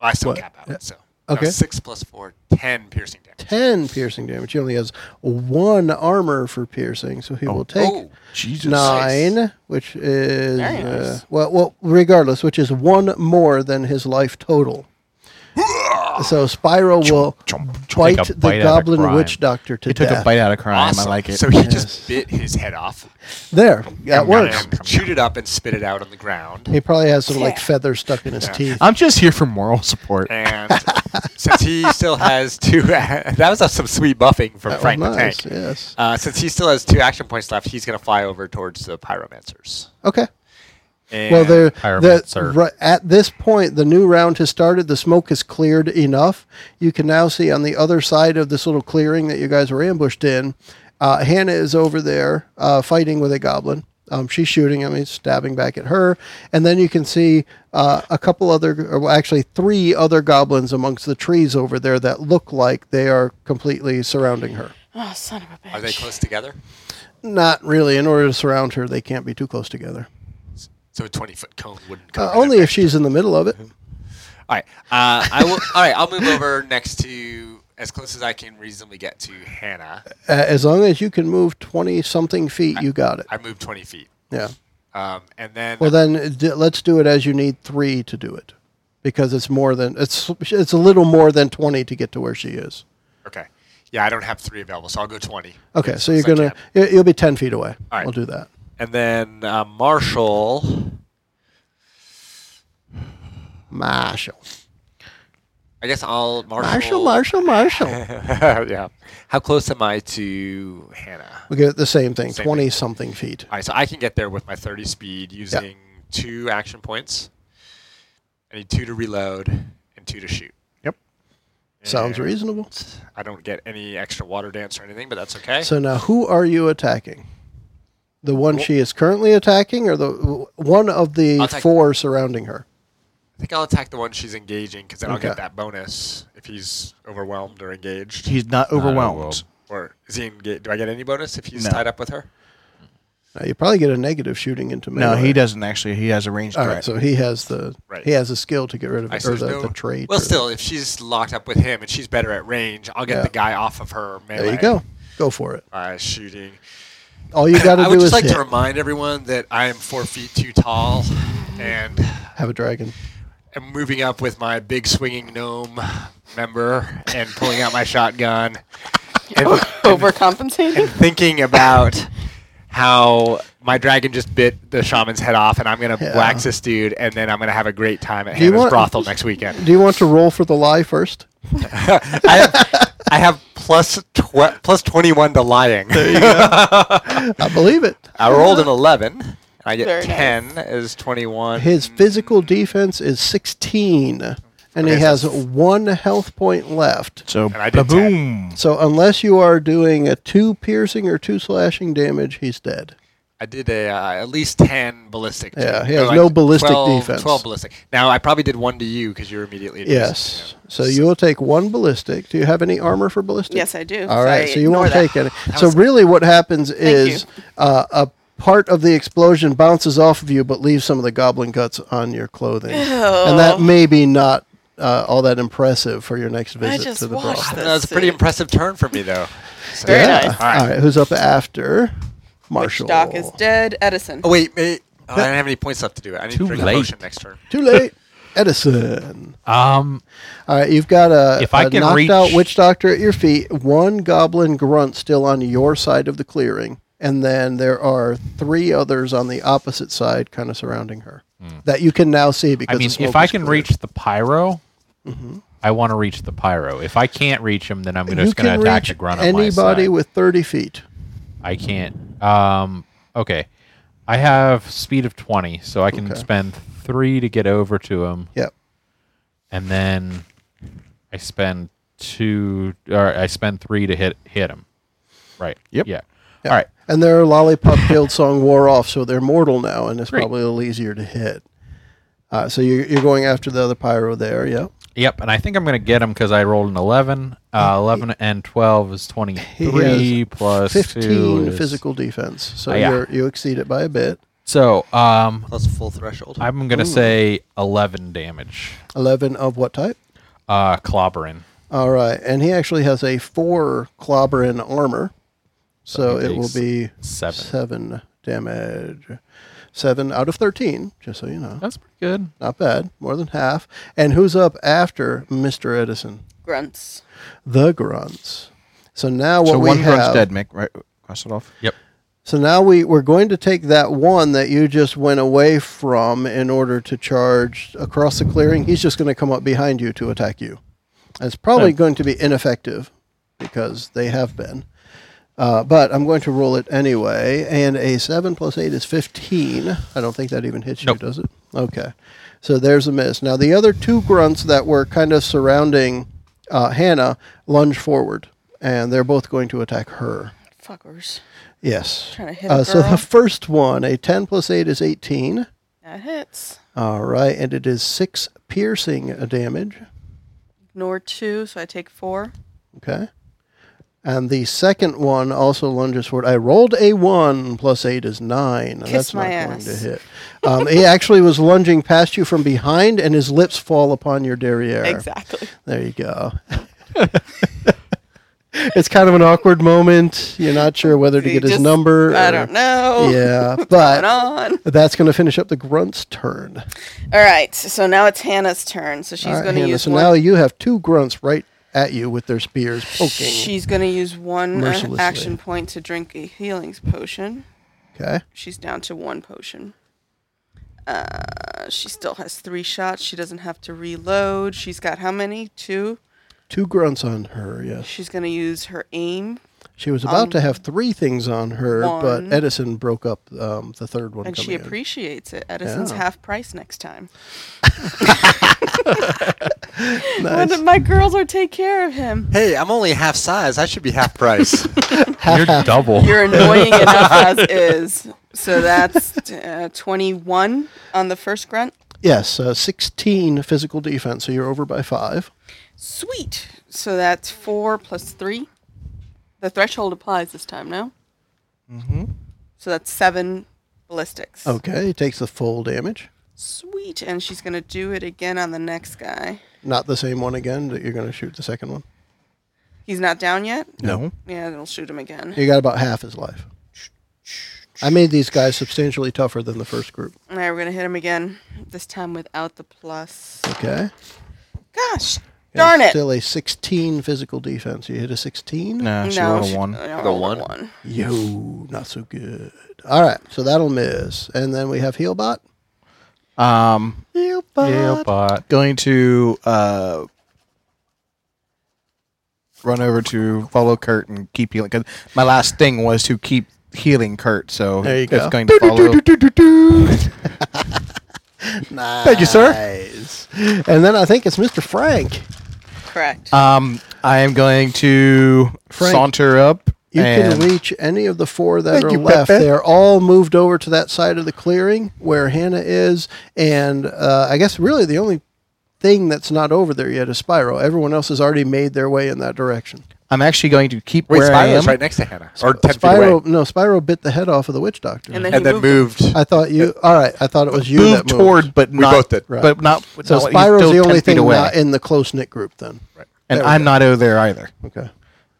E: I still
A: What?
E: cap out. So no,
A: Okay.
E: six plus four, ten piercing damage.
A: 10 piercing damage. He only has one armor for piercing, so he will take
E: Oh,
D: Jesus.
A: nine, which is
C: Very
A: uh,
C: nice.
A: well, well, regardless, which is one more than his life total. so Spyro will bite,
F: Take a
A: the
F: bite out of
A: goblin
F: crime.
A: witch doctor to
D: He took
A: death.
D: a bite out of crime.
E: awesome.
D: I like it.
E: So he just bit his head off.
A: There, that works.
E: and Chewed it up and spit it out on the ground.
A: He probably has some like feathers stuck in his teeth.
D: I'm just here for moral support.
E: And since he still has two, that was some sweet buffing from
A: That was
E: Frank the
A: Oh, nice.
E: Tank.
A: Yes.
E: Uh, since he still has two action points left, he's going to fly over towards the pyromancers.
A: Okay.
E: And
A: Well, they're,
F: Pyromancer.
A: the- ri- at this point, the new round has started. The smoke has cleared enough. You can now see on the other side of this little clearing that you guys were ambushed in. Uh, Hannah is over there uh, fighting with a goblin. Um, she's shooting him. He's stabbing back at her. And then you can see uh, a couple other, or well, actually three other goblins amongst the trees over there that look like they are completely surrounding her.
C: Oh, son of a bitch.
E: are they close together?
A: Not really. In order to surround her, they can't be too close together.
E: So a twenty-foot cone wouldn't come.
A: Uh, only if she's in the middle of it.
E: All right, uh, I will. All right, I'll move over next to as close as I can reasonably get to Hannah.
A: Uh, as long as you can move 20 something feet, you got it.
E: I move twenty feet,
A: Yeah.
E: um, and then
A: Well, then d- let's do it as you need three to do it because it's more than, it's, it's a little more than 20 to get to where she is.
E: okay, yeah, I don't have three available, so I'll go twenty.
A: Okay.
E: As
A: So you're
E: close
A: going
E: as I
A: to,
E: can.
A: you'll be 10 feet away.
E: All right.
A: I'll do that.
E: and then uh, Marshall.
A: Marshall.
E: I guess I'll Marshall.
A: Marshall, Marshall, Marshall.
E: yeah. How close am I to Hannah?
A: we get the same thing,
E: Same
A: 20 something feet.
E: All right, so I can get there with my 30 speed using two action points. I need two to reload and two to shoot.
D: Yep.
A: Sounds
E: And
A: reasonable.
E: I don't get any extra water dance or anything, but that's okay.
A: So now who are you attacking? The one she is currently attacking or the w- one of the
E: I'll attack-
A: four surrounding her?
E: I think I'll attack the one she's engaging because then I'll get
A: Okay.
E: that bonus if he's overwhelmed or engaged.
D: He's not overwhelmed.
F: overwhelmed.
E: Or is he engaged? Do I get any bonus if he's
D: No.
E: tied up with her?
A: Now you probably get a negative shooting into melee.
D: No, he doesn't actually. He has a ranged
A: All
D: threat.
A: right, so he has the
E: Right.
A: he has the skill to get rid of
E: I
A: it,
E: see
A: or
E: there's
A: the,
E: no-
A: the trait.
E: Well,
A: or-
E: still, if she's locked up with him and she's better at range, I'll get
A: Yeah.
E: the guy off of her melee.
A: there you go. Go for it.
E: Uh, shooting.
A: All you got to
E: I would
A: do is
E: just like
A: hit.
E: to remind everyone that I am four feet too tall, and
A: have a dragon.
E: am moving up with my big swinging gnome member and pulling out my shotgun and
C: Overcompensating?
E: thinking about how my dragon just bit the shaman's head off and I'm going to wax this dude and then I'm going to have a great time at
A: you
E: Hannah's
A: want-
E: brothel next weekend.
A: Do you want to roll for the lie first?
E: I have, I have plus, tw- plus 21 to lying.
A: I believe it.
E: I rolled an 11. and I get
C: Very nice.
E: 10 is 21.
A: His physical defense is 16, and he
E: Okay, so-
A: has one health point left.
D: So
E: I did
D: boom.
A: So unless you are doing a two piercing or two slashing damage, he's dead.
E: I did a uh, at least ten ballistic.
A: Yeah,
E: too.
A: he has
E: Or
A: no ballistic
E: 12
A: defense.
E: Twelve ballistic. Now I probably did one to you because you're immediately. adjacent,
A: Yes. So you will take one ballistic. Do you have any armor for ballistic?
C: Yes, I do.
A: All right.
C: I
A: So you won't
C: ignore
A: take any. So really, what happens is uh, a part of the explosion bounces off of you, but leaves some of the goblin guts on your clothing, and
C: Oh.
A: that may be not uh, all that impressive for your next visit
C: just
A: to the
C: watched
A: brothel.
E: You know. That was a pretty
C: Let's see.
E: impressive turn for me though. So-
C: Very
A: Yeah.
C: nice.
A: All right. Who's up after? Marshall.
C: Doc is dead. Edison.
E: Oh wait, wait. Oh, I don't have any points left to do it. I need to
F: Too
E: drink
F: late.
E: a potion next turn.
A: Too late. Edison.
F: Um,
A: All right, you've got a,
F: If I
A: a
F: can
A: knocked
F: reach-
A: out witch doctor at your feet, one goblin grunt still on your side of the clearing, and then there are three others on the opposite side, kind of surrounding her, that you can now see because
F: Hmm. I
A: the
F: mean,
A: smoke
F: if I
A: is
F: can
A: cleared.
F: reach the pyro, I want to reach the pyro. If I can't reach him, then I'm
A: you
F: just going
A: can
F: to attack
A: reach
F: the grunt on my
A: anybody
F: side.
A: with thirty feet.
F: I can't. Um, okay, I have speed of twenty, so I can
A: Okay.
F: spend three to get over to him,
A: Yep.
F: and then I spend two, or I spend three to hit hit him. Right.
D: Yep.
F: Yeah.
A: Yeah.
F: All right.
A: And their lollipop guild song wore off, so they're mortal now, and it's
F: Great.
A: probably a little easier to hit. Uh, so you're, you're going after the other pyro there. Yep.
F: Yep, and I think I'm going to get him because I rolled an 11. Uh, 11 and 12 is 23 plus 2
A: Fifteen
F: is-
A: physical defense. So
F: Oh, yeah.
A: you're, you exceed it by a bit.
F: So um,
E: Plus full threshold.
F: I'm going to say 11 damage.
A: 11 of what type?
F: Uh, clobbering.
A: All right. And he actually has a four clobber in armor. So
F: he
A: it will
F: takes
A: be
F: seven.
A: seven damage. Seven out of 13, just so you know.
F: That's pretty good.
A: Not bad. More than half. And who's up after Mr. Edison?
C: Grunts.
A: The grunts. So now what
D: So
A: we
D: one
A: have.
D: grunt's dead, Mick. Right, cross it off.
F: Yep.
A: So now we, we're going to take that one that you just went away from in order to charge across the clearing. He's just going to come up behind you to attack you. It's probably going to be ineffective because they have been. Uh, but I'm going to roll it anyway. And a 7 plus 8 is 15. I don't think that even hits you,
F: Nope.
A: does it? Okay. So there's a miss. Now, the other two grunts that were kind of surrounding uh, Hannah lunge forward, and they're both going to attack her.
C: Fuckers.
A: Yes.
C: Trying to hit
A: Uh,
C: a
A: so
C: girl.
A: the first one, a 10 plus 8 is 18.
C: That hits.
A: All right. And it is six piercing uh, damage.
C: Ignore two, so I take four.
A: Okay. And the second one also lunges forward. I rolled a 1 plus 8 is 9. and
C: Kiss
A: That's
C: my
A: not going to
C: ass.
A: hit. Um, he actually was lunging past you from behind, and his lips fall upon your derriere.
C: Exactly.
A: There you go. it's kind of an awkward moment. You're not sure whether to
C: You
A: get his
C: just-
A: number.
C: I
A: or-
C: don't know.
A: Yeah,
C: Going
A: but
C: on.
A: that's going to finish up the grunt's turn.
C: All right. So now it's Hannah's turn. So she's
A: All right,
C: going to
A: Hannah,
C: use
A: so
C: one.
A: now you have two grunts right at you with their spears poking.
C: She's going to use one uh,
A: Mercilessly.
C: action point to drink a healing potion.
A: okay.
C: She's down to one potion. Uh, she still has three shots. She doesn't have to reload. She's got how many? Two.
A: Two grunts on her, yes.
C: She's going to use her aim,
A: She was about to have three things on her, but
C: um, one.
A: Edison broke up um, the third one.
C: and
A: coming
C: she
A: in.
C: appreciates it. Edison's
A: Yeah.
C: half price next time. One
A: Nice.
C: of my girls will take care of him.
E: hey, I'm only half size. I should be half price.
F: You're double.
C: You're annoying enough as is. So that's uh, 21 on the first grunt.
A: Yes, uh, 16 physical defense, so you're over by five.
C: Sweet. So that's four plus three. The threshold applies this time now. Mm-hmm.
A: Mm-hmm.
C: So that's seven ballistics.
A: Okay, he takes the full damage.
C: Sweet. And she's going to do it again on the next guy.
A: Not the same one again that you're going to shoot the second one.
C: He's not down yet?
D: No.
C: Yeah, it'll shoot him again.
A: You got about half his life. I made these guys substantially tougher than the first group.
C: All right, we're gonna hit him again. This time without the plus.
A: Okay.
C: Gosh, darn it!
A: Still a 16 physical defense. You hit a 16?
D: Nah, she rolled a one.
C: The
I: one?
C: one.
A: Yo, not so good. All right, so that'll miss. And then we have Healbot.
D: Um,
F: Yeah, but
D: going to uh, run over to follow Kurt and keep healing. 'cause my last thing was to keep healing Kurt, so
A: There you
D: it's
A: go.
D: going to follow.
A: Nice.
D: Thank you, sir.
A: And then I think it's Mr. Frank.
C: Correct.
D: Um, I am going to
A: Frank,
D: saunter up.
A: You
D: and
A: can reach any of the four that
D: Thank
A: are
D: you,
A: left.
D: Pepe.
A: They're all moved over to that side of the clearing where Hannah is, and uh, I guess really the only thing that's not over there yet is Spyro. Everyone else has already made their way in that direction.
D: I'm actually going to keep
E: Wait,
D: where I am.
E: Spyro's right next to Hannah. Or 10 feet away.
A: Spyro, no, Spyro bit the head off of the witch doctor.
C: and then
E: And
C: he
E: then
C: moved. it.
E: moved.
A: I thought you. All right, I thought it was you
D: Move
A: that moved.
D: toward, but
E: We
D: not.
E: both did.
A: Right.
D: But not.
A: So
D: no, he's
A: Spyro's
D: still
A: the
D: 10
A: only
D: feet
A: thing
D: away.
A: not in the close knit group then. Right.
D: and
A: There we
D: I'm
A: go.
D: not over there either.
A: Okay.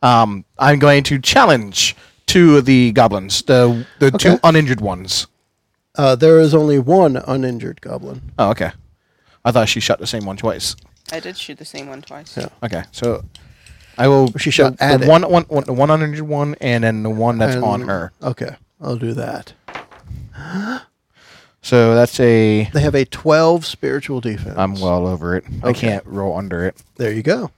D: Um, I'm going to challenge two of the goblins, the the two
A: Okay.
D: uninjured ones.
A: Uh, there is only one uninjured goblin.
D: Oh, okay. I thought she shot the same one twice.
C: I did shoot the same one twice.
A: Yeah.
D: Okay, so I will.
A: She shot
D: the,
A: at
D: the
A: it.
D: one, one, one, the one uninjured one, and then the one that's on
A: And-
D: her.
A: Okay, I'll do that.
D: So that's a.
A: They have a 12 spiritual defense.
D: I'm well over it. I
A: Okay.
D: can't roll under it.
A: There you go.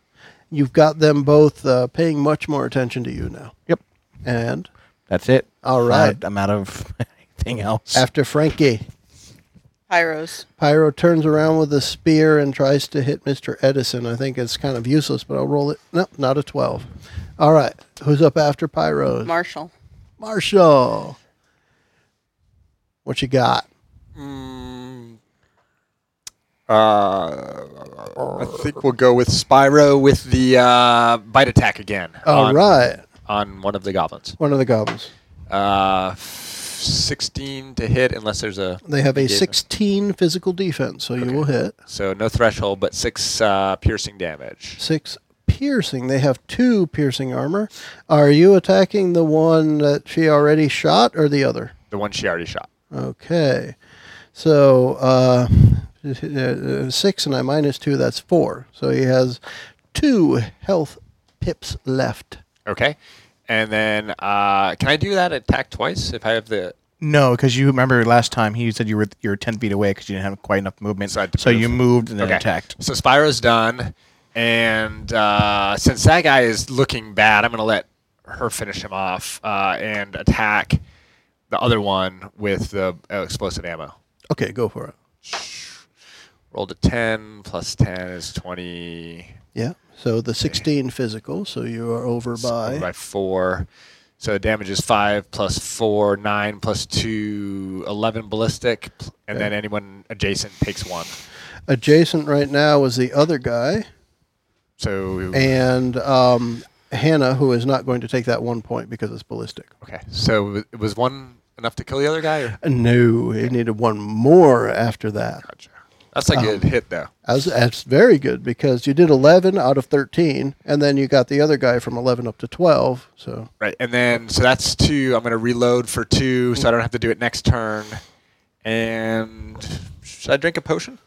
A: You've got them both uh, paying much more attention to you now.
D: Yep,
A: And
D: that's it.
A: All right.
D: I'm out of anything else.
A: after Frankie,
C: Pyros.
A: Pyro turns around with a spear and tries to hit Mr. Edison. I think it's kind of useless, but I'll roll it. No, not a 12. All right. Who's up after Pyro?
C: Marshall.
A: Marshall. What you got?
E: Uh, I
A: All
E: think we'll go with Spyro with the uh, bite attack again.
A: right.
E: on, On one of the goblins.
A: One of the goblins.
E: Uh, f- 16 to hit unless there's a.
A: They have a
E: engagement.
A: 16 physical defense, so you will hit.
E: So no threshold, but six uh, piercing damage.
A: Six piercing. They have two piercing armor. Are you attacking the one that she already shot or the other?
E: The one she already shot.
A: Okay. So uh, uh, six and I minus two, that's four. So he has two health pips left.
E: Okay. And then uh, can I do that attack twice if I have the.
D: no, because you remember last time he said you were you were ten feet away because you didn't have quite enough movement.
E: So I
D: So,
E: had to move.
D: you moved and then
E: Okay.
D: attacked.
E: So Spyro's done. And uh, since that guy is looking bad, I'm going to let her finish him off uh, and attack the other one with the uh, explosive ammo.
A: Okay, go for it.
E: Rolled a 10 plus 10 is 20
A: Yeah. So the 16 physical, so you are over
E: by,
A: by.
E: 4. So damage is 5 plus 4, 9 plus 2, 11 ballistic. pl- And then anyone adjacent takes 1.
A: Adjacent right now was the other guy.
E: So,
A: and um, Hannah, who is not going to take that one point because it's ballistic.
E: okay. So w- was one enough to kill the other guy? Or?
A: No, it needed one more after that.
E: Gotcha. That's a good hit, though.
A: That's, that's very good because you did 11 out of 13, and then you got the other guy from 11 up to 12. So
E: Right, and then so that's two. I'm gonna reload for two, so I don't have to do it next turn. And should I drink a potion?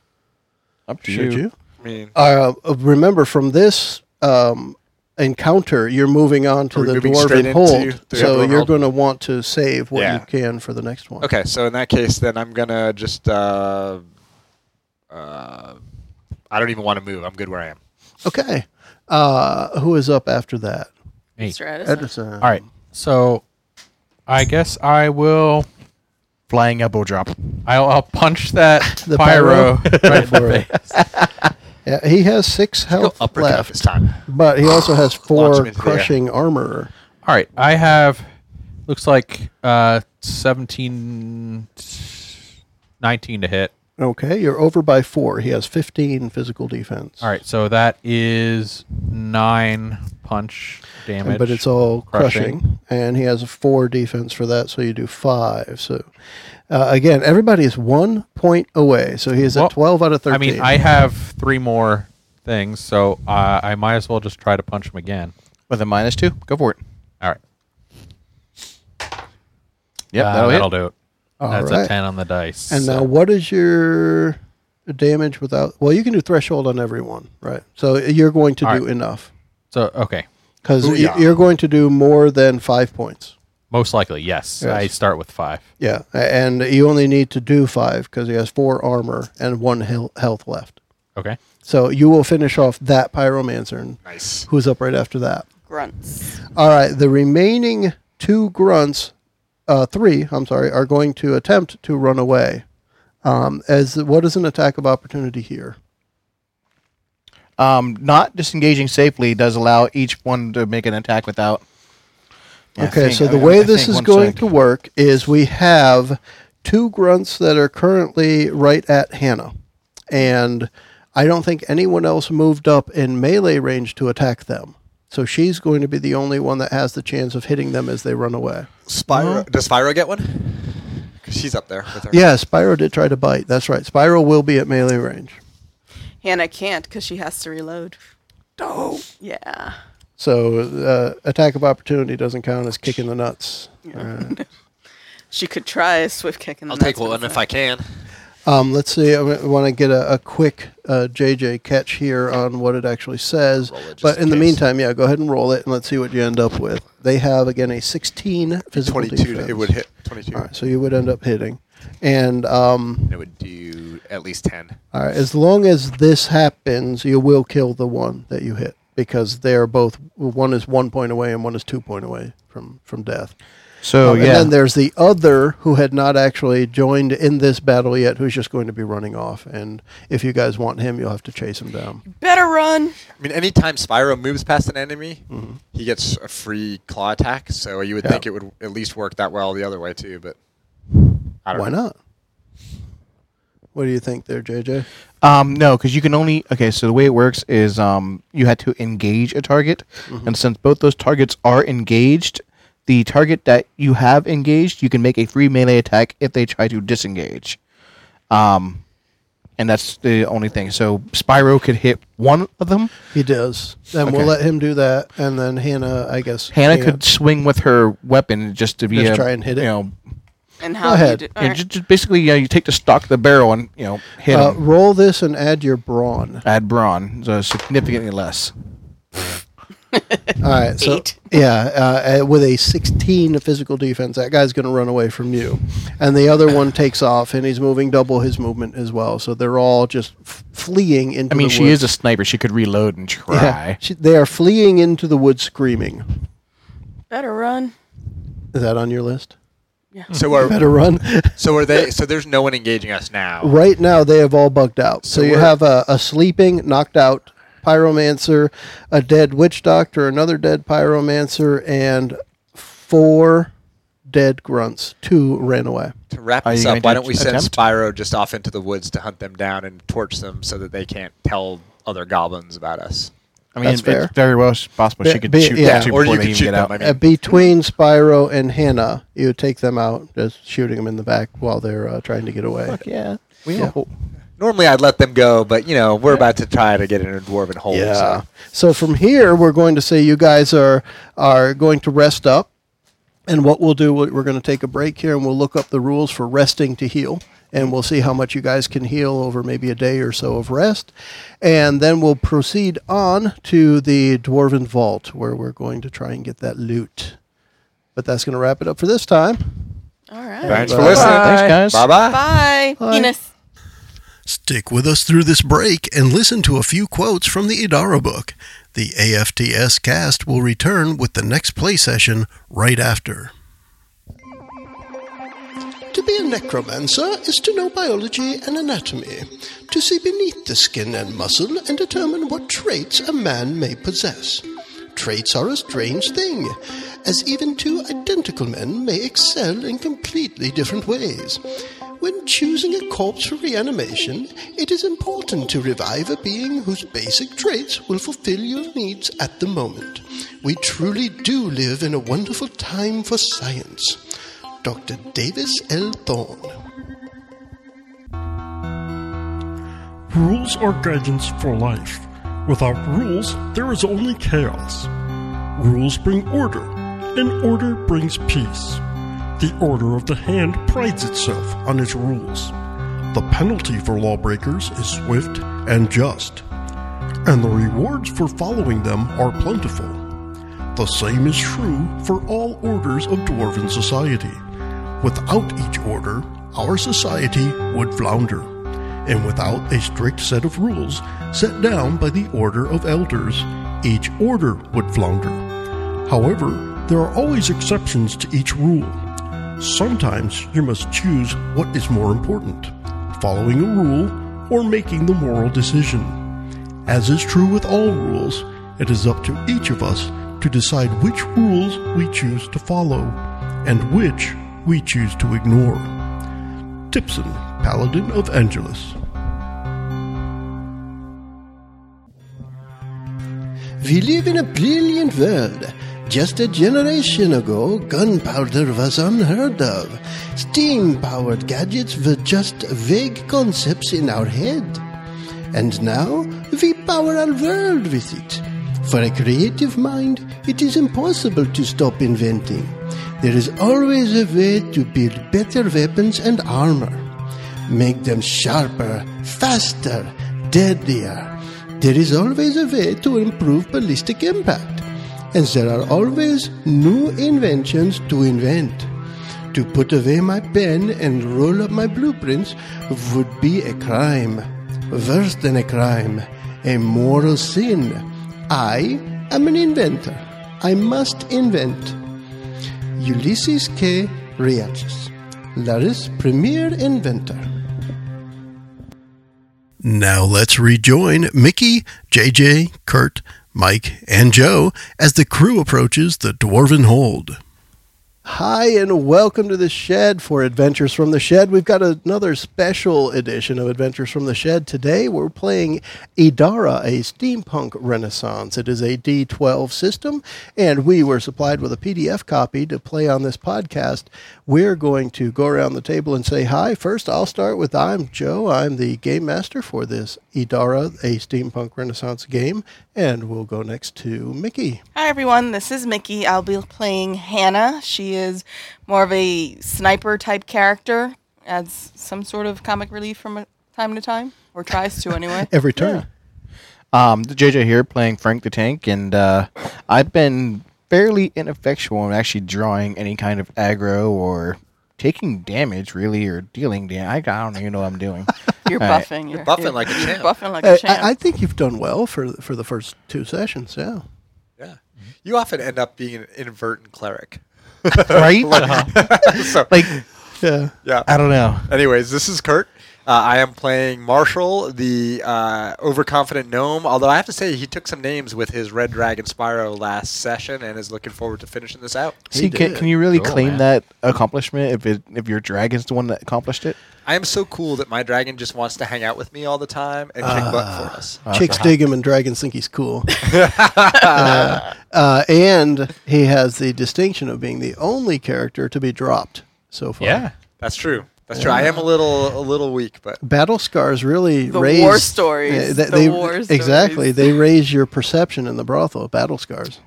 D: Up to
A: should you?
E: I mean,
A: Uh, remember from this um, encounter, you're moving on to
E: Are we
A: the
E: moving
A: dwarven
E: straight
A: hold.
E: into the
A: so
E: dwarven
A: you're
E: hold?
A: going to want to save what
E: Yeah.
A: you can for the next one.
E: okay. So in that case, then I'm gonna just. Uh, uh, I don't even want to move. I'm good where I am.
A: Okay. Uh, who is up after that?
F: me.
C: Mr. Edison.
A: Edison.
F: All right. So I guess I will.
D: Flying elbow drop.
F: I'll, I'll punch that
A: The
F: pyro. right in
A: for
F: the
A: it.
F: face.
A: Yeah, he has six health
E: uppercut
A: left.
E: this time.
A: But he also has
E: Launch
A: four
E: him into the air.
A: crushing armor.
F: All right. I have looks like uh 17 19 to hit.
A: Okay, you're over by four. He has 15 physical defense.
F: All right. So that is 9 punch damage.
A: But it's all crushing.
F: uh, Crushing.
A: And he has a four defense for that, so you do five. So, uh, again, everybody is one point away. So he is
F: Well,
A: at 12 out of 13.
F: I mean, I have 3 more things, so uh, I might as well just try to punch him again.
D: With a minus two, go for it.
F: All right.
D: Yep,
F: Uh,
D: that'll,
F: that'll
D: hit.
F: do it.
A: All
F: That's
A: right.
F: a ten on the dice.
A: And now,
F: so-
A: what is your damage without? Well, you can do threshold on everyone, right? So you're going to
F: All
A: do
F: right.
A: enough
F: so okay,
A: because
E: Booyah.
A: you're going to do more than five points.
F: most likely yes.
A: Yes.
F: I start with five.
A: Yeah, a- and you only need to do five because he has four armor and one heal- health left.
F: Okay.
A: So you will finish off that pyromancer, and
J: Nice.
A: who's up right after that.
C: grunts.
A: All right, the remaining two grunts, uh, three, I'm sorry, are going to attempt to run away. Um, as what is an attack of opportunity here?
D: Um, not disengaging safely does allow each one to make an attack without. I
A: Okay,
D: think-
A: so
D: I-
A: the
D: I
A: way this
D: think
A: is
D: one
A: going
D: sec.
A: to work is we have two grunts that are currently right at Hannah, and I don't think anyone else moved up in melee range to attack them. So she's going to be the only one that has the chance of hitting them as they run away.
E: Spyro. Does Spyro get one? 'Cause she's up there with her.
A: Yeah, Spyro did try to bite. That's right. Spyro will be at melee range.
C: Hannah can't because she has to reload. Dope. Yeah.
A: So uh, attack of opportunity doesn't count as kicking the nuts. Alright.
C: She could try a swift kick and
J: I'll
C: then
J: take
C: that's gonna
J: one if
C: suck.
J: I can.
A: Um, let's see. I want to get a, a quick uh, JJ catch here on what it actually says.
J: Roll it
A: but
J: just
A: in the
J: in case.
A: meantime, yeah, go ahead and roll it, and let's see what you end up with. They have again a 16 physical
E: 22.
A: defense.
E: It would hit 22.
A: All right, so you would end up hitting, and um,
J: And it would do at least 10.
A: all right, as long as this happens, you will kill the one that you hit because they're both one is one point away and one is two point away from from death.
D: So
A: Um,
D: Oh, yeah,
A: and then there's the other who had not actually joined in this battle yet, who's just going to be running off. And if you guys want him, you'll have to chase him down.
C: Better run.
E: I mean, anytime Spyro moves past an enemy, he gets a free claw attack. So you would
A: Mm-hmm. Yeah.
E: think it would at least work that well the other way too. But
D: Mm-hmm.
E: I don't
A: Why
E: know.
A: not? What do you think there, JJ?
D: Um, no, because you can only. Okay, so the way it works is um, you had to engage a target,
A: Mm-hmm.
D: and since both those targets are engaged, the target that you have engaged, you can make a free melee attack if they try to disengage. Um, and that's the only thing. So Spyro could hit one of them.
A: He does. Then we'll
D: Okay.
A: let him do that, and then Hannah, I guess.
D: Hannah
A: can't.
D: could swing with her weapon just to be
A: Just
D: a-
A: try and hit it.
D: You know,
C: And
A: Go
C: how
A: ahead.
C: you do
D: yeah, just, just basically, yeah, you take the stock, of the barrel, and you know, hit
A: Uh,
D: 'em.
A: roll this and add your brawn.
D: Add brawn, so significantly less.
A: All right, so
C: Eight.
A: yeah, uh, uh, with a 16 physical defense, that guy's going to run away from you, and the other one takes off, and he's moving double his movement as well. So they're all just f- fleeing into.
D: I mean,
A: the
D: she
A: woods.
D: is a sniper. She could reload and try.
A: Yeah, she, they are fleeing into the woods screaming.
C: Better run.
A: Is that on your list?
E: So are
A: Better run.
J: So are they? So there's no one engaging us now.
A: right now, they have all bugged out. So,
J: So
A: you
J: we're-
A: have a, a sleeping, knocked out pyromancer, a dead witch doctor, another dead pyromancer, and four dead grunts. Two ran away.
E: to wrap
D: Are
E: this
D: you
E: up,
D: going
E: why
D: to
E: don't we send
D: attempt?
E: Spyro just off into the woods to hunt them down and torch them so that they can't tell other goblins about us?
D: I mean,
A: That's
D: it-
A: fair.
D: it's very well possible
A: Be-
D: she could
A: be-
D: shoot
A: yeah.
D: them too
E: Or
D: before
E: you
D: they
E: could
D: even
E: shoot
D: get
E: them.
D: out.
E: I mean,
A: Uh, between Spyro and Hannah, you take them out, just shooting them in the back while they're uh, trying to get away.
D: yeah, we
A: Yeah.
D: all-
E: normally I'd let them go, but you know we're about to try to get in a dwarven hole.
A: Yeah.
E: so-
A: So from here, we're going to say you guys are are going to rest up, and what we'll do, we're going to take a break here, and we'll look up the rules for resting to heal, and we'll see how much you guys can heal over maybe a day or so of rest, and then we'll proceed on to the dwarven vault where we're going to try and get that loot. But that's going to wrap it up for this time.
C: All right.
E: Thanks for listening.
D: Thanks, guys.
E: Bye bye.
C: Bye. Enos.
K: Stick with us through this break and listen to a few quotes from the Idara book. The AFTS cast will return with the next play session right after.
L: To be a necromancer is to know biology and anatomy, to see beneath the skin and muscle and determine what traits a man may possess. Traits are a strange thing, as even two identical men may excel in completely different ways. When choosing a corpse for reanimation, it is important to revive a being whose basic traits will fulfill your needs at the moment. We truly do live in a wonderful time for science. Dr. Davis L. Thorne.
M: Rules are guidance for life. Without rules, there is only chaos. Rules bring order, and order brings peace. The The Order of the Hand prides itself on its rules. The penalty for lawbreakers is swift and just, and the rewards for following them are plentiful. The same is true for all orders of dwarven society. Without each order, our society would flounder, and without a strict set of rules set down by the Order of Elders, each order would flounder. However, there are always exceptions to each rule. Sometimes you must choose what is more important following a rule or making the moral decision. As is true with all rules, it is up to each of us to decide which rules we choose to follow and which we choose to ignore. Tipson, Paladin of Angelus.
A: We live in a brilliant world. Just a generation ago, gunpowder was unheard of. Steam powered gadgets were just vague concepts in our head. And now, we power our world with it. For a creative mind, it is impossible to stop inventing. There is always a way to build better weapons and armor. Make them sharper, faster, deadlier. There is always a way to improve ballistic impact, and there are always new inventions to invent. To put away my pen and roll up my blueprints would be a crime. Worse than a crime, a moral sin. I am an inventor. I must invent. Ulysses K. Riaches, Laris Premier Inventor.
N: Now let's rejoin Mickey, JJ, Kurt, Mike, and Joe as the crew approaches the Dwarven Hold.
O: Hi, and welcome to the shed for Adventures from the Shed. We've got another special edition of Adventures from the Shed today. We're playing Idara, a steampunk renaissance. It is a D12 system, and we were supplied with a PDF copy to play on this podcast. We're going to go around the table and say hi. First, I'll start with I'm Joe. I'm the game master for this Idara, a steampunk renaissance game, and we'll go next to Mickey.
C: Hi everyone, this is Mickey. I'll be playing Hannah. She is more of a sniper type character, adds some sort of comic relief from uh, time to time, or tries to anyway.
O: Every turn.
D: Um, JJ here playing Frank the Tank, and uh, I've been fairly ineffectual in actually drawing any kind of aggro or taking damage, really, or dealing damage. I don't even know what I'm doing.
C: You're
D: All right.
C: buffing. You're,
P: buffing
C: you're-
P: like a
C: you're
P: champ.
C: Buffing
A: Uh,
C: like
O: I-
C: a champ.
O: I, I think you've done well for for the first two sessions. Yeah,
E: Yeah. You often end up being an inadvertent cleric.
D: right? Uh-huh.
E: so,
D: Like,
O: yeah.
E: yeah.
D: I don't know.
E: Anyways, this is Kurt. Uh, I am playing Marshall, the uh, overconfident gnome. Although I have to say, he took some names with his Red Dragon Spyro last session, and is looking forward to finishing this out.
D: See, can,
O: did.
D: can you really
F: Cool,
D: claim
F: man.
D: that accomplishment if it if your dragon's the one that accomplished it?
E: I am so cool that my dragon just wants to hang out with me all the time and kick butt
D: Ah.
E: for us.
O: Chicks dig him and dragons think he's cool. Uh, uh, and he has the distinction of being the only character to be dropped so far.
F: Yeah.
E: That's true. That's true. I am a little, a little weak, but
O: Battle scars really
C: The
O: raise
C: war stories,
O: Yeah,
C: the war
O: Exactly,
C: stories.
O: they raise your perception in the brothel. Battle scars.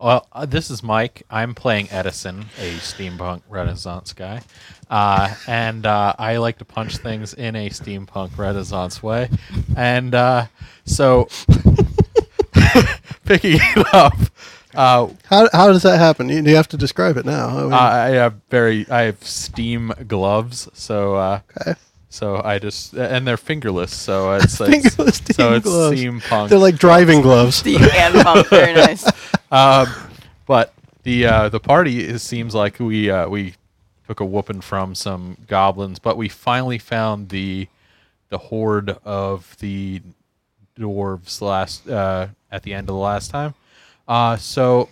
F: Well, uh, this is Mike. I'm playing Edison, a steampunk renaissance guy. Uh, and uh, I like to punch things in a steampunk renaissance way. And uh, so, picking it up, uh,
O: How, how does that happen? You, you have to describe it now. I mean,
F: I I have very I have steam gloves, so uh, so I just and they're fingerless, so it's, it's
O: Fingerless steam
F: so it's
O: gloves.
F: steampunk.
O: They're like driving gloves.
C: Deep and bump. Very nice.
F: um, but the uh, the party is, seems like we uh, we took a whooping from some goblins, but we finally found the the horde of the dwarves last uh, at the end of the last time. Uh, so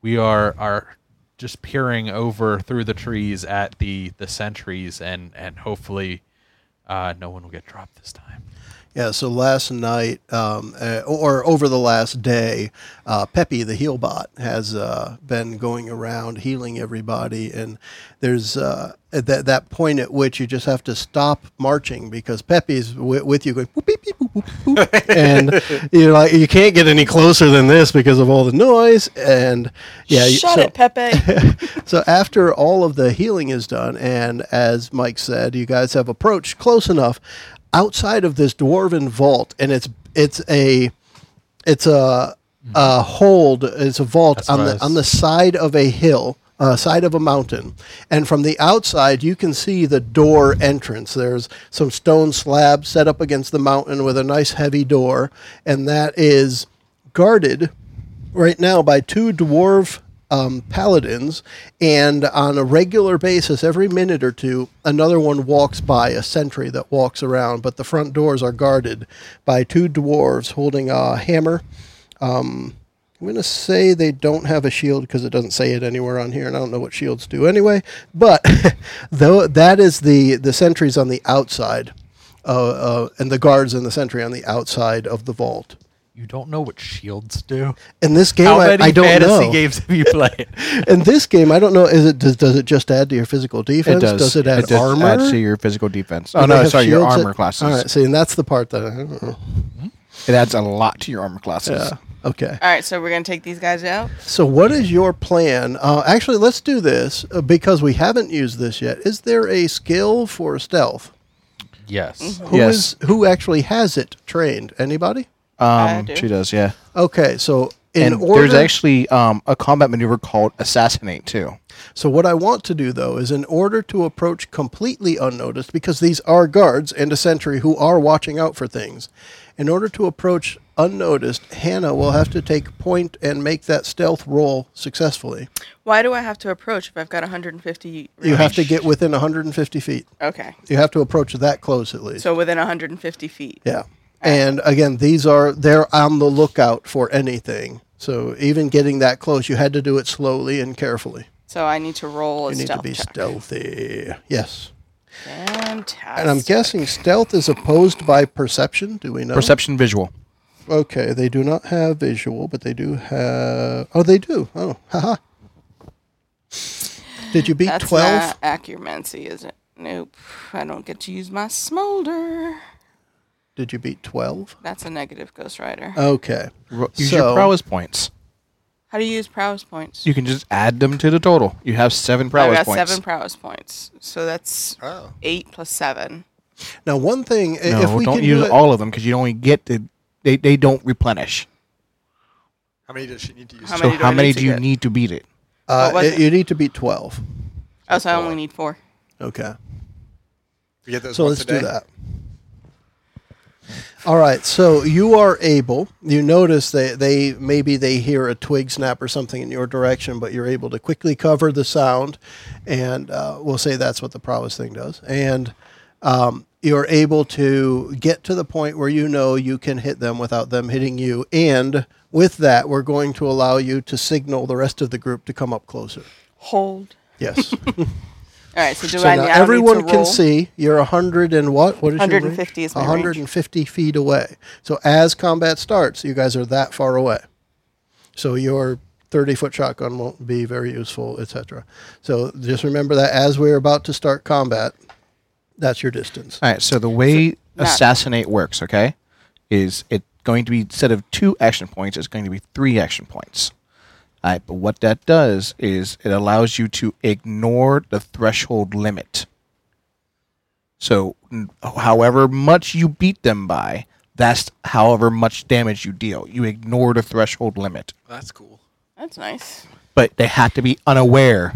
F: we are are just peering over through the trees at the the sentries and and hopefully uh, no one will get dropped this time.
A: Yeah, so last night, um, uh, or over the last day, uh, Peppy the heel bot has uh, been going around healing everybody, and there's uh, at that that point at which you just have to stop marching because Peppy's wi with you going boop, beep, beep, boop, boop, boop, and you're like you can't get any closer than this because of all the noise, and yeah, you-
C: Shut
A: so-
C: it, Pepe.
A: so after all of the healing is done, and as Mike said, you guys have approached close enough outside of this dwarven vault, and it's it's a it's a a hold, it's a vault on
F: what I
A: the
F: was-
A: on the side of a hill. Uh, side of a mountain, and from the outside you can see the door entrance. There's some stone slab set up against the mountain with a nice heavy door, and that is guarded right now by two dwarf um, paladins, and on a regular basis, every minute or two, another one walks by, a sentry that walks around. But the front doors are guarded by two dwarves holding a hammer. Um, I'm going to say they don't have a shield because it doesn't say it anywhere on here, and I don't know what shields do anyway. But though that is the the sentries on the outside, uh, uh, and the guards and the sentry on the outside of the vault.
F: You don't know what shields do.
A: In this game,
F: How
A: I,
F: many
A: I don't
F: fantasy
A: know.
F: games have you played?
A: In this game, I don't know. Is it does, does it just add to your physical defense? it add
D: does
A: armor?
D: add to your physical defense.
A: Do
D: Oh
A: they
D: no,
A: have
D: sorry, your
A: shields that-
D: armor classes.
A: All right, see, and that's the part that I don't know.
D: It adds a lot to your armor classes.
A: Yeah. Okay.
C: All right, so we're gonna take these guys out.
A: So, what is your plan? Uh, actually, let's do this uh, because we haven't used this yet. Is there a skill for stealth?
F: Yes.
A: Who
D: Yes.
A: is- who actually has it trained? Anybody?
D: Um,
C: do.
D: she does, yeah.
A: Okay, so in
D: and
A: order.
D: there's actually um, a combat maneuver called assassinate too.
A: so, what I want to do though is, in order to approach completely unnoticed, because these are guards and a sentry who are watching out for things. In order to approach unnoticed, Hannah will have to take point and make that stealth roll successfully.
C: Why do I have to approach if I've got 150?
A: You have to get within 150 feet.
C: Okay,
A: You have to approach that close at least.
C: so within 150 feet.
A: Yeah. And again, these are they're on the lookout for anything. So even getting that close, you had to do it slowly and carefully.
C: So I need to roll a
A: You need to
C: stealth
A: be
C: check.
A: stealthy. Yes.
C: Fantastic.
A: And I'm guessing stealth is opposed by perception. Do we know?
D: Perception visual.
A: Okay, they do not have visual, but they do have. Oh, they do. Oh, haha. Did you beat
C: That's
A: twelve?
C: not acromancy, is it? Nope. I don't get to use my smolder.
A: Did you beat twelve?
C: That's a negative Ghost Rider.
A: Uh, Okay.
D: Use
A: So-
D: your prowess points.
C: How do you use prowess points?
D: You can just add them to the total. You have seven
C: I've
D: prowess
C: got
D: points.
C: seven prowess points, so that's
E: Oh.
C: eight plus seven.
A: Now, one thing, i-
D: No,
A: if we
D: don't
A: can
D: use
A: do it,
D: all of them because you only get the. They, they don't replenish.
E: How many does she need to use?
C: How
D: so
C: many do
D: how
C: I
D: many
C: need to
D: do you
C: get?
D: need to beat it?
A: uh,
C: What was
A: i-
C: it?
A: you need to beat twelve.
C: Oh, so I only need four.
A: Okay.
E: We get those
A: So
E: once
A: let's
E: a day?
A: do that. All right. So you are able. You notice they they maybe they hear a twig snap or something in your direction, but you're able to quickly cover the sound, and uh, we'll say that's what the prowess thing does. And um, you're able to get to the point where you know you can hit them without them hitting you. And with that, we're going to allow you to signal the rest of the group to come up closer.
C: Hold.
A: Yes.
C: All right. So do
A: So
C: I
A: now
C: now
A: everyone
C: need to
A: can
C: roll?
A: see you're 100 and what? What is
C: 150
A: your
C: is my range.
A: 150 feet away. So as combat starts, you guys are that far away. So your 30 foot shotgun won't be very useful, etc. So just remember that as we're about to start combat, that's your distance.
D: All right. So the way
C: not-
D: assassinate works, okay, is it going to be instead of two action points, it's going to be three action points. All right. But what that does is it allows you to ignore the threshold limit. So n- however much you beat them by, that's however much damage you deal. You ignore the threshold limit,
E: That's cool.
C: That's nice.
D: but they have to be unaware.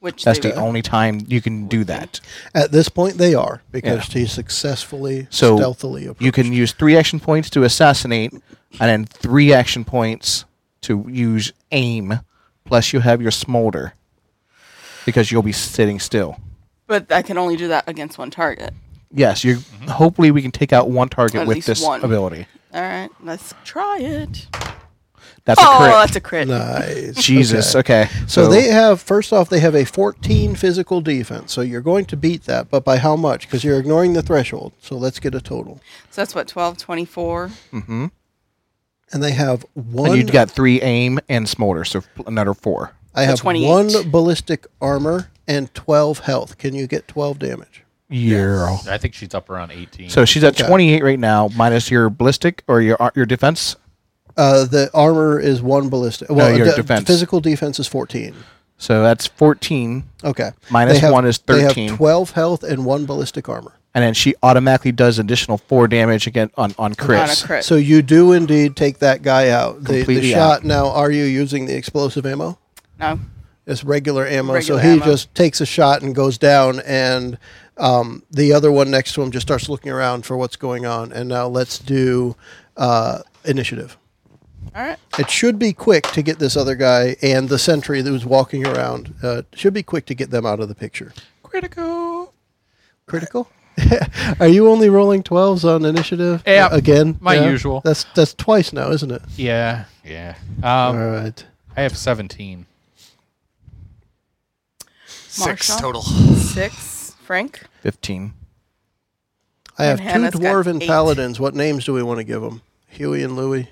C: Which
D: That's
C: they
D: the
C: will.
D: only time you can do that.
A: At this point, they are because she successfully,
D: So
A: stealthily approached.
D: you can use three action points to assassinate, and then three action points to use aim. Plus, you have your smolder because you'll be sitting still.
C: But I can only do that against one target.
D: Yes, you. Hopefully, we can take out one target
C: Mm-hmm. At
D: with
C: least
D: this
C: one.
D: ability.
C: All right. Let's try it.
D: That's
C: Oh,
D: a
C: that's a
D: crit.
C: crit.
A: Nice.
D: Jesus. Okay.
A: So they have first off they have a 14 physical defense. So you're going to beat that, but by how much? Because you're ignoring the threshold. So let's get a total.
C: So that's what 12, 24.
A: And they have one.
D: and you'd got three aim and smolder, so another four.
A: I have
C: 28.
A: one ballistic armor and 12 health. Can you get 12 damage?
D: Yeah.
F: I think she's up around 18.
D: So she's at
A: Okay.
D: 28 right now, minus your ballistic or your your defense.
A: Uh, the armor is one ballistic. Well,
D: your
A: the
D: defense.
A: physical defense is 14.
D: So that's 14,
A: Okay.
D: Minus
A: They have-
D: one is
A: They
D: 13.
A: have 12 health and one ballistic armor.
D: and then she automatically does additional four damage again on on crits.
C: On a crit.
A: So you do indeed take that guy out. The, the
D: Completely
A: shot
D: out.
A: now, are you using the explosive ammo?
C: no.
A: It's regular ammo. so
C: Regular
A: he
C: ammo.
A: just takes a shot and goes down, and um, the other one next to him just starts looking around for what's going on. And now let's do uh, initiative.
C: All right.
A: It should be quick to get this other guy and the sentry that was walking around. Uh, should be quick to get them out of the picture.
F: critical.
A: Critical. Are you only rolling twelves on initiative?
F: Yeah,
A: Uh, again,
F: my usual.
A: That's that's twice now, isn't it?
F: Yeah, yeah.
A: All
F: Um,
A: right.
F: I have 17.
E: Six
C: Marshall?
E: total.
C: Six. Frank.
D: 15.
A: I have
C: And Hannah's
A: two
C: got
A: dwarven
C: eight.
A: paladins. What names do we want to give them? Huey and Louie.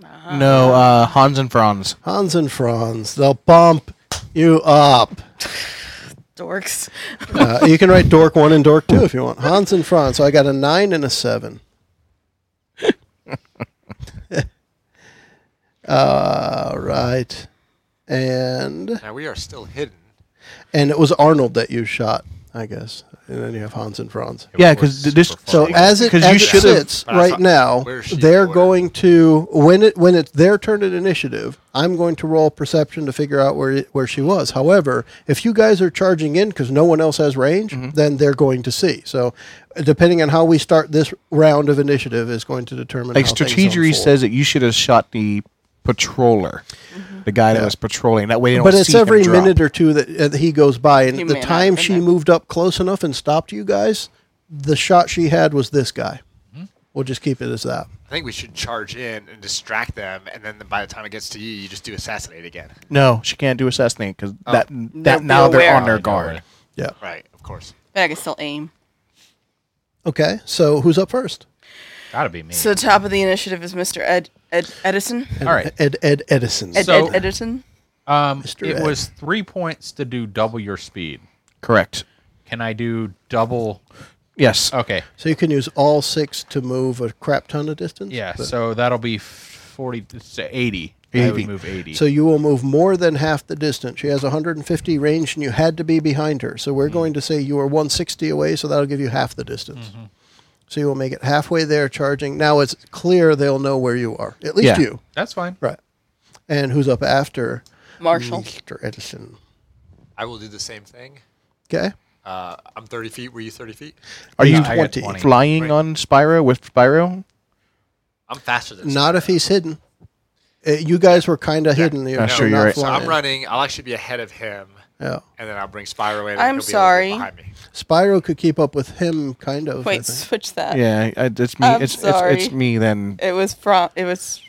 D: no, uh, Hans and Franz.
A: Hans and Franz, they'll bump you up.
C: Dorks.
A: Uh, you can write Dork 1 and Dork 2 if you want. Hans and Franz. So I got a 9 and a 7. All right. And
E: Now we are still hidden.
A: and it was Arnold that you shot, I guess. And then you have Hans and Franz.
D: Yeah, because this.
A: So as it,
D: 'Cause
A: as
D: you
A: it
D: should've-
A: sits right now,
E: Where's she
A: they're
E: going?
A: going to when it when it's their turn at initiative. I'm going to roll perception to figure out where where she was. However, if you guys are charging in because no one else has range,
D: Mm-hmm.
A: then they're going to see. So, depending on how we start this round of initiative is going to determine.
D: Like
A: how things
D: strategery
A: unfold.
D: says that you should have shot the patroller, the guy that was patrolling. That way, they don't
A: But it's
D: see him
A: every
D: drop.
A: minute or two that uh, he goes by, and
C: He
A: the
C: may not
A: time
C: have been
A: she
C: there.
A: moved up close enough and stopped you guys, the shot she had was this guy.
D: Mm-hmm.
A: We'll just keep it as that.
E: I think we should charge in and distract them, and then by the time it gets to you, you just do assassinate again.
D: No, she can't do assassinate because that that
C: be
D: now they're
C: aware.
D: on their
F: No
D: guard.
F: way.
A: Yeah.
E: Right, of course.
C: But I can still aim.
A: Okay, so who's up first?
F: Gotta be me.
C: So the top of the initiative is Mr. Ed, Ed Edison.
F: All right.
A: Ed Ed Edison.
C: Ed,
F: So-
C: Ed Edison.
F: Um,
A: Mr.
F: it
A: Ed.
F: was three points to do double your speed.
D: Correct.
F: Can I do double?
D: Yes.
A: Oh,
F: Okay.
A: so you can use all six to move a crap ton of distance.
F: Yeah.
A: But-
F: So that'll be 40 to 80. I would move 80.
A: so you will move more than half the distance. She has 150 range, and you had to be behind her. So we're going to say you are 160 away, so that'll give you half the distance. So you will make it halfway there, charging. Now it's clear they'll know where you are. At least
D: Yeah.
A: you,
F: That's fine.
A: right? And who's up after
C: Marshall.
A: Mr. Edison?
E: I will do the same thing.
A: Okay,
E: Uh, I'm 30 feet. Were you 30 feet?
D: Are you
F: I got
A: 20.
D: flying
E: Right.
D: on Spyro with Spyro?
E: I'm faster than
A: not
E: Spyro.
A: if he's hidden. Uh, you guys were kind of hidden. You're,
D: sure,
A: you're
D: you're
A: not
D: right. So
E: So
A: flying.
E: I'm running. I'll actually be ahead of him,
A: Yeah.
E: and then I'll bring Spyro in. and
C: I'm
E: he'll be a little bit
C: sorry.
E: Behind me.
A: Spyro could keep up with him, kind of. I
C: Wait,
A: think.
C: switch that.
D: Yeah, I- it's me.
C: I'm
D: It's, it's
C: sorry.
D: it's me then.
C: It was from. It was.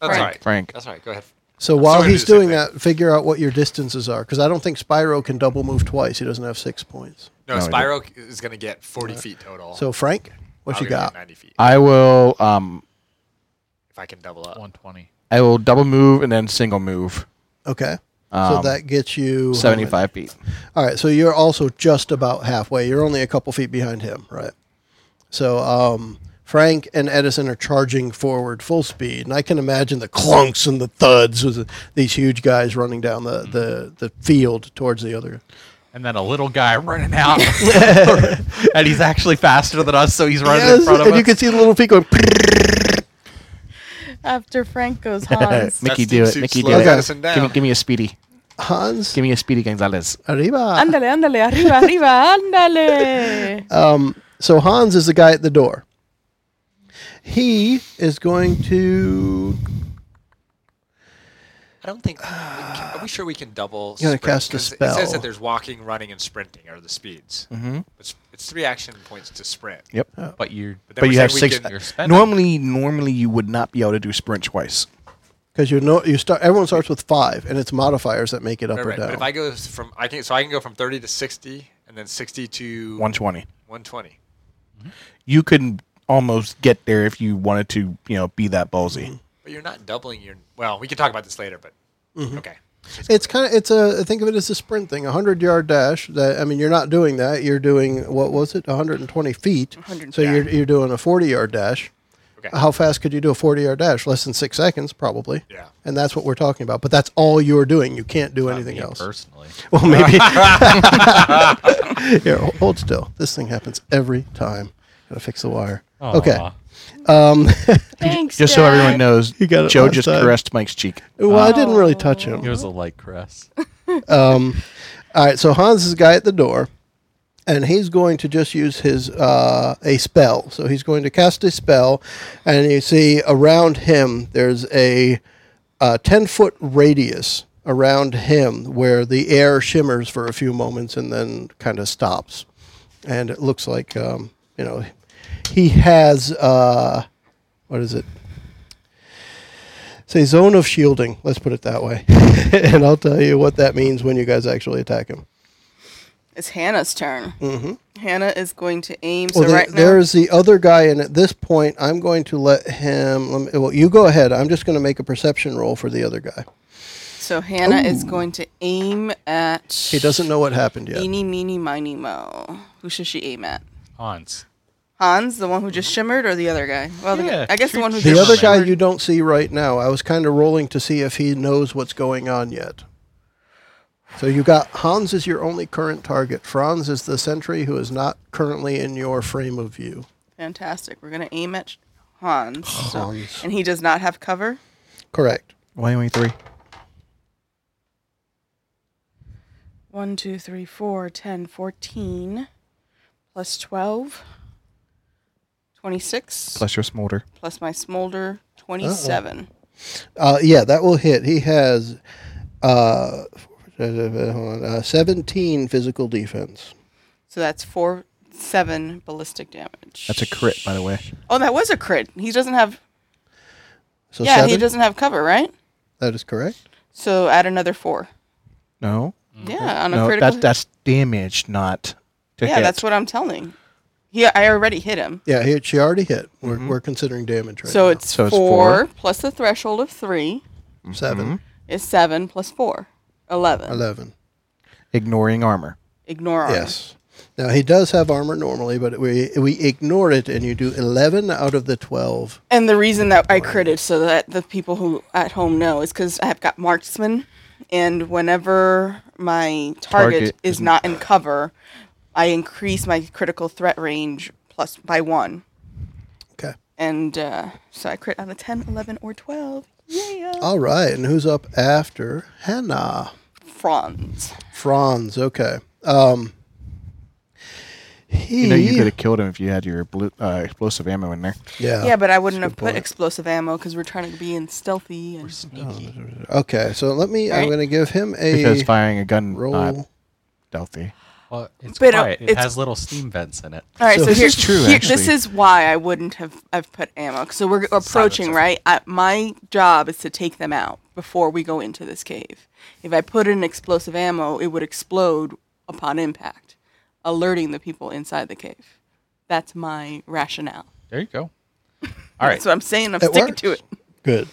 E: That's
C: Frank.
E: all right.
D: Frank.
E: That's all right. Go ahead.
A: So while
E: gonna do
A: he's
E: the same
A: doing
E: thing.
A: that, figure out what your distances are, because I don't think Spyro can double move twice. He doesn't have six points.
E: No,
D: No, I
E: Spyro is going to get 40 feet total.
A: So Frank, what
E: I'll
A: you
E: go get
A: got?
E: 90 feet.
D: I will um
E: If I can double up.
F: 120.
D: I will double move and then single move
A: Okay, so
D: Um,
A: that gets you how many?
D: seventy five feet.
A: All right, so you're also just about halfway. You're only a couple feet behind him, right? So um, Frank and Edison are charging forward full speed, and I can imagine the clunks and the thuds with these huge guys running down the, the, the field towards the other.
F: And then a little guy running out. and he's actually faster than us, so he's running in
A: Yes,
F: front of
A: and
F: us.
A: you can see the little feet going.
C: After Frank goes Hans.
D: Mickey,
E: That's
D: do
E: Team
D: it.
E: Suit
D: Mickey, do
E: slows
D: it.
E: Edison
D: Give me,
E: down.
D: give me a speedy.
A: Hans,
D: Give me a speedy Gonzalez.
A: arriba.
C: Andale, andale, arriba, arriba, andale.
A: Uh, So Hans is the guy at the door. He is going to
E: I don't think. Are we sure we can double?
A: You're gonna
E: sprint?
A: cast a
E: 'Cause It says
A: spell.
E: that there's walking, running, and sprinting are the speeds. Mm-hmm. It's, it's three action points to sprint.
D: Yep.
F: But you're.
E: then
D: but
E: we're
D: you have
E: saying we
D: six.
E: can-
F: You're spending.
D: normally, normally you would not be able to do sprint twice.
A: because you know you start. Everyone starts with five, and it's modifiers that make it up
E: Right,
A: or
E: right.
A: down.
E: But if I go from I can so I can go from 30 to 60 and then 60 to
D: 120.
E: 120.
D: You could almost get there if you wanted to, you know, be that ballsy.
E: But you're not doubling your well, we can talk about this later, but
A: Mm-hmm.
E: okay.
A: It's kind of it's a think of it as a sprint thing, a hundred yard dash. That I mean, you're not doing that. You're doing what was it, 120 feet?
C: 100,
A: so
C: yeah.
A: you're you're doing a 40 yard dash.
E: Okay.
A: How fast could you do a 40 yard dash? Less than six seconds, probably.
E: Yeah.
A: And that's what we're talking about. But that's all you're doing. You can't do anything
F: Me
A: else.
F: personally.
A: Well, maybe. Here, ho- hold still. This thing happens every time. Gotta fix the wire. Okay.
F: Aw.
Q: Thanks.
D: Just so
Q: Dad.
D: everyone knows,
A: You got it
D: Joe
A: last
D: just
A: time.
D: caressed Mike's cheek.
A: Well, I didn't really touch him.
F: It was a light caress.
A: All right, so Hans is the guy at the door, and he's going to just use his uh, a spell. So he's going to cast a spell, and you see around him there's a uh, ten foot radius around him where the air shimmers for a few moments and then kind of stops, and it looks like um, you know he has uh, what is it? Say zone of shielding. Let's put it that way, and I'll tell you what that means when you guys actually attack him.
C: It's Hannah's turn. Mm-hmm. Hannah is going to aim.
A: Well,
C: so
A: there-
C: right now,
A: there's the other guy, and at this point, I'm going to let him. Let me, well, you go ahead. I'm just going to make a perception roll for the other guy.
C: so Hannah is going to aim at.
A: He doesn't know what happened yet.
C: Eeny, meeny, miny, mo. Who should she aim at?
F: Hans.
C: Hans, the one who just shimmered, or the other guy? Well, the
F: Yeah,
C: guy- I guess the
F: shoot
C: one who
A: The
C: just
A: other guy
C: shimmered.
A: you don't see right now. I was kind of rolling to see if he knows what's going on yet. So you got Hans is your only current target. Franz is the sentry who is not currently in your frame of view.
C: Fantastic. We're gonna aim at Hans. so-
D: Oh,
C: and he does not have cover.
A: Correct.
D: Why only three?
C: One, two, three, four, ten, fourteen, plus twelve. Twenty-six.
D: Plus your smolder.
C: plus my smolder. Twenty-seven.
A: Uh, yeah, that will hit. He has uh, hold on, uh, 17 physical defense.
C: So that's four, seven ballistic damage.
D: That's a crit, by the way.
C: Oh, that was a crit. He doesn't have.
A: So
C: yeah, he
A: seven?
C: doesn't have cover, right?
A: That is correct.
C: So add another four.
D: No,
C: Yeah, on a
D: Mm-hmm. no,
C: critical.
D: that that's damage, not. To
C: yeah,
D: hit.
C: that's what I'm telling. Yeah, I already hit him.
A: Yeah, he, she already hit. We're,
D: Mm-hmm.
A: we're considering damage right
C: so
A: now.
C: it's
D: So it's
C: four,
D: four.
C: plus the threshold of three
D: Mm-hmm.
A: seven,
C: is seven plus four. Eleven.
A: eleven.
D: ignoring armor.
C: Ignore armor.
A: Yes. Now he does have armor normally, but we we ignore it, and you do eleven out of the twelve.
C: And the reason that I critted so that the people who at home know is because I have got marksman, and whenever my target,
D: Target
C: is
D: isn't-
C: not in cover, I increase my critical threat range plus by one.
A: Okay.
C: And uh, so I crit on a 10, 11, or 12. Yeah.
A: All right, and who's up after Hannah?
C: Franz.
A: Franz. Okay. Um. He.
D: You know, you could have killed him if you had your blu- uh, explosive ammo in there.
A: yeah.
C: yeah, but I wouldn't have put
A: Oh, point.
C: explosive ammo because we're trying to be in stealthy. And
A: Okay. So let me. I'm
C: Right.
A: going to give him
D: Because
A: a
D: firing a gun, uh,
A: roll.
D: not stealthy.
F: Well, it's
C: But, uh,
F: quiet. it
C: it's-
F: has little steam vents in it.
C: All right, so,
A: So-
C: here's
D: This is true,
C: here- this
D: actually.
C: is why I wouldn't have I've put ammo. So we're approaching,
F: Silencer.
C: right? I, my job is to take them out before we go into this cave. If I put in explosive ammo, it would explode upon impact, alerting the people inside the cave. That's my rationale.
F: There you go. All right.
C: That's what I'm saying. I'm
A: It
C: sticking to
A: works.
C: it.
A: Good.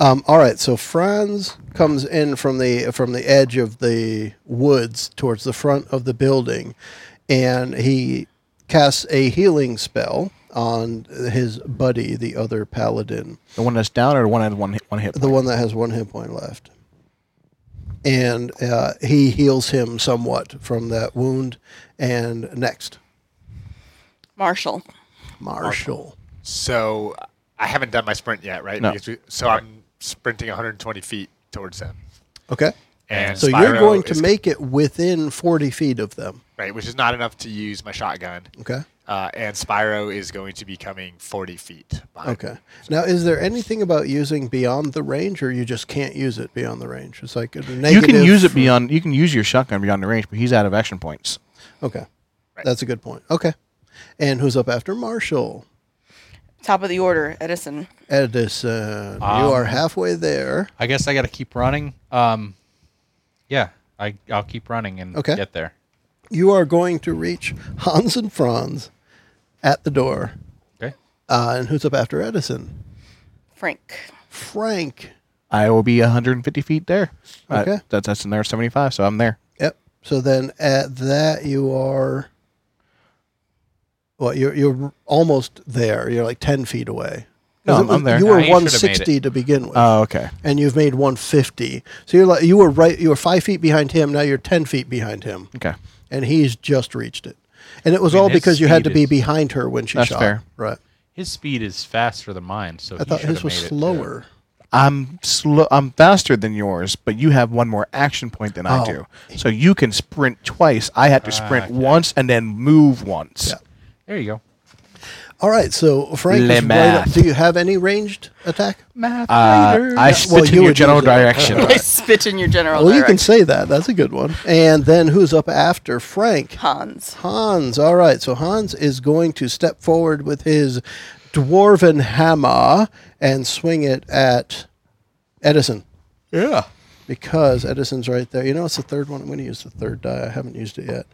A: Um, all right, so Franz comes in from the from the edge of the woods towards the front of the building, and he casts a healing spell on his buddy, the other paladin,
D: The one that's down or the one that had one hit, one hit
A: the one that has one hit point left, and uh, he heals him somewhat from that wound. And next,
C: Marshall.
A: Marshall.
E: So I haven't done my sprint yet, right?
D: No.
E: Because we, so I'm sprinting 120 feet towards them.
A: Okay,
E: And
A: so
E: Spyro
A: you're going to
E: is-
A: make it within forty feet of them.
E: right, which is not enough to use my shotgun.
A: Okay.
E: Uh, and Spyro is going to be coming 40 feet. Behind
A: Okay. Now, is there anything about using beyond the range, or you just can't use it beyond the range? It's like a
D: You
A: negative.
D: can use it beyond. You can use your shotgun beyond the range, but he's out of action points.
A: Okay, that's a good point. Okay, and who's up after Marshall?
C: Top of the order, Edison.
A: Edison,
D: Ah.
F: Um,
A: you are halfway there.
F: I guess I got to keep running. Um, yeah, I I'll keep running and
A: Okay.
F: get there.
A: You are going to reach Hans and Franz at the door.
F: Okay.
A: Uh, and who's up after Edison?
C: Frank.
A: Frank.
D: I will be 150 feet there. Uh,
A: Okay.
D: that's that's another 75, so I'm there.
A: Yep. So then at that you are well, you're you're almost there. You're like ten feet away. 'Cause
D: No,
A: it
D: I'm- I'm there.
A: You
D: No,
A: were
F: you should've made
A: one sixty to begin with.
D: Oh, okay.
A: and you've made one fifty. So you're like you were right you were five feet behind him, now you're ten feet behind him.
D: Okay.
A: And he's just reached it. And it was
F: I mean,
A: all
F: his
A: because you had to
F: speed
A: be
F: is-
A: behind her when she
D: That's
A: shot.
D: fair.
A: Right.
F: His speed is faster than mine, so
A: I thought his was slower.
D: I'm slow. I'm faster than yours, but you have one more action point than I
A: Oh.
D: do. So you can sprint twice. I have to sprint
F: Okay.
D: once and then move once.
F: There you go.
A: All right, so Frank
D: Le
A: is right up.
D: math.
A: Do you have any ranged attack?
D: Uh, I spit
A: well,
D: in
A: you
D: your
A: would
D: general
A: use it.
D: direction.
C: I spit in your general
A: Well, Oh, you can
C: direction.
A: say that. That's a good one. And then who's up after Frank?
C: Hans.
A: Hans. All right. So Hans is going to step forward with his dwarven hammer and swing it at Edison
F: Yeah.
A: because Edison's right there. You know, it's the third one. I'm going to use the third die. I haven't used it yet.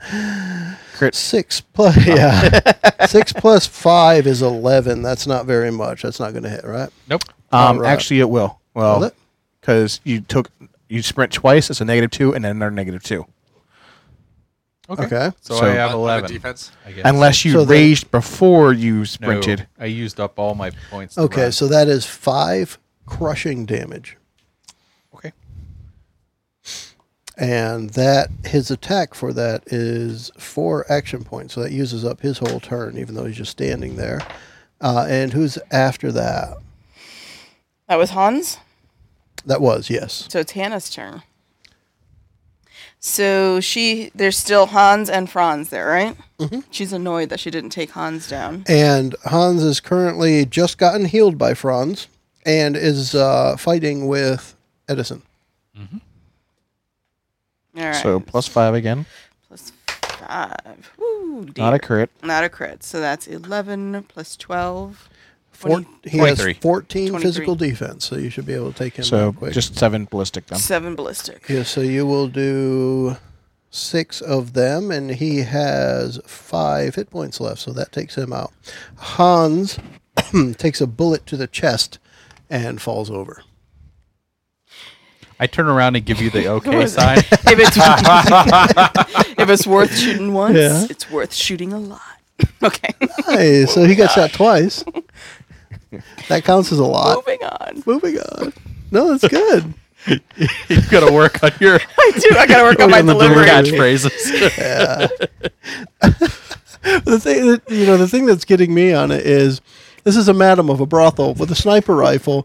D: Crit.
A: Six
F: Oh.
A: plus yeah, six plus five is eleven. That's not very much. That's not going to hit, right?
F: Nope.
D: Um,
A: Alright.
D: Actually, it will.
A: Will
D: Well,
A: it?
D: because you took you sprint twice. It's a negative two, and then another negative two.
F: Okay.
A: Okay.
F: So,
D: So-
F: I
E: On-
F: have
E: on the
F: eleven.
E: defense.
F: I guess.
D: Unless you
A: So the-
D: raged before you
F: No,
D: sprinted.
F: I used up all my points. to
A: Okay.
F: run.
A: So that is five crushing damage.
F: okay.
A: And that his attack for that is four action points. So that uses up his whole turn, even though he's just standing there. Uh, and who's after that?
C: That was Hans.
A: That was, yes.
C: So it's Hannah's turn. So she, there's still Hans and Franz there, right? Mm-hmm. She's annoyed that she didn't take Hans down.
A: And Hans is currently just gotten healed by Franz and is uh, fighting with Edison.
C: All right.
D: So plus five again.
C: plus five. Woo,
D: Not
C: dear.
D: a crit.
C: Not a crit. So that's 11 plus 12.
A: Four, he has
F: 23.
A: 14 physical
C: 23.
A: defense, so you should be able to take him
D: So
A: out quick.
D: just seven ballistic then.
C: Seven ballistic.
A: Yeah, so you will do six of them, and he has five hit points left, so that takes him out. Hans takes a bullet to the chest and falls over.
F: I turn around and give you the okay sign.
C: If it's, if it's worth shooting once,
A: Yeah.
C: it's worth shooting a lot. Okay.
A: Hey, so he got shot twice. that counts as a lot.
C: Moving on.
A: Moving on. No, that's good.
F: you got to work on your
C: I do. I got to work on my
F: on the
C: delivery.
F: catchphrases.
A: the thing that you know, the thing that's getting me on it is this is a madam of a brothel with a sniper rifle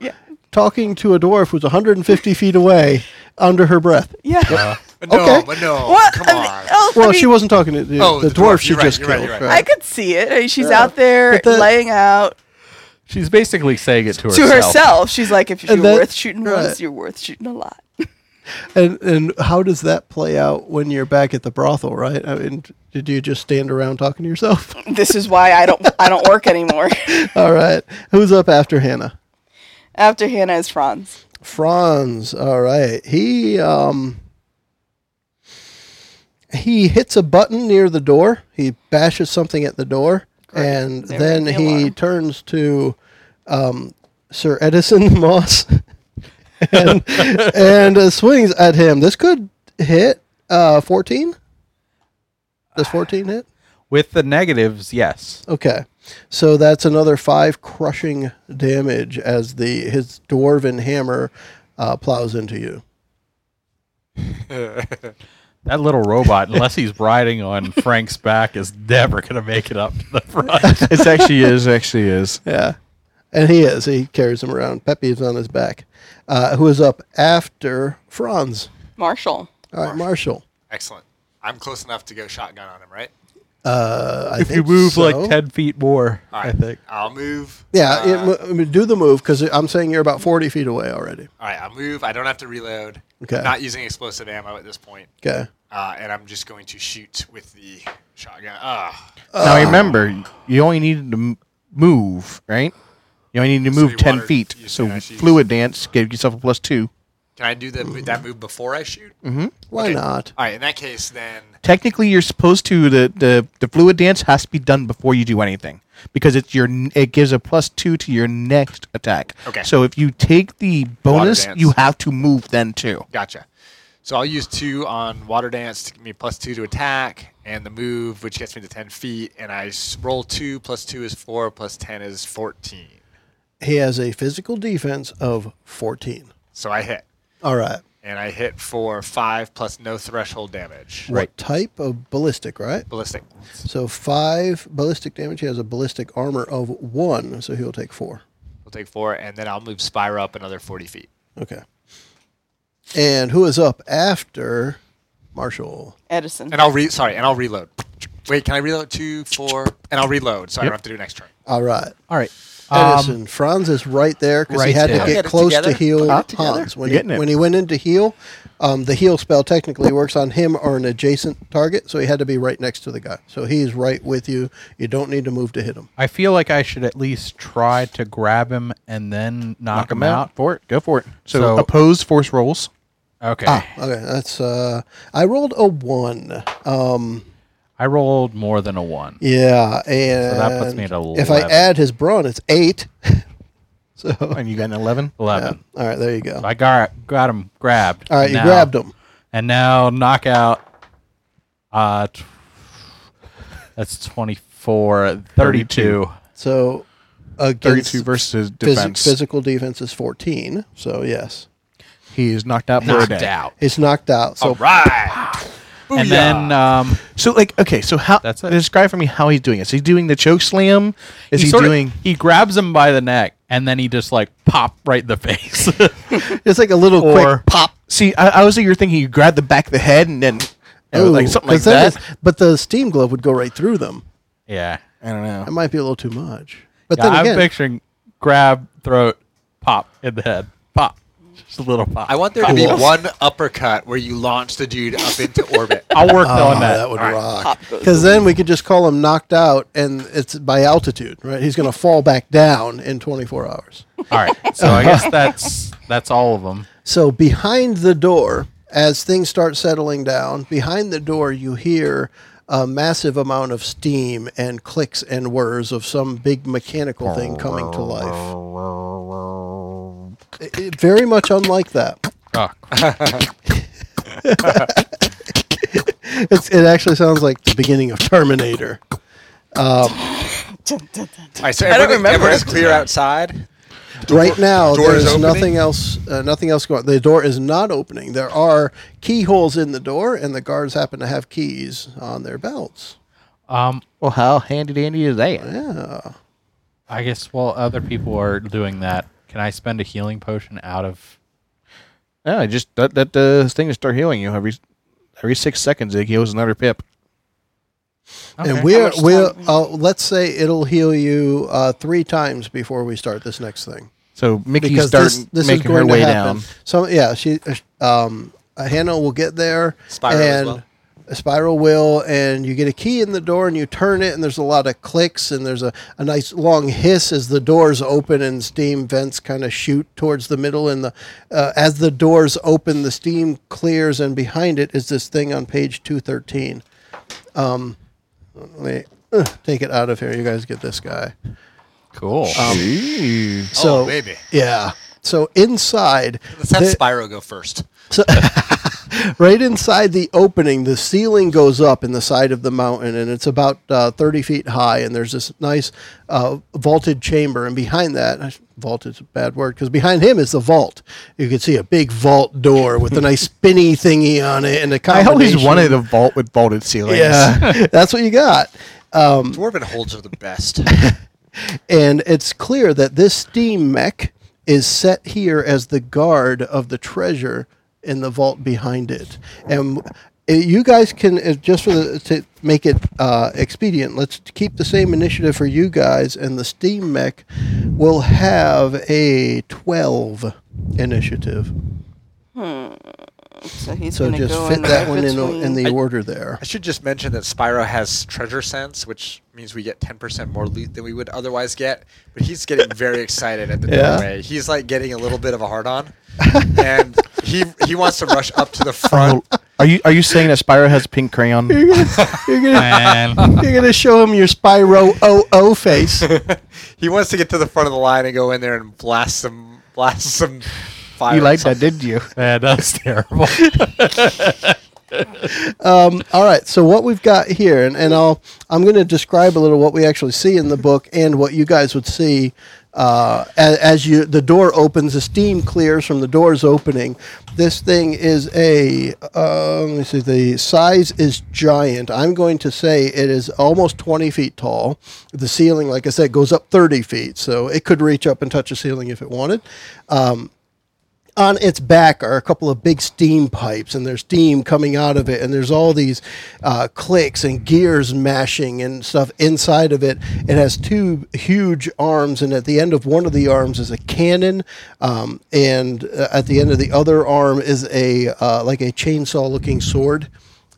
A: talking to a dwarf who's 150 feet away under her breath.
C: Yeah.
E: But Uh, no,
A: Okay.
E: but no.
C: what?
E: Come
C: I mean,
E: on.
C: oh, I
A: Well,
C: mean,
A: she wasn't talking to the,
E: Oh,
A: the,
E: the
A: dwarf,
E: dwarf.
A: she
E: You're right,
A: just
E: you're right,
A: killed.
E: you're right.
A: right.
C: I could see it. I mean, She's out there
A: But that-
C: laying out
F: She's basically saying it to herself.
C: to herself. She's like, if you're
A: And that-
C: worth shooting
A: right.
C: once, you're worth shooting a lot.
A: And and how does that play out when you're back at the brothel, right? I mean, did you just stand around talking to yourself?
C: this is why I don't I don't work anymore.
A: All right. Who's up after Hannah?
C: After Hannah is Franz.
A: Franz. All right. He um he hits a button near the door. He bashes something at the door, and
C: There
A: then
C: went the
A: he
C: alarm.
A: turns to um, Sir Edison Moss and, and uh, swings at him. This could hit uh, fourteen. Does fourteen hit?
F: With the negatives, yes.
A: Okay. So that's another five crushing damage as the his dwarven hammer uh, plows into you.
F: That little robot, unless he's riding on Frank's back, is never going to make it up to the front.
D: It's actually is. Actually is.
A: Yeah. And he is. He carries him around. Pepe is on his back. Uh, who is up after Franz?
C: Marshall.
A: All right, Marshall.
E: Excellent. I'm close enough to go shotgun on him, right?
A: Uh, I
F: if you
A: think
F: move
A: so.
F: like 10 feet more,
E: All
F: I
E: right.
F: think.
E: I'll move.
A: Yeah,
E: Uh,
A: it, mo- I mean, do the move because I'm saying you're about 40 feet away already.
E: all right. I'll move. I don't have to reload.
A: Okay.
E: I'm not using explosive ammo at this point.
A: Okay.
E: Uh, and I'm just going to shoot with the shotgun. Ah.
D: Now remember, you only needed to m- move, right? You only need to
E: So
D: move
E: you
D: 10
E: water-
D: feet.
E: you
D: So
E: smash these.
D: fluid dance, give yourself a plus two.
E: Can I do the, that move before I shoot?
A: Why not?
E: All right. In that case, then
D: Technically, you're supposed to, the, the, the fluid dance has to be done before you do anything because it's your n- it gives a plus two to your next attack.
E: Okay.
D: So if you take the bonus,
E: dance.
D: you have to move then too.
E: gotcha. So I'll use two on water dance to give me plus two to attack and the move, which gets me to ten feet. And I s- roll two plus two is four plus ten is fourteen.
A: He has a physical defense of 14.
E: So I hit,
A: All right.
E: and I hit for five plus no threshold damage.
A: What type of ballistic, right?
E: Ballistic.
A: So five ballistic damage. He has a ballistic armor of one, so he'll take four.
E: We'll take four, and then I'll move Spyro up another forty feet.
A: Okay. And who is up after Marshall?
C: Edison.
E: And I'll re sorry, and I'll reload. Wait, can I reload two, four, and I'll reload, so I
D: Yep.
E: don't have to do next turn.
A: All right.
D: All right.
A: Edison. Franz is right there because he
D: right
A: had
D: there.
A: to
E: Get
A: get
E: it
A: close to
E: together.
A: heal
D: Put it
A: Hans.
D: together.
A: When
D: You're
A: he,
D: getting it.
A: when he went into heal, um, the heal spell technically works on him or an adjacent target, so he had to be right next to the guy. So he's right with you. You don't need to move to hit him.
F: I feel like I should at least try to grab him and then knock,
D: Knock him out for it. Go for it. So,
F: So-
D: opposed force rolls.
F: Okay.
A: Okay, that's uh, I rolled a one. Um,
F: I rolled more than a one.
A: yeah, and
F: that puts me at a
A: if I
F: 11.
A: add his brawn, it's eight.
D: And you got an 11.
A: All
F: Eleven.
A: right, there you go.
F: I got got him grabbed.
A: All right, you
F: Now-
A: grabbed him.
F: And now knockout. Uh, t- that's 24, 32.
A: So against
D: 32 versus
A: phys-
D: defense.
A: physical defense is fourteen. So yes,
D: He is knocked out for a
F: Knocked
D: day.
F: out.
A: he's knocked out. So
E: Right.
F: And then um,
D: So like okay, so how
F: That's it.
D: describe for me how he's doing it. So he's doing the choke slam. Is he,
F: sort of-
D: doing
F: he grabs him by the neck and then he just like pop right in the face.
A: it's like a little
F: Or-
A: quick pop.
D: See, I, I was like you're thinking you grab the back of the head and then and like
A: Ooh,
D: something like
A: 'cause then
D: that.
A: it's- But the steam glove would go right through them.
F: yeah.
D: I don't
A: That
D: know.
A: might be a little too much. But
F: Yeah, I'm
A: then again,
F: picturing grab, throat, pop in the head. Pop. Just a little pop.
E: I want there to be one uppercut where you launch the dude up into orbit.
F: I'll work on
A: oh,
F: that.
A: that would rock.
C: Pop goes.
A: Because then we could just call him knocked out, and it's by altitude, right? He's going to fall back down in 24 hours.
F: All right. So I guess that's that's all of them.
A: So behind the door, as things start settling down, behind the door you hear a massive amount of steam and clicks and whirs of some big mechanical thing coming to life. It- it- very much unlike that.
F: Oh,
A: It's, it actually sounds like the beginning of Terminator.
E: All right, so everyone, everyone is clear outside.
A: right now
E: door is
A: there's
E: opening?
A: nothing else uh, nothing else going the door is not opening there are keyholes in the door and the guards happen to have keys on their belts
F: um,
D: Well, how handy dandy is that?
F: I guess while other people are doing that, can I spend a healing potion out of?
D: Yeah, just that that uh, thing to start healing you every every six seconds. It heals another pip.
A: and we're we're uh, let's say it'll heal you uh, three times before we start this next thing
D: So Mickey's
A: because
D: starting
A: this, this is
D: making
A: going
D: her way
A: to happen.
D: down.
A: so yeah she uh, um uh, hannah will get there
E: Spyro as
A: and
E: well.
A: a spiral will and you get a key in the door and you turn it and there's a lot of clicks and there's a, a nice long hiss as the doors open and steam vents kind of shoot towards the middle and the uh, as the doors open the steam clears and behind it is this thing on page 213 um let me uh, take it out of here you guys get this guy
F: Cool.
A: so
E: oh, baby.
A: yeah so inside
E: Let's have
A: the-
E: Spyro go first.
A: So, right inside the opening, the ceiling goes up in the side of the mountain, and it's about uh, 30 feet high. And there's this nice uh, vaulted chamber. And behind that, vaulted is a bad word because behind him is the vault. You can see a big vault door with a nice spinny thingy on it. And a
D: I always
A: combination-
D: wanted a vault with vaulted ceilings.
A: Yeah, that's what you got. Um,
E: Dwarven holds are the best.
A: And it's clear that this steam mech is set here as the guard of the treasure in the vault behind it. And uh, you guys can uh, just for the, to make it uh, expedient. Let's keep the same initiative for you guys, and the steam mech will have a twelve initiative.
C: So he's
A: So
C: gonna
A: just
C: go
A: fit
C: in
A: that
C: right
A: one in, the- in
C: between.
A: the order there.
E: I should just mention that Spyro has treasure sense, which means we get 10% more loot than we would otherwise get. But he's getting very excited at the
A: Yeah.
E: doorway. He's like getting a little bit of a hard on. and he he wants to rush up to the front.
D: Are you are you saying that Spyro has pink crayon?
A: You're gonna
F: Man,
A: you're gonna show him your Spyro OO face.
E: He wants to get to the front of the line and go in there and blast some blast some fire.
D: You liked that, didn't you?
F: man, that's terrible.
A: All right, so what we've got here, and, and I'll I'm going to describe a little what we actually see in the book and what you guys would see uh, as, as you the door opens, the steam clears from the door's opening. This thing is a uh, let me see, the size is giant. I'm going to say it is almost 20 feet tall. The ceiling, like I said, goes up 30 feet, so it could reach up and touch the ceiling if it wanted on its back are a couple of big steam pipes, and there's steam coming out of it, and there's all these uh, clicks and gears mashing and stuff inside of it. It has two huge arms, and at the end of one of the arms is a cannon, um, and uh, at the end of the other arm is a uh, like a chainsaw-looking sword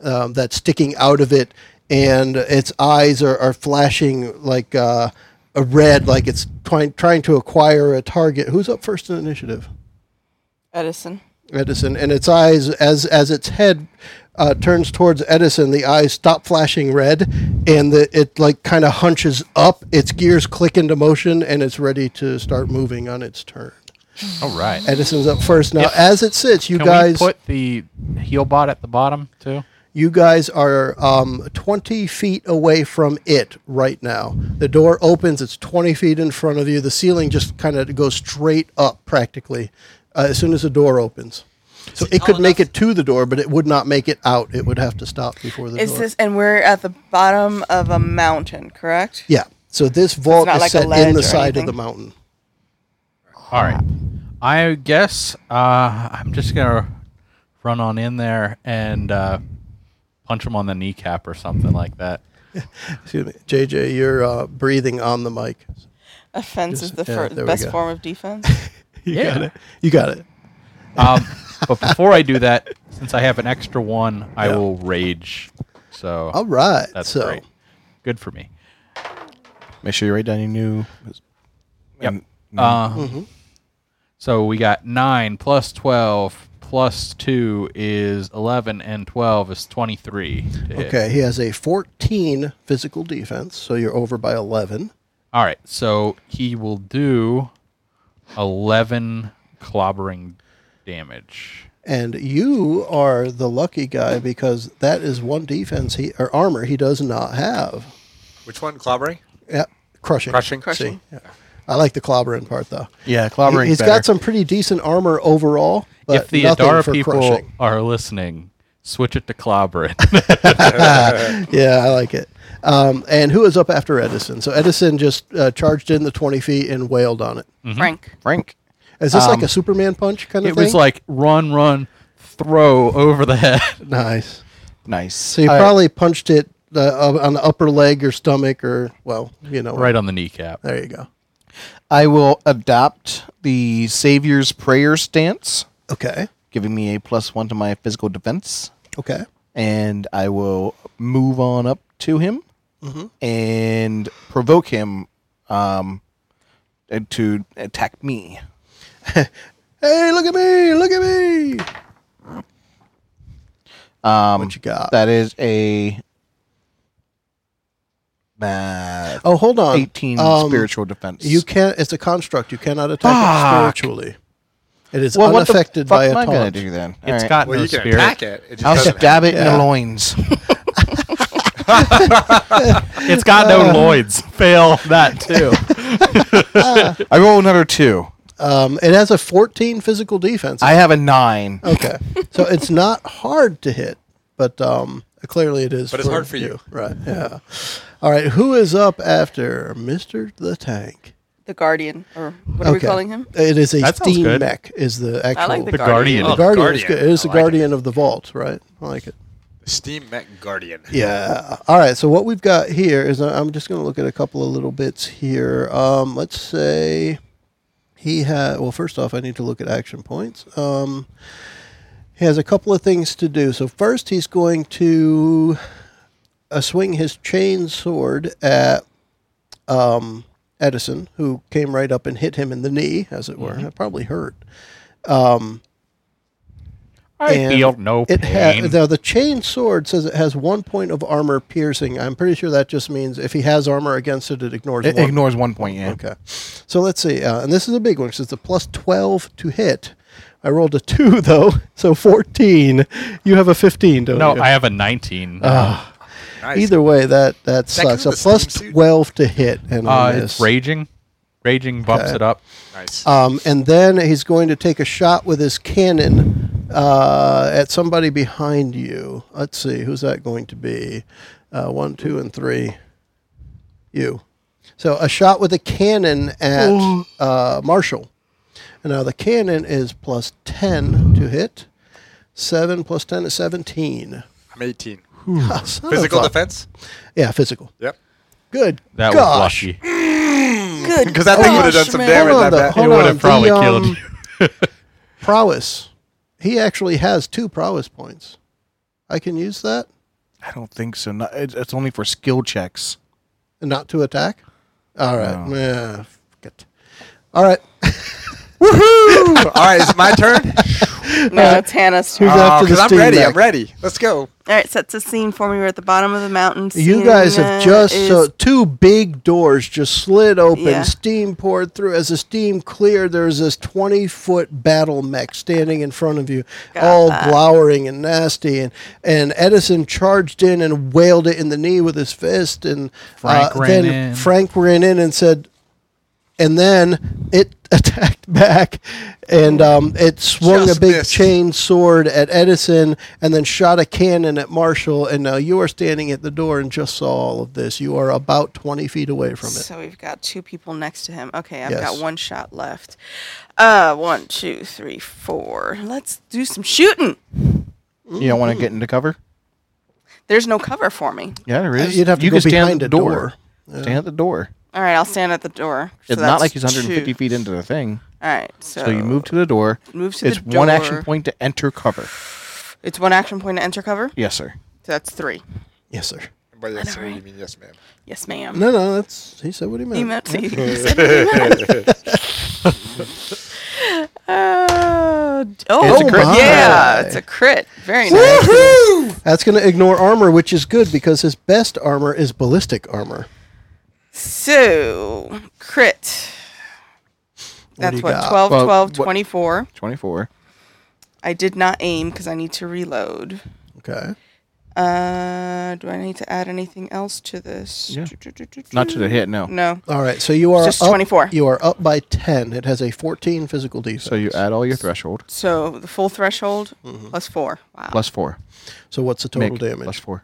A: um, that's sticking out of it, and its eyes are, are flashing like uh, a red, like it's trying trying to acquire a target. Who's up first in initiative?
C: Edison.
A: Edison, and its eyes as as its head uh, turns towards Edison, the eyes stop flashing red, and the, it like kind of hunches up. Its gears click into motion, and it's ready to start moving on its turn.
F: All right.
A: Edison's up first now. As it sits, you
F: Can
A: guys
F: we put the heel bot at the bottom too?
A: you guys are um, 20 feet away from it right now. The door opens, it's 20 feet in front of you. The ceiling just kind of goes straight up practically uh, as soon as the door opens. So it, could make it to the door, but it would not make it out. It would have to stop before the
C: Is
A: door.
C: this and we're at the bottom of a mountain, correct?
A: yeah. So this vault
C: not
A: is
C: like a
A: set in
C: ledge
A: the
C: or
A: side of
C: anything?
A: the mountain.
F: All right. I guess uh, I'm just gonna run on in there and uh, punch him on the kneecap or something like that.
A: Excuse me, JJ, you're uh, breathing on the mic.
C: Offense is the
A: yeah,
C: fir-
A: there we
C: best
A: go.
C: form of defense.
A: You
F: Yeah.
A: got it. You got it.
F: Um, but before I do that, since I have an extra one, I will rage. So
A: All right.
F: that's
A: so
F: great. Good for me.
D: Make sure you write down your new.
F: Yep. Uh, So we got nine plus twelve plus two is eleven, and twelve is twenty-three. to hit.
A: okay, he has a 14 physical defense, so you're over by 11.
F: All right. So he will do eleven clobbering damage.
A: And you are the lucky guy because that is one defense he or armor he does not have.
E: Which one? Clobbering?
A: Yeah, crushing.
E: Crushing?
A: See, yeah. I like the clobbering part though.
D: Yeah,
A: He,
D: clobbering.
A: has got some pretty decent armor overall, but
F: if the
A: nothing
F: Adara
A: for
F: people
A: crushing.
F: are listening, switch it to clobbering.
A: Yeah, I like it. Um, and who is up after Edison? So Edison just uh, charged in the twenty feet and wailed on it. Is
C: Frank.
D: Frank.
A: this like a Superman punch kind of
F: Um, it
A: thing?
F: was like run, run, throw over the head.
A: nice.
D: Nice.
A: So you probably punched it uh, up- on the upper leg or stomach or well, you know,
F: right on the kneecap.
A: there you go.
D: I will adopt the Savior's Prayer stance,
A: Okay.
D: giving me a plus one to my physical defense,
A: Okay.
D: and I will move on up to him Mm-hmm. and provoke him um, uh, to attack me.
A: Hey, look at me! Look at me!
D: Um,
A: What you got?
D: That is a uh,
A: Oh, hold on.
D: 18
A: Um,
D: spiritual defense.
A: You can't. It's a construct. You cannot attack
D: Fuck.
A: it spiritually. It is
D: well, what the
A: unaffected
D: fuck
A: by
D: am
A: a
D: I gonna
A: taunt.
D: do then? All
F: It's
D: right.
F: got
E: Well,
F: no
E: you can
F: spirit.
E: attack it. it just
D: I'll
E: doesn't
D: stab it in
A: Yeah.
D: the loins.
F: It's got no loins. Fail that too.
D: I roll another two.
A: Um, it has a 14 physical defense.
D: I have a nine.
A: okay, so it's not hard to hit, but um, clearly it is.
E: But it's hard for you.
A: right? Yeah. All right. Who is up after Mister the Tank?
C: The Guardian. Or what are we calling him?
A: It is a
F: That sounds
A: steam
F: good.
A: mech. Is the actual
C: I like the,
F: The
C: Guardian.
F: Guardian.
A: The
E: Oh,
A: guardian. is
E: Guardian.
A: good. It is the
E: I like it.
A: guardian of the vault, right? I like it.
E: Steam Mech Guardian.
A: Yeah. All right. So what we've got here is I- I'm just going to look at a couple of little bits here. Um, let's say he had. Well, first off, I need to look at action points. Um, He has a couple of things to do. So first, he's going to uh, swing his chain sword at um, Edison, who came right up and hit him in the knee, as it were. It probably hurt.
F: I
A: and
F: feel no
A: It
F: pain.
A: ha- though the chain sword says it has one point of armor piercing. I'm pretty sure that just means if he has armor against it, it ignores
D: It
A: one.
D: ignores one point, yeah.
A: Okay. So let's see. Uh, and this is a big one because it's a plus 12 to hit. I rolled a 2, though, so 14. You have a 15, don't
F: no,
A: you?
F: I have a 19.
A: Oh,
E: Nice.
A: Either way, that, that sucks.
E: comes
A: A
E: with a
A: plus
E: steam suit.
A: 12 to hit. And a
F: uh,
A: miss.
F: it's raging. Raging bumps it up.
E: Nice.
A: Um, and then he's going to take a shot with his cannon uh, at somebody behind you. Let's see, who's that going to be? Uh, one, two, and three. You. So a shot with a cannon at uh, Marshall. And now the cannon is plus 10 to hit. 7 plus 10 is 17.
E: I'm 18.
A: Son of
E: Physical
A: a-
E: defense?
A: Yeah, physical.
E: Yep.
A: Good.
F: That
A: gosh.
F: was lucky.
C: Good.
E: Because that thing would have done
C: gosh,
E: some
C: man.
E: damage.
A: Hold
E: I
A: on, though.
E: bet.
A: Hold
F: it would
A: on,
F: have probably
A: the,
F: killed
A: um,
F: you.
A: prowess. He actually has two prowess points. I can use that
D: I don't think so. No, it's, it's only for skill checks.
A: and not to attack. All right. Yeah, fuck it. All right.
E: All right, is it my turn?
C: No, it's Hannah's turn.
A: Who's after the
E: Because I'm
A: steam
E: ready.
A: deck?
E: I'm ready. Let's go.
C: All right, sets a scene for me. We're at the bottom of the mountain.
A: You guys have
C: Cena
A: just
C: is-
A: so two big doors just slid open,
C: Yeah.
A: steam poured through. As the steam cleared, there's this 20 foot battle mech standing in front of you, all glowering and nasty. And, and Edison charged in and wailed it in the knee with his fist. And uh,
F: Frank ran
A: then
F: in.
A: Frank ran in and said, and then it attacked back and um, it swung
E: Just
A: a big
E: missed.
A: chain sword at Edison and then shot a cannon at Marshall. And now you are standing at the door and just saw all of this. You are about 20 feet away from it.
C: So we've got two people next to him. Okay, I've
A: Yes.
C: got one shot left. Uh, one, two, three, four. Let's do some shooting.
D: You don't want to get into cover?
C: There's no cover for me.
D: Yeah, there is.
A: Uh, You'd have to
D: you
A: go
D: can stand
A: behind
D: at the
A: a
D: door.
A: door.
D: Stand at the door.
C: All right, I'll stand at the door. So
D: it's not like
C: that's
D: he's 150
C: two.
D: feet into the thing.
C: All right, so,
D: So you move to the door.
C: Move to the
D: it's one
C: door.
D: action point to enter cover.
C: It's one action point to enter cover.
D: Yes, sir.
C: So that's three.
A: Yes, sir.
E: But yes, sir, you mean yes, ma'am.
C: Yes, ma'am.
A: No, no, that's he said what he meant.
C: He meant to. he said what he meant. Uh, oh,
D: It's a crit.
A: my.
C: yeah, it's a crit. Very nice.
A: That's going to ignore armor, which is good because his best armor is ballistic armor.
C: So, crit.
A: do
C: That's
A: you
C: what,
A: got?
C: 12,
D: Well,
C: 12,
D: what-
C: 24.
D: 24.
C: I did not aim because I need to reload.
A: Okay.
C: Uh, do I need to add anything else to this?
D: Yeah. Not to the hit, no.
C: No.
A: All right. So you are
C: Just
A: up,
C: 24.
A: You are up by 10. It has a 14 physical defense.
D: So you add all your threshold
C: So, the full threshold
A: Mm-hmm.
C: plus four. Wow.
D: plus four.
A: So what's the total
D: Mick,
A: damage?
D: Plus four.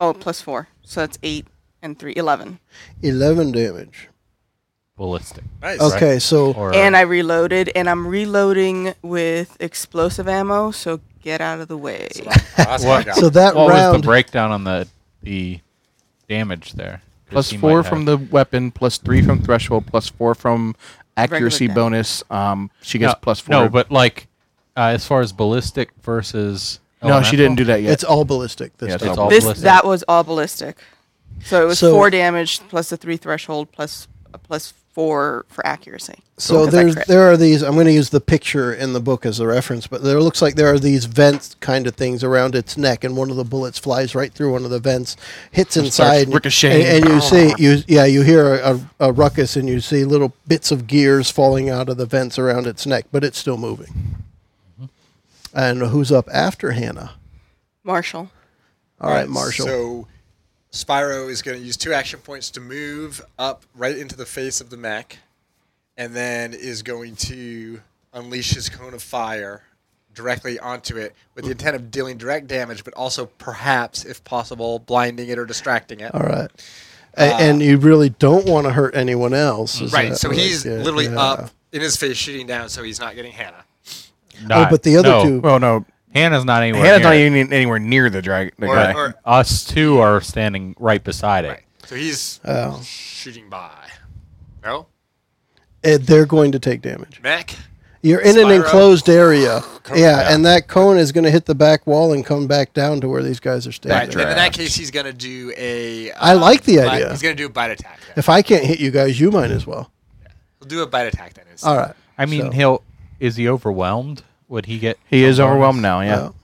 C: oh, plus four. So, that's eight and three, 11.
A: 11 damage.
F: Ballistic.
E: Nice.
A: Okay, so
F: Or
C: And I reloaded, and I'm reloading with explosive ammo, so get out of the way.
E: Awesome.
F: what,
A: so that
F: what was
A: round
F: the breakdown on the the damage there? 'Cause
D: Plus
F: he might
D: four
F: have-
D: from the weapon, plus three from threshold, plus four from accuracy
C: damage.
D: bonus. Um, she gets
F: no,
D: plus four.
F: No, but like uh, as far as ballistic versus
D: no, she didn't do that yet.
A: it's all ballistic this
D: Yeah, it's
A: time.
F: It's all
C: this
F: ballistic.
C: that was all ballistic. So it was
A: So-
C: four damage plus the three threshold plus uh, plus four for accuracy.
A: So
C: 'Cause I
A: there's
C: crit.
A: there are these. I'm going to use the picture in the book as a reference, but there looks like there are these vents kind of things around its neck, and one of the bullets flies right through one of the vents, hits inside,
D: ricocheting.
A: and, and you see you yeah you hear a, a, a ruckus, and you see little bits of gears falling out of the vents around its neck, but it's still moving. And who's up after Hannah?
C: Marshall.
A: All right, Marshall.
E: So Spyro is going to use two action points to move up right into the face of the mech, and then is going to unleash his cone of fire directly onto it with the intent of dealing direct damage, but also perhaps, if possible, blinding it or distracting it.
A: All right. A- and you really don't want to hurt anyone else. is
E: Right.
A: that
E: So
A: right?
E: he's
A: Yeah,
E: literally
A: yeah.
E: up in his face, shooting down, so he's not getting Hannah.
A: Oh, but the other
F: no,
A: two.
D: well, no.
F: Hannah's not anywhere.
D: Hannah's not
F: near it.
D: even anywhere near the dragon. The
E: Or,
D: guy.
E: or,
F: Us two are standing right beside it.
E: right. So he's
A: Oh.
E: shooting by. No?
A: eh, they're going to take damage.
E: Mech?
A: You're in an
E: Spyro.
A: enclosed area. yeah,
F: Yeah.
A: and that cone is going to hit the back wall and come back down to where these guys are
E: Right,
A: standing.
E: and in that case, he's gonna do a. uh,
A: I like the
E: bite-
A: idea.
E: He's gonna do a bite attack. Then.
A: If I can't hit you guys, you might as well.
E: He'll do a bite attack then. instead.
A: All right.
F: I mean,
A: So-
F: he'll is he overwhelmed? Would he get?
D: He
F: some
D: is
F: bonus?
D: overwhelmed now, yeah.
A: Well,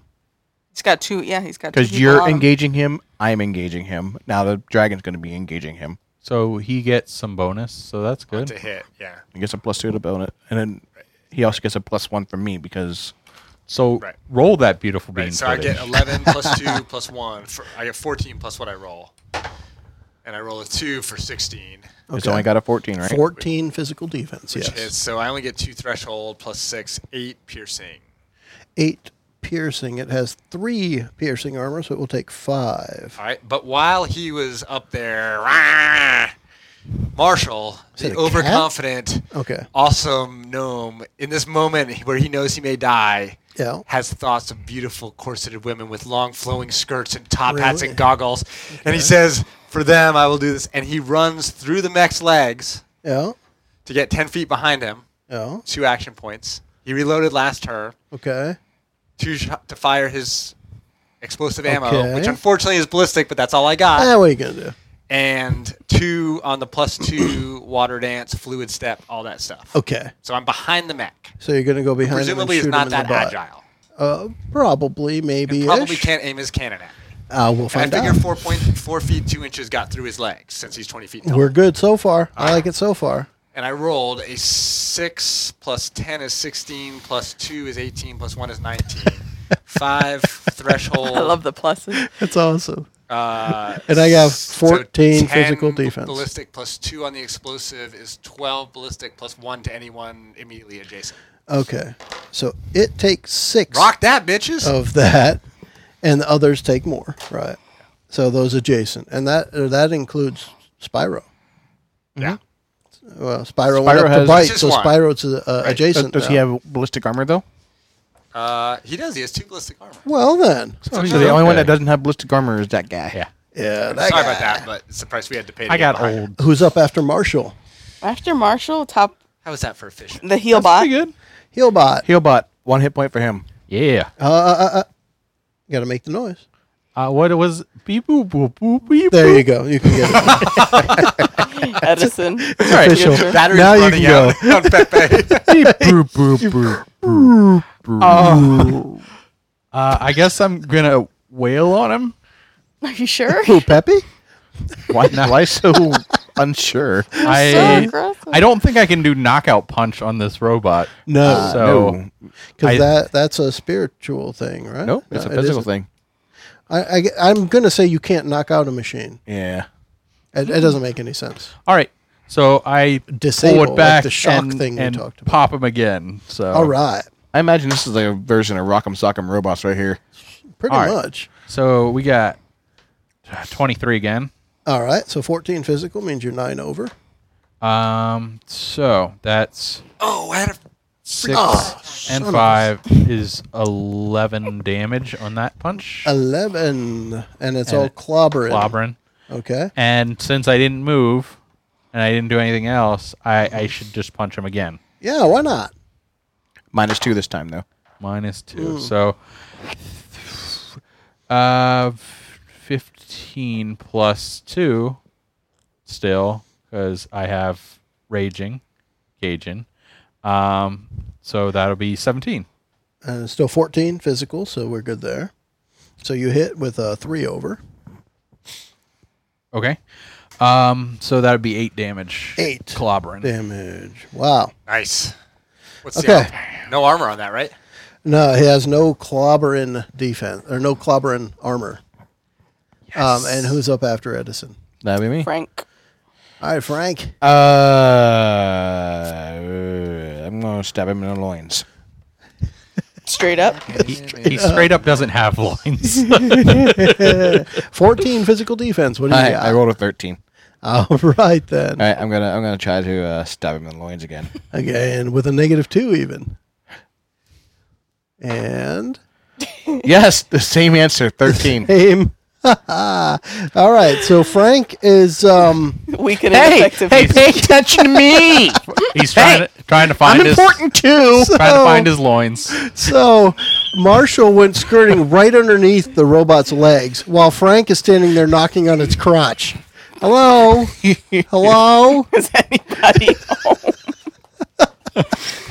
R: He's got two. Yeah, he's got two.
D: Because
R: people
D: you're
R: on him.
D: engaging him, I'm engaging him. Now the dragon's going to be engaging him.
F: So he gets some bonus. So that's
E: To
F: good.
E: hit, yeah.
D: He gets a plus
A: Mm.
D: two to bonus, and then he also gets a plus one from me because
F: So
E: Right.
F: roll that beautiful bean.
E: Right, so I get
F: footage.
E: 11 plus 2 plus 1. For, I get 14 plus what I roll. And I roll a 2 for 16.
D: it's
A: Okay.
D: only got a 14, right?
A: 14 physical defense,
E: Which
A: yes.
E: is, so I only get 2 threshold plus 6, 8 piercing.
A: Eight piercing. It has three piercing armor, so it will take five.
E: All right, but while he was up there, rah, Marshall,
A: that
E: the
A: a cat?
E: overconfident,
A: Okay.
E: awesome gnome, in this moment where he knows he may die,
A: Yeah.
E: has thoughts of beautiful corseted women with long flowing skirts and top hats
A: Really?
E: and goggles. And he says, For them, I will do this. And he runs through the mech's legs
A: Yeah.
E: to get 10 feet behind him,
A: Yeah.
E: two action points. He reloaded last turn
A: Okay.
E: two sh- to fire his explosive ammo, which
A: Okay.
E: unfortunately is ballistic, but that's all I got.
A: Ah, what are you going to do?
E: And two on the plus two water dance, fluid step, all that stuff.
A: Okay.
E: So I'm behind the mech.
A: So you're going to go behind
E: Presumably,
A: him
E: he's
A: and shoot
E: not
A: him
E: that
A: in the butt.
E: agile.
A: Uh, probably, maybe.
E: Probably can't aim his cannon at. me.
A: Uh, we'll
E: And
A: find
E: I
A: out.
E: figure four point four feet two inches got through his legs since he's twenty feet tall.
A: We're good so far. I like it so far.
E: and I rolled a six plus ten is sixteen plus two is eighteen plus one is nineteen. Five threshold.
R: I love the pluses.
A: That's awesome.
E: Uh,
A: And I have
E: so
A: 14
E: 10
A: physical defense.
E: Ballistic plus two on the explosive is twelve ballistic plus one to anyone immediately adjacent.
A: Okay. So it takes six
E: Rock that, bitches!
A: of that, and the others take more. Right. So those adjacent, and that uh, that includes Spyro. Mm-hmm.
E: Yeah.
A: Well, Spyro, went up
D: Spyro
A: to
D: has-
A: bite,
E: Just
A: so
E: one.
A: Spyro's uh, uh,
D: Does,
A: adjacent.
D: does he
A: now.
D: have ballistic armor, though?
E: Uh, he does. He has two ballistic armor.
A: Well then.
F: Oh,
D: So the only one that doesn't have ballistic armor is that guy.
F: Yeah.
A: Yeah. That
E: Sorry
A: guy.
E: about that, but it's the price we had to pay. To
F: I
E: get
F: got
E: behind.
F: old.
A: Who's up after Marshall?
C: After Marshall, top
E: How was that for efficient?
C: the heel bot.
F: Pretty good.
A: Healbot.
D: Healbot, one hit point for him.
F: Yeah.
D: Uh,
A: Got to make the noise.
F: Uh, what it was? Beep boop boop boop beep.
A: There you go. You can get it.
C: Edison.
A: official.
C: Future.
E: Battery's
A: Now you
E: running
A: can go.
E: out on Pepe.
F: Beep boop boop boop boop, boop. Uh, I guess I'm gonna wail on him.
R: Are you sure?
A: Who, Peppy?
D: Why, why so unsure?
F: I
R: aggressive.
F: I don't think I can do knockout punch on this robot.
A: No.
F: So
D: no.
F: I-
A: Because that, that's a spiritual thing, right?
D: Nope, it's
A: No,
D: a
A: it
D: physical
A: isn't.
D: thing.
A: I, am going to say you can't knock out a machine.
D: Yeah.
A: It, it doesn't make any sense.
F: all right. So I
A: Disable,
F: pull
A: like
F: it back
A: the shock
F: and,
A: thing we
F: and
A: talked about.
F: pop him again. So
A: All right.
D: I imagine this is like a version of Rock'em Sock'em Robots right here.
A: Pretty
F: All right.
A: much.
F: So we got twenty three again.
A: All right. So 14 physical means you're nine over.
F: Um. So that's
E: oh, I had a
F: six and five is eleven damage on that punch.
A: 11. And it's
F: And
A: all
F: it-
A: clobbering.
F: Clobbering.
A: Okay.
F: And since I didn't move and I didn't do anything else, I, I should just punch him again.
A: Yeah, why not?
D: Minus two this time, though.
F: Minus two. So uh, 15 plus two still because I have raging, Gaijin. Um, so that'll be 17.
A: Uh, still 14 physical, so we're good there. So you hit with a three over.
F: Okay. Um, so that would be eight damage.
A: Eight.
F: Clobbering.
A: Damage. Wow.
E: nice. What's the
A: Okay.
E: armor? No armor on that, right?
A: No, he has no clobbering defense or no clobbering armor. Um, and who's up after Edison?
D: That'd be me.
C: Frank.
A: All right, Frank.
D: Uh, I'm going to stab him in the loins.
C: Straight up.
F: He, he straight up doesn't have loins.
A: 14 physical defense. What do you
D: I,
A: got?
D: I rolled a 13.
A: All right, then.
D: All right, I'm gonna I'm gonna try to uh, stab him in the loins again.
A: Okay, and with a negative two, even. And
D: yes, the same answer, thirteen.
A: aim. All right, so Frank is um,
C: Weak and
D: Hey,
C: ineffective.
D: hey, pay attention to me.
F: He's trying to trying to find
D: I'm
F: his
D: important too.
F: trying to
A: So-
F: find his loins.
A: so Marshall went skirting right underneath the robot's legs while Frank is standing there knocking on its crotch. Hello, hello.
C: Is anybody home?
A: All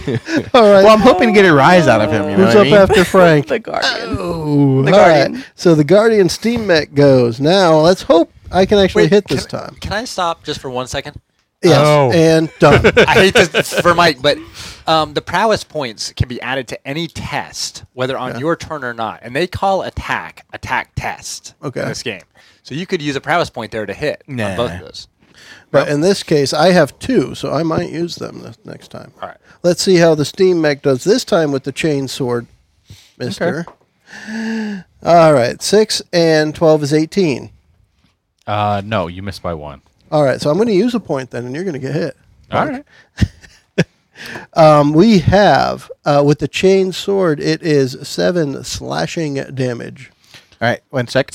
A: right,
D: Well, I'm hoping to get a rise out of him. You know
A: who's
D: what I
A: up
D: mean?
A: after Frank?
C: The guardian.
A: Oh,
C: The
A: all right.
C: Guardian.
A: So the Guardian Steam Mech goes. Now let's hope I can actually
E: Wait,
A: hit this
E: can I-
A: time.
E: Can I stop just for one second?
A: Yes,
F: Oh.
A: and done.
E: I hate this for Mike, but um, the prowess points can be added to any test, whether on your turn or not, and they call attack attack test.
A: Okay.
E: In this game, so you could use a prowess point there to hit
D: Nah.
E: on both of those.
A: But in this case, I have two, so I might use them this next time.
E: All right.
A: Let's see how the steam mech does this time with the chain sword, Mister. All right, six and twelve is eighteen.
F: Uh, no, you missed by one.
A: All right, so I'm going to use a point then, and you're going to get hit.
F: All right.
A: Um, we have uh, with the chain sword, it is seven slashing damage.
D: All right, one sec.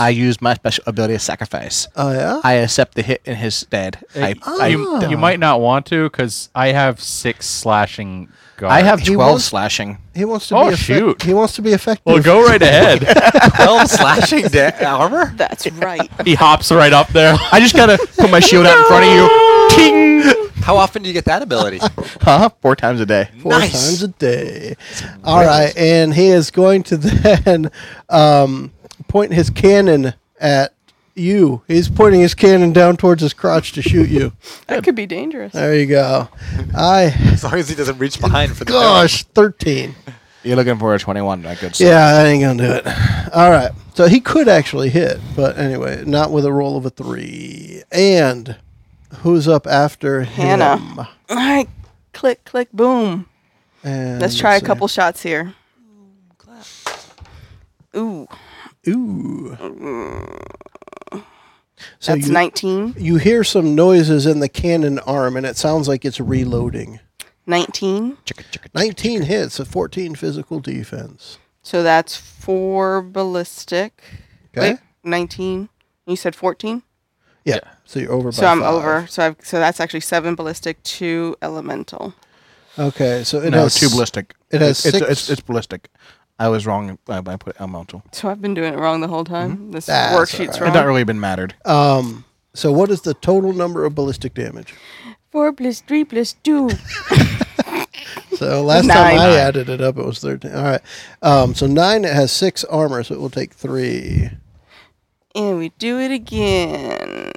D: I use my special ability of sacrifice.
A: Oh yeah.
D: I accept the hit in his stead. I, I,
F: you, you might not want to because I have six slashing guards.
D: I have
A: He
D: 12
A: wants-
D: slashing.
A: He wants to
F: Oh,
A: be effect-
F: shoot.
A: He wants to be effective.
F: Well, go right ahead.
E: Twelve slashing da- armor.
C: That's right.
F: he hops right up there.
D: I just gotta put my shield out in front of you. Ting!
E: How often do you get that ability?
D: Huh? Four times a day.
A: four times a day. All right, and he is going to then um, point his cannon at you. He's pointing his cannon down towards his crotch to shoot you.
C: That could be dangerous.
A: There you go. I
E: As long as he doesn't reach behind for the
A: gosh, thirteen.
D: You're looking for a 21, that good stuff.
A: Yeah, I ain't gonna do it. All right, so he could actually hit, but anyway, not with a roll of a three. And who's up after
C: Hannah.
A: him?
C: All right. Click, click, boom.
A: And
C: Let's try a
A: see.
C: couple shots here. Ooh,
A: Ooh. So
C: Mm-hmm. that's
A: you-
C: 19.
A: you hear some noises in the cannon arm and it sounds like it's reloading
C: 19.
A: 19 hits a 14 physical defense
C: So that's four ballistic.
A: Okay.
C: Wait, 19. You said 14?
A: yeah, so you're over by
C: So I'm
A: five.
C: over. So I've so that's actually seven ballistic, two elemental.
A: okay so it
D: No,
A: has
D: two ballistic.
A: it has
D: it's,
A: six-
D: It's, it's ballistic. I was wrong. I, I put elemental.
C: So I've been doing it wrong the whole time. This
A: Mm-hmm. That's
C: worksheet's
D: It's not
C: wrong.
D: really been mattered.
A: um so what is the total number of ballistic damage
C: Four plus three plus two.
A: so last time
C: Nine.
A: i added it up it was 13 all right um so nine it has six armor so it will take three
C: and we do it again.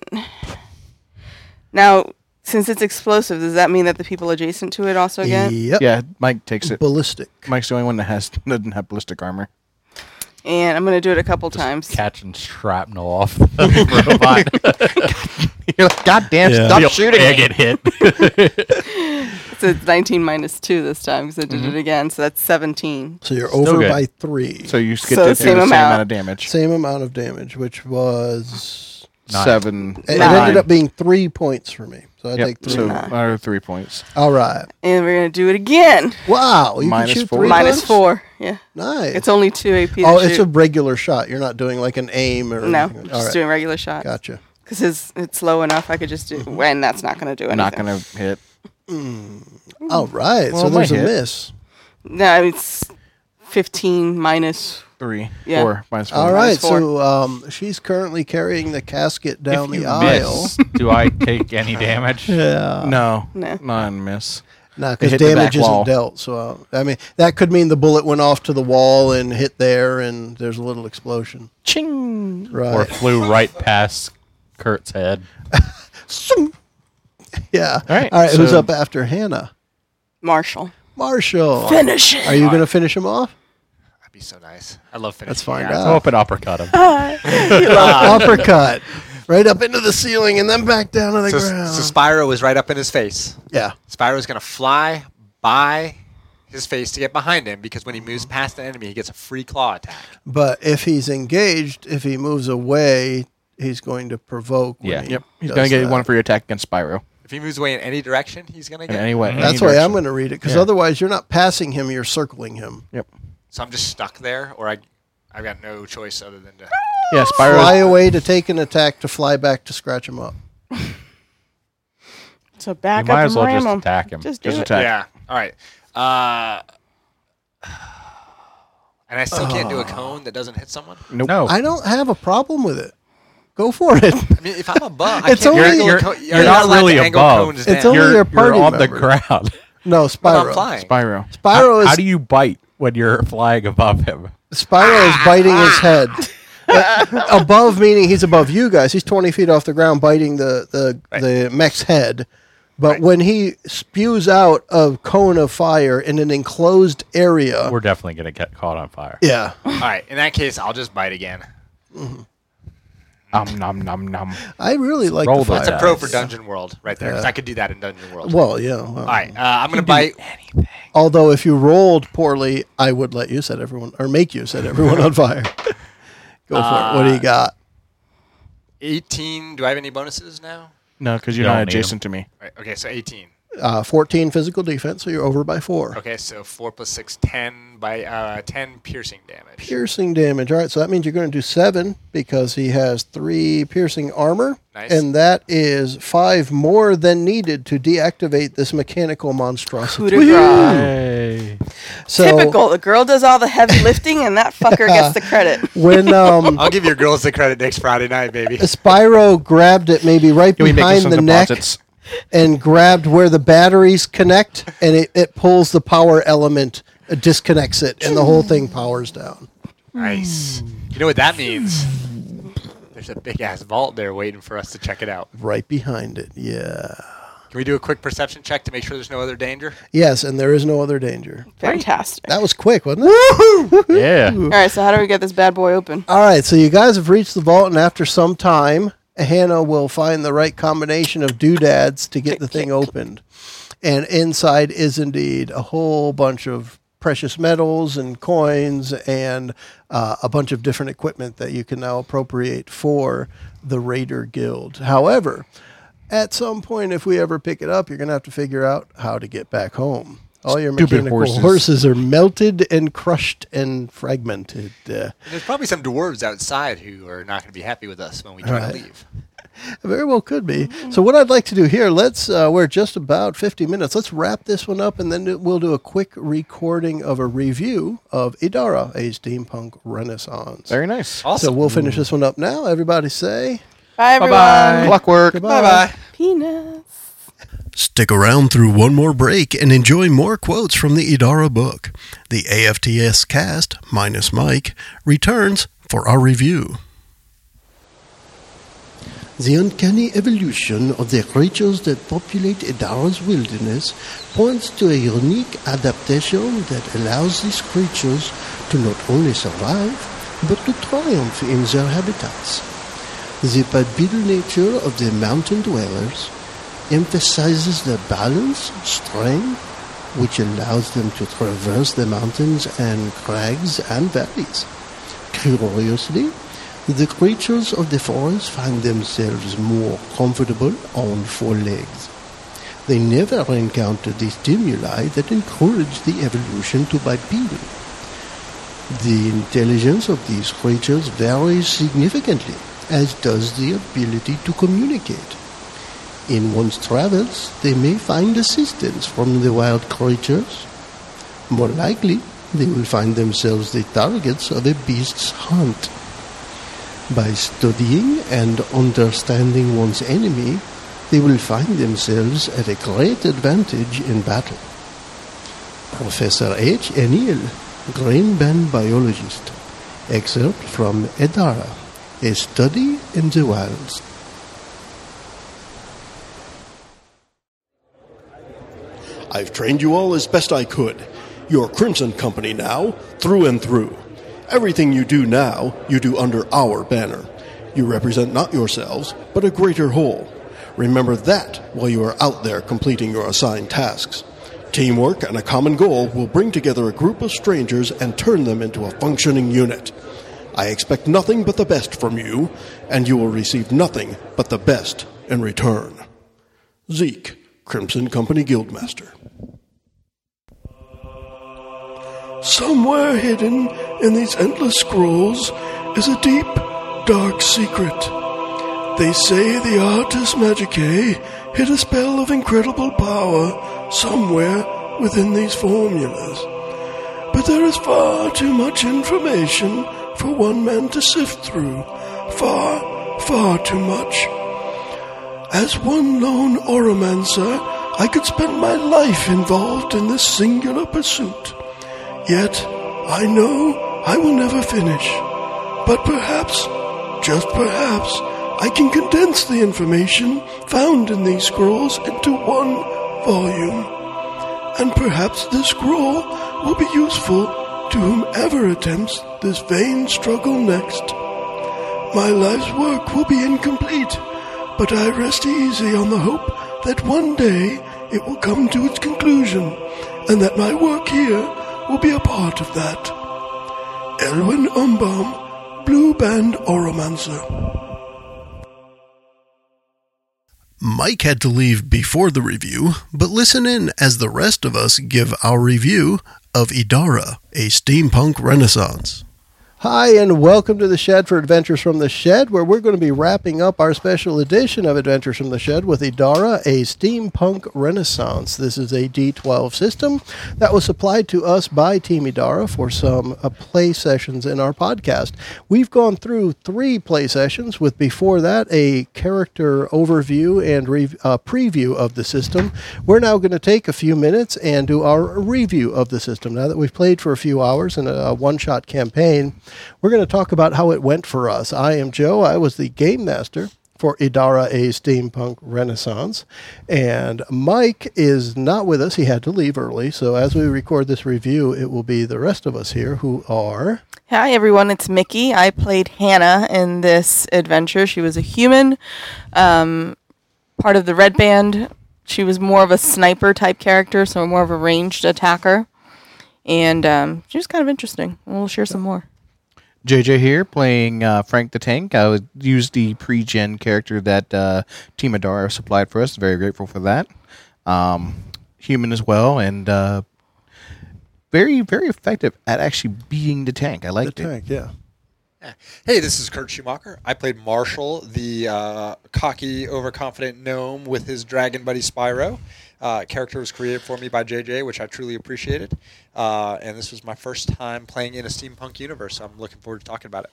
C: Now, since it's explosive, does that mean that the people adjacent to it also get?
A: yep
D: Yeah, Mike takes it.
A: ballistic
D: Mike's the only one that has doesn't have ballistic armor.
C: And I'm gonna do it a couple times.
F: Catching shrapnel off the robot.
D: You're like, God damn,
F: Feel
D: stop shooting
F: air
D: me.
F: get hit.
C: So it's 19 minus two this time because I did it again. So that's 17.
A: so you're over
F: good.
A: by three
D: So you get
C: So
D: to do the
C: same
D: same amount.
C: amount.
D: of damage.
A: same amount of damage which was
F: Nine.
D: Seven.
A: It
C: Nine.
A: ended up being three points for me. So I
D: Yep,
A: take three.
D: so
C: Nine.
D: uh, three points.
A: All right.
C: And we're gonna do it again.
A: Wow. You
D: Minus
A: can shoot
D: four.
A: three
C: Minus
A: times?
C: four. Yeah.
A: Nice.
C: It's only two AP. to
A: oh, it's a
C: shoot.
A: regular shot. You're not doing like an aim or
C: no.
A: anything.
C: I'm
A: All
C: just
A: right.
C: doing regular shots.
A: Gotcha.
C: Because his it's low enough. I could just do. And that's not gonna do anything.
D: I'm not gonna hit.
A: All right.
D: Well,
A: so
D: it
A: there's
D: might
A: a
D: hit.
A: miss.
C: No, I mean, it's 15 minus.
D: Three,
C: Yeah.
D: four, minus four.
A: All right.
C: Minus four.
A: So um, she's currently carrying the casket down
F: If
A: the
F: you
A: aisle.
F: miss, do I take any damage?
C: Oh.
A: Yeah.
D: No,
C: No.
D: none miss.
A: No,
D: It
A: because
D: hit the back
A: damage isn't
D: wall.
A: dealt. So uh, I mean, that could mean the bullet went off to the wall and hit there, and there's a little explosion.
D: Ching.
F: Or
A: Right.
F: flew right past Kurt's head.
A: yeah.
D: All right,
A: All right. who's
D: so-
A: up after Hannah?
C: Marshall.
A: Marshall.
C: Finish
A: Are you going to finish him off?
E: That'd be so nice. I love finishing.
A: Let's find
E: guys.
A: out.
F: Oh.
D: Uh,
F: Up and uppercut him.
A: uppercut right up into the ceiling and then back down to the
E: So,
A: ground.
E: so Spyro was right up in his face.
A: yeah.
E: Spyro's gonna fly by his face to get behind him because when he moves
A: Mm-hmm.
E: past an enemy, he gets a free claw attack.
A: But if he's engaged, if he moves away, he's going to provoke. when
F: Yeah.
A: he
D: Yep. He's
A: does
D: gonna get
A: that.
D: one for your attack against Spyro.
E: If he moves away in any direction, he's gonna
D: In
E: get.
D: any way. any
A: That's the way I'm
D: direction.
A: going to read it because
D: Yeah.
A: otherwise you're not passing him, you're circling him.
D: Yep.
E: So I'm just stuck there, or I, I've got no choice other than to
D: Yeah,
A: Fly
D: Spyro's
A: away to take an attack to fly back to scratch him up.
C: So
F: You
C: back up
F: might
C: and
F: as well
C: ram
F: just
C: 'em.
F: attack him.
C: Just do
D: just
C: it.
D: attack.
E: Yeah. All right. Uh, and I still can't do a
A: Ah.
E: cone that doesn't hit someone.
D: Oh.
F: No,
A: I don't have a problem with it. Go for it.
E: I mean, if I'm above, I
A: It's
E: can't
A: only-
E: angle a
A: You're-
E: cone.
F: you're not
E: allowed to
F: really
E: angle
F: above.
E: Cones
A: It's
E: down.
A: only
F: you're,
A: your party
F: you're on
A: member.
F: the ground.
A: No,
E: But I'm
A: Spyro.
E: flying.
D: Spyro.
A: Spyro is
F: How do you bite when you're flying above him?
A: Spyro
E: Ah,
A: is biting his head. Uh, above meaning he's above you guys. He's twenty feet off the ground, biting the the, the mech's head. But when he spews out a cone of fire in an enclosed area,
F: We're definitely gonna get caught on fire.
A: yeah,
E: All right. In that case, I'll just bite again.
D: Um, nom nom nom.
A: I really like
F: Roll
A: the fire.
F: those.
E: That's a pro for Dungeon World right there. 'cause I could do that in Dungeon World.
A: Well, yeah. Well.
E: All right. Uh, I'm gonna bite.
A: Although if you rolled poorly, I would let you set everyone or make you set everyone on fire. Go for it. What do
E: Uh,
A: you got?
E: 18. Do I have any bonuses now?
D: No, because you're
F: Don't
D: not
F: need 'em.
D: adjacent to me.
E: Right. Okay. So 18.
A: Uh, Fourteen physical defense, so you're over by four.
E: Okay. So four plus six, 10 by uh, 10 piercing damage.
A: piercing damage. All right, so that means you're going to do seven because he has three piercing armor,
E: Nice.
A: and that is five more than needed to deactivate this mechanical monstrosity.
C: Coup de grace.
F: Hey.
A: So
C: Typical. The girl does all the heavy lifting, and that fucker gets the credit.
A: when um,
E: I'll give your girls the credit next Friday night, baby.
A: Spyro grabbed it, maybe right
D: Can we make
A: behind
D: some
A: the neck,
D: deposits?
A: and grabbed where the batteries connect, and it, it pulls the power element, uh, disconnects it, and the whole thing powers down.
E: Nice. You know what that means? There's a big ass vault there waiting for us to check it out.
A: Right behind it, yeah.
E: Can we do a quick perception check to make sure there's no other danger?
A: Yes, and there is no other danger.
C: Fantastic.
A: That was quick, wasn't it? Woohoo!
F: Yeah.
C: All right, so how do we get this bad boy open?
A: All right, so you guys have reached the vault, and after some time, Hannah will find the right combination of doodads to get the thing opened. And inside is indeed a whole bunch of precious metals and coins and uh, a bunch of different equipment that you can now appropriate for the Raider Guild. However, at some point, if we ever pick it up, you're going to have to figure out how to get back home. All your
D: Stupid
A: mechanical
D: horses.
A: horses. are melted and crushed and fragmented. Uh,
E: There's probably some dwarves outside who are not going to be happy with us when we try
A: Right.
E: to leave.
A: Very well could be. So what I'd like to do here, let's uh, we're just about 50 minutes. Let's wrap this one up and then do- we'll do a quick recording of a review of Idara, a steampunk renaissance.
D: Very nice.
A: So we'll finish this one up now. Everybody say
C: Bye, everyone.
D: Clockwork.
A: goodbye.
C: Peanuts.
S: Stick around through one more break and enjoy more quotes from the Idara book. The AFTS cast, minus Mike, returns for our review.
T: The uncanny evolution of the creatures that populate Adara's wilderness points to a unique adaptation that allows these creatures to not only survive, but to triumph in their habitats. The bipedal nature of the mountain dwellers emphasizes their balance, strength, which allows them to traverse the mountains and crags and valleys. Curiously, the creatures of the forest find themselves more comfortable on four legs. They never encounter the stimuli that encourage the evolution to bipedal. The intelligence of these creatures varies significantly, as does the ability to communicate. In one's travels, they may find assistance from the wild creatures. More likely, they will find themselves the targets of a beast's hunt. By studying and understanding one's enemy, they will find themselves at a great advantage in battle. Professor H. Enil, Green Band Biologist. Excerpt from Edara, A Study in the Wilds.
S: I've trained you all as best I could. You're Crimson Company now, through and through. Everything you do now, you do under our banner. You represent not yourselves, but a greater whole. Remember that while you are out there completing your assigned tasks. Teamwork and a common goal will bring together a group of strangers and turn them into a functioning unit. I expect nothing but the best from you, and you will receive nothing but the best in return. Zeke, Crimson Company Guildmaster. Somewhere hidden in these endless scrolls is a deep,
A: dark secret. They say the Artis Magicae hid a spell of incredible power somewhere within these formulas. But there is far too much information for one man to sift through. Far, far too much. As one lone oromancer, I could spend my life involved in this singular pursuit. Yet, I know I will never finish. But perhaps, just perhaps, I can condense the information found in these scrolls into one volume. And perhaps this scroll will be useful to whomever attempts this vain struggle next. My life's work will be incomplete, but I rest easy on the hope that one day it will come to its conclusion, and that my work here will be a part of that. Elwin Umbaum, Blue Band Oromancer.
U: Mike had to leave before the review, but listen in as the rest of us give our review of Idara, a steampunk renaissance.
V: Hi, and welcome to the Shed for Adventures from the Shed, where we're going to be wrapping up our special edition of Adventures from the Shed with Idara, a steampunk renaissance. This is a D12 system that was supplied to us by Team Idara for some uh, play sessions in our podcast. We've gone through three play sessions, with before that a character overview and re- uh, preview of the system. We're now going to take a few minutes and do our review of the system. Now that we've played for a few hours in a, a one shot campaign, we're going to talk about how it went for us. I am Joe. I was the game master for Idara A Steampunk Renaissance. And Mike is not with us. He had to leave early. So as we record this review, it will be the rest of us here who are.
C: Hi everyone, it's Mickey. I played Hannah in this adventure. She was a human, um, part of the Red Band. She was more of a sniper type character, so more of a ranged attacker. And um, she was kind of interesting. We'll share some more.
D: JJ here playing uh, Frank the Tank. I would use the pre gen character that uh, Team Adara supplied for us. Very grateful for that. Um, human as well, and uh, very, very effective at actually being the tank. I liked it.
V: yeah.
E: Hey, this is Kurt Schumacher. I played Marshall, the uh, cocky, overconfident gnome with his dragon buddy Spyro. Uh, character was created for me by JJ, which I truly appreciated. Uh, and this was my first time playing in a steampunk universe. So I'm looking forward to talking about it.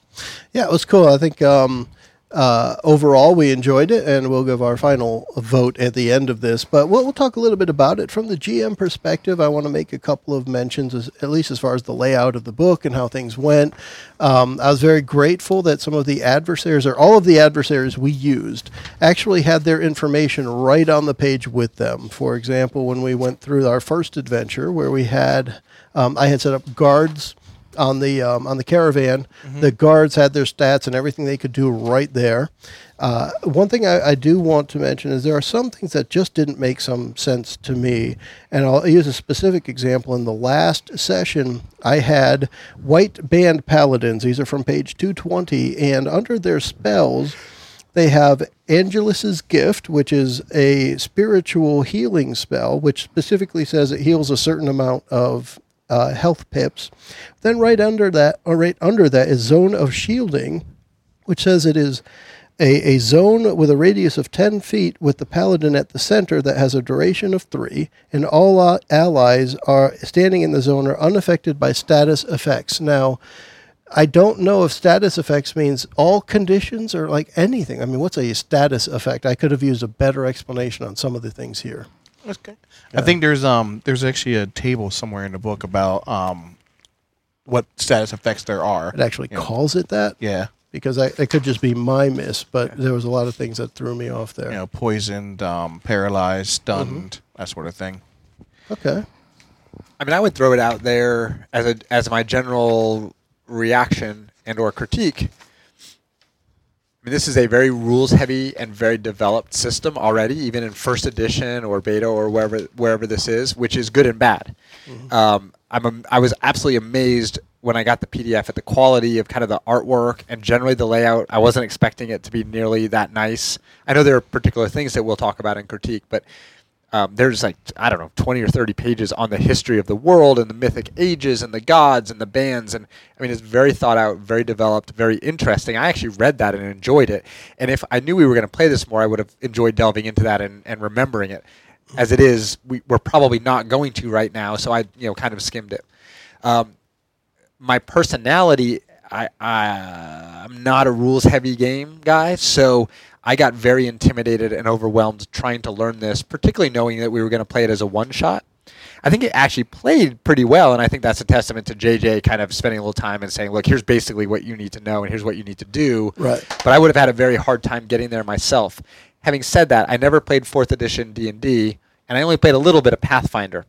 V: Yeah, it was cool. I think um, uh, overall we enjoyed it, and we'll give our final vote at the end of this. But we'll, we'll talk a little bit about it from the GM perspective. I want to make a couple of mentions, as, at least as far as the layout of the book and how things went. Um, I was very grateful that some of the adversaries, or all of the adversaries we used, actually had their information right on the page with them. For example, when we went through our first adventure, where we had, um, I had set up guards on the um, on the caravan. The guards had their stats and everything they could do right there. Uh, one thing I, I do want to mention is there are some things that just didn't make some sense to me, and I'll use a specific example. In the last session, I had white band paladins. These are from page two twenty, and under their spells. They have Angelus's Gift, which is a spiritual healing spell, which specifically says it heals a certain amount of uh, health pips. Then right under that, or right under that, is Zone of Shielding, which says it is a, a zone with a radius of 10 feet with the paladin at the center that has a duration of three, and all uh, allies are standing in the zone are unaffected by status effects. Now, I don't know if status effects means all conditions or like anything. I mean, what's a status effect? I could have used a better explanation on some of the things here.
D: I think there's um there's actually a table somewhere in the book about um what status effects there are.
V: It actually calls it that.
D: Yeah.
V: because I, it could just be my miss, but there was a lot of things that threw me off there.
D: You know, poisoned, um, paralyzed, stunned, that sort of thing.
V: Okay.
E: I mean, I would throw it out there as a as my general reaction and or critique. I mean, this is a very rules heavy and very developed system already, even in first edition or beta or wherever wherever this is, which is good and bad. Um, I'm am- I was absolutely amazed when I got the PDF at the quality of kind of the artwork and generally the layout. I wasn't expecting it to be nearly that nice. I know there are particular things that we'll talk about and critique, but Um, there's like I don't know, 20 or 30 pages on the history of the world and the mythic ages and the gods and the bands, and I mean it's very thought out, very developed, very interesting. I actually read that and enjoyed it. And if I knew we were going to play this more, I would have enjoyed delving into that and, and remembering it. As it is, we, we're probably not going to right now, so I you know kind of skimmed it. Um, my personality I, I I'm not a rules heavy game guy, so I got very intimidated and overwhelmed trying to learn this, particularly knowing that we were going to play it as a one shot. I think it actually played pretty well, and I think that's a testament to JJ kind of spending a little time and saying, "Look, here's basically what you need to know, and here's what you need to do."
V: Right.
E: But I would have had a very hard time getting there myself. Having said that, I never played Fourth Edition D and D, and I only played a little bit of Pathfinder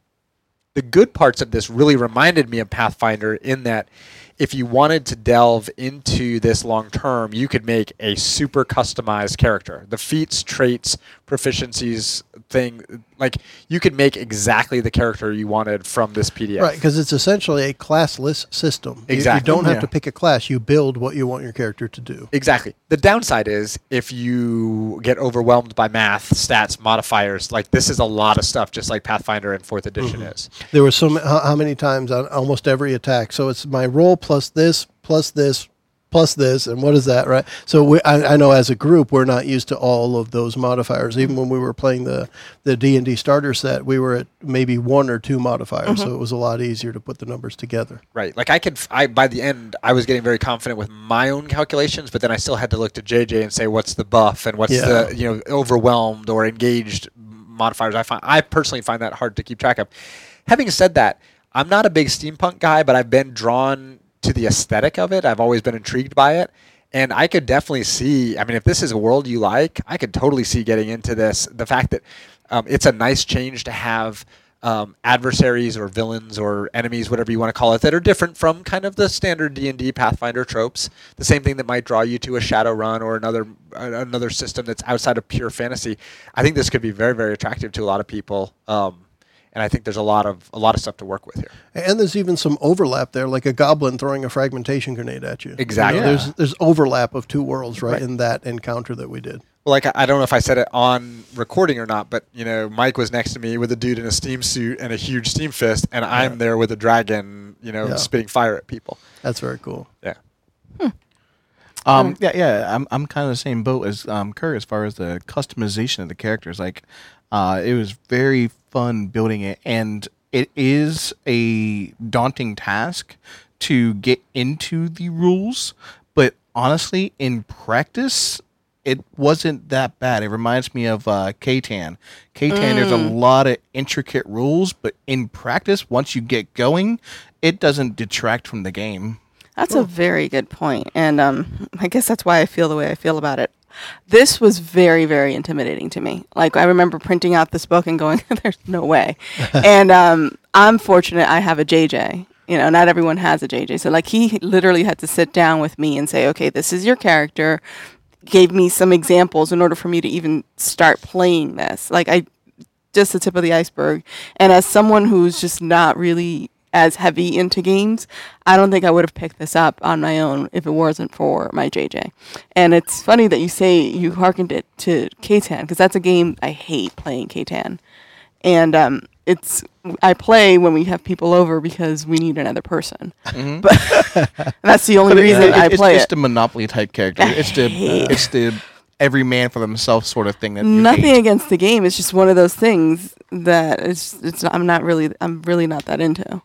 E: the good parts of this really reminded me of Pathfinder in that if you wanted to delve into this long term, you could make a super customized character. The feats, traits, proficiencies thing, like you could make exactly the character you wanted from this PDF.
V: Right, because it's essentially a classless system. You-
E: Exactly.
V: You, don't have
E: Yeah.
V: to pick a class. You build what you want your character to do.
E: Exactly. The downside is if you get overwhelmed by math, stats, modifiers, like this is a lot of stuff, just like Pathfinder and 4th edition is.
V: There were so ma- how, how many times on almost every attack. So it's my roll plus this plus this plus this, and what is that, right? So we, I, I know as a group we're not used to all of those modifiers. Even when we were playing the the D and D starter set, we were at maybe one or two modifiers. So it was a lot easier to put the numbers together.
E: Right. Like I could, f- I by the end, I was getting very confident with my own calculations, but then I still had to look to JJ and say, what's the buff and what's
V: Yeah.
E: the you know overwhelmed or engaged modifiers. I find I personally find that hard to keep track of. Having said that, I'm not a big steampunk guy, but I've been drawn to the aesthetic of it. I've always been intrigued by it. And I could definitely see. I mean, if this is a world you like, I could totally see getting into this. The fact that um, it's a nice change to have um, adversaries or villains or enemies, whatever you want to call it, that are different from kind of the standard D and D Pathfinder tropes. The same thing that might draw you to a Shadowrun or another another system that's outside of pure fantasy. I think this could be very very attractive to a lot of people, um, and I think there's a lot of a lot of stuff to work with here.
V: And there's even some overlap there, like a goblin throwing a fragmentation grenade at you. You know,
E: Exactly.
V: there's there's overlap of two worlds, right, in that encounter that we did.
E: Well, like I- I don't know if I said it on recording or not, but you know, Mike was next to me with a dude in a steam suit and a huge steam fist, and I'm there with a dragon, you know,
V: Yeah.
E: spitting fire at people.
V: That's very cool.
E: Yeah.
D: Um, yeah, yeah. I'm I'm kind of the same boat as um, Kurt as far as the customization of the characters. Like, uh, it was very fun building it, and it is a daunting task to get into the rules. But honestly, in practice, it wasn't that bad. It reminds me of uh, K-Tan. K-Tan, there's a lot of intricate rules, but in practice, once you get going, it doesn't detract from the game.
C: That's a very good point, and um, I guess that's why I feel the way I feel about it. This was very, very intimidating to me. Like I remember printing out this book and going, "There's no way." and um, I'm fortunate; I have a JJ. You know, not everyone has a JJ, so like he literally had to sit down with me and say, "Okay, this is your character." Gave me some examples in order for me to even start playing this. Like I just the tip of the iceberg. And as someone who's just not really as heavy into games, I don't think I would have picked this up on my own if it wasn't for my JJ. And it's funny that you say you hearkened it to K-Tan because that's a game I hate playing K-Tan. And um, it's I play when we have people over because we need another person. But that's the only reason
D: Mm-hmm. It-
C: I
D: it's
C: play
D: just
C: it.
D: a monopoly type character. It's the it's the every man for themselves sort of thing that you
C: Nothing
D: hate.
C: against the game. It's just one of those things that it's it's I'm not really I'm really not that into,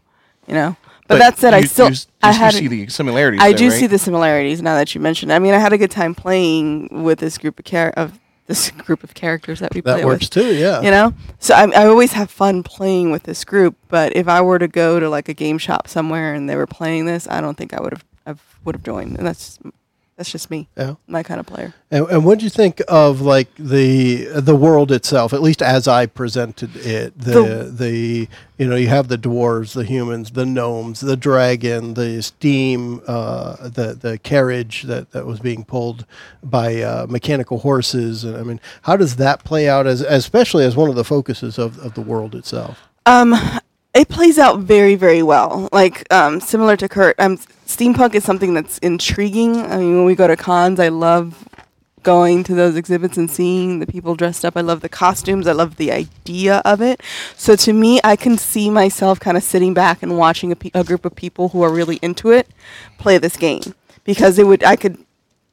C: you know. But, that said, I
D: you-
C: still
D: you, s-
C: I
D: you
C: had
D: see the similarities.
C: I
D: though,
C: do
D: right?
C: see the similarities now that you mentioned. it. I mean, I had a good time playing with this group of char- of this group of characters that we
V: That
C: play
V: works
C: with.
V: too. Yeah.
C: You know, so I, I always have fun playing with this group. But if I were to go to like a game shop somewhere and they were playing this, I don't think I would have I would have joined. And that's that's just me,
V: Yeah.
C: my kind of player.
V: And, and what do you think of like the the world itself? At least as I presented it, the, the you know you have the dwarves, the humans, the gnomes, the dragon, the steam, uh, the the carriage that, that was being pulled by uh, mechanical horses. And I mean, how does that play out? As especially as one of the focuses of, of the world itself.
C: it plays out very very well like um, similar to kurt um, steampunk is something that's intriguing i mean when we go to cons i love going to those exhibits and seeing the people dressed up. I love the costumes. I love the idea of it. So to me, I can see myself kind of sitting back and watching a, pe- a group of people who are really into it play this game because it would I could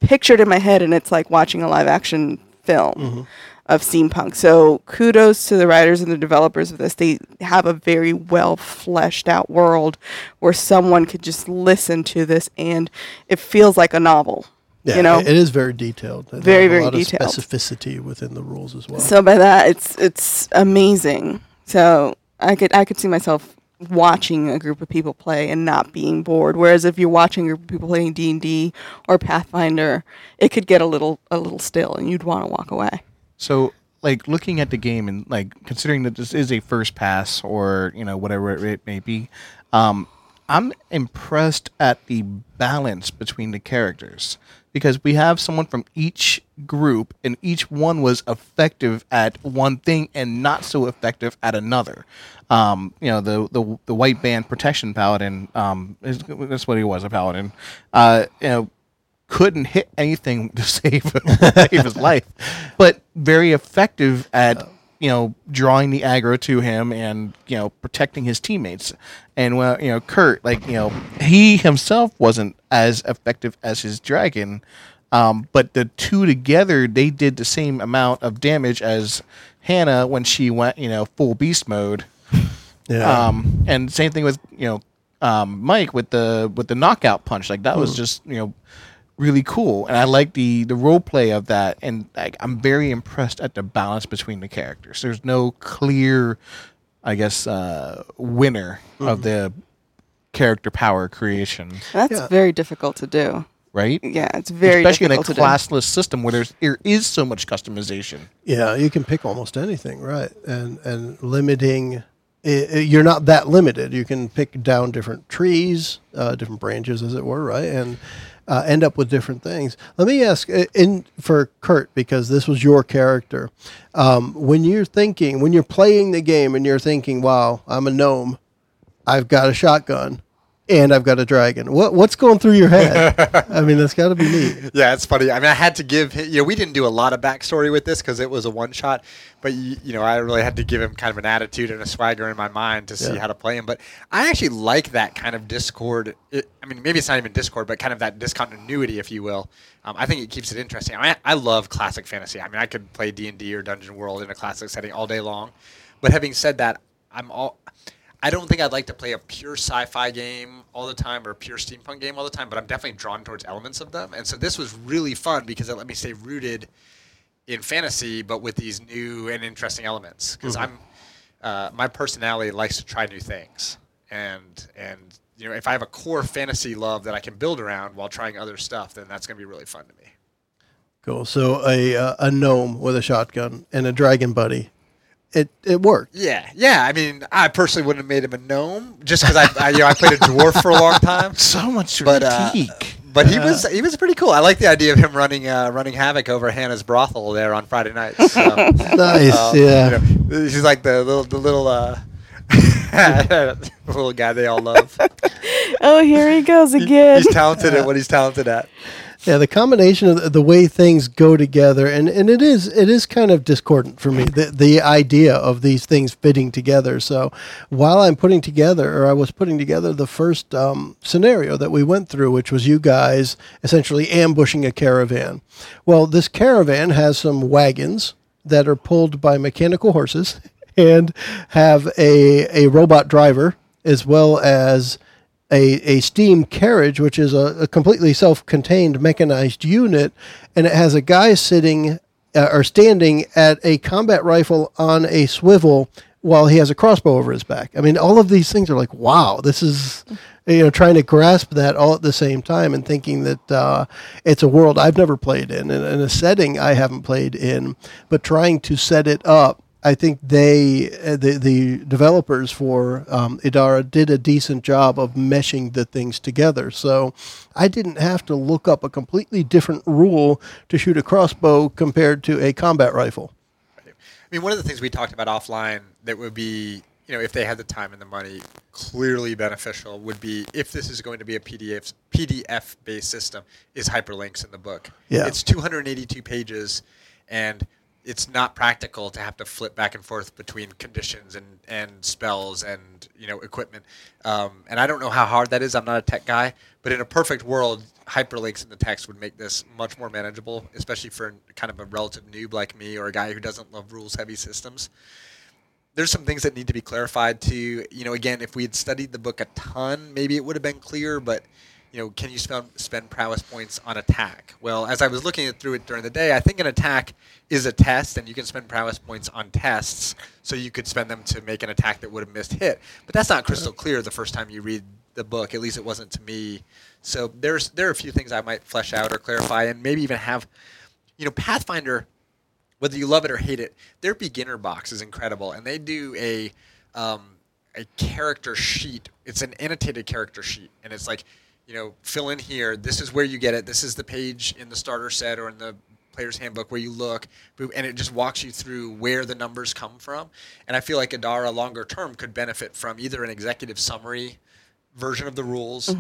C: picture it in my head and it's like watching a live action film. Of steampunk, so kudos to the writers and the developers of this. They have a very well fleshed out world where someone could just listen to this, and it feels like a novel.
V: Yeah,
C: you know,
V: it is very detailed. They
C: Very,
V: have a
C: very
V: lot of
C: detailed.
V: specificity within the rules as well.
C: So by that, it's it's amazing. So I could I could see myself watching a group of people play and not being bored. Whereas if you're watching a group of people playing D and D or Pathfinder, it could get a little a little still, and you'd want to walk away.
D: So, like looking at the game and like considering that this is a first pass or you know whatever it- it may be, um, I'm impressed at the balance between the characters because we have someone from each group and each one was effective at one thing and not so effective at another. Um, you know the the the white band protection paladin. Um, is, that's what he was a paladin. Uh, you know couldn't hit anything to save, save his life, but very effective at you know drawing the aggro to him and you know protecting his teammates. And well, you know Kurt, like you know he himself wasn't as effective as his dragon, um, but the two together they did the same amount of damage as Hannah when she went you know full beast mode.
V: yeah.
D: Um, and same thing with you know um, Mike with the with the knockout punch. Like that
C: Hmm.
D: was just you know really cool, and I like the the role play of that. And like I'm very impressed at the balance between the characters. There's no clear, I guess, uh, winner
C: Hmm.
D: of the character power creation,
C: That's very difficult to do.
D: right?
C: Yeah, it's very
D: Especially in a
C: difficult to do.
D: classless system where there's there is so much customization.
V: Yeah, you can pick almost anything, right? And and limiting, i i- you're not that limited. You can pick down different trees, uh, different branches, as it were, right? And uh, end up with different things. Let me ask uh, in for Kurt because this was your character. Um, when you're thinking, when you're playing the game, and you're thinking, "Wow, I'm a gnome, I've got a shotgun." And I've got a dragon. What what's going through your head? I mean, that's got to be neat.
E: Yeah, it's funny. I mean, I had to give. hi- You know, we didn't do a lot of backstory with this because it was a one shot. But you, you know, I really had to give him kind of an attitude and a swagger in my mind to see
V: Yeah.
E: how to play him. But I actually like that kind of discord. It, I mean, maybe it's not even discord, but kind of that discontinuity, if you will. Um, I think it keeps it interesting. I, I love classic fantasy. I mean, I could play D and D or Dungeon World in a classic setting all day long. But having said that, I'm all. I don't think I'd like to play a pure sci-fi game all the time or a pure steampunk game all the time, but I'm definitely drawn towards elements of them. And so this was really fun because it let me stay rooted in fantasy, but with these new and interesting elements. Because I'm, uh, my personality likes to try new things, and and you know if I have a core fantasy love that I can build around while trying other stuff, then that's going to be really fun to me.
V: Cool. So a uh, a gnome with a shotgun and a dragon buddy. It it worked.
E: Yeah, yeah. I mean, I personally wouldn't have made him a gnome just because I, I you know I played a dwarf for a long time.
D: So much
E: But, uh,
D: critique.
E: But he was he was pretty cool. I like the idea of him running uh, running havoc over Hannah's brothel there on Friday nights. So,
V: Nice.
E: um,
V: yeah.
E: you know, he's like the little the little uh, the little guy they all love.
C: Oh, here he goes again.
E: he's talented at what he's talented at.
V: Yeah, the combination of the, the way things go together, and, and it is it is kind of discordant for me the the idea of these things fitting together. So while I'm putting together, or I was putting together the first um, scenario that we went through, which was you guys essentially ambushing a caravan. Well, this caravan has some wagons that are pulled by mechanical horses and have a a robot driver as well as a, a steam carriage, which is a, a completely self contained mechanized unit, and it has a guy sitting uh, or standing at a combat rifle on a swivel while he has a crossbow over his back. I mean, all of these things are like, wow, this is, you know, trying to grasp that all at the same time and thinking that uh, it's a world I've never played in and, and a setting I haven't played in, but trying to set it up I think they, uh, the, the developers for um, Idara, did a decent job of meshing the things together. So I didn't have to look up a completely different rule to shoot a crossbow compared to a combat rifle.
E: I mean, one of the things we talked about offline that would be you know, if they had the time and the money, clearly beneficial would be if this is going to be a PDF PDF based system is hyperlinks in the book.
V: Yeah.
E: It's 282 pages, and it's not practical to have to flip back and forth between conditions and, and spells and you know equipment. Um, and I don't know how hard that is. I'm not a tech guy, but in a perfect world, hyperlinks in the text would make this much more manageable, especially for kind of a relative noob like me or a guy who doesn't love rules heavy systems there's some things that need to be clarified too. You know, again, if we had studied the book a ton, maybe it would have been clear, but you know, can you spend, spend prowess points on attack? Well, as I was looking it through it during the day, I think an attack is a test, and you can spend prowess points on tests, so you could spend them to make an attack that would have missed hit. But that's not crystal clear the first time you read the book. At least it wasn't to me. So there's there are a few things I might flesh out or clarify, and maybe even have, you know, Pathfinder whether you love it or hate it, their beginner box is incredible, and they do a um, a character sheet. It's an annotated character sheet, and it's like, you know, fill in here. This is where you get it. This is the page in the starter set or in the player's handbook where you look, and it just walks you through where the numbers come from. And I feel like Adara longer term could benefit from either an executive summary version of the rules.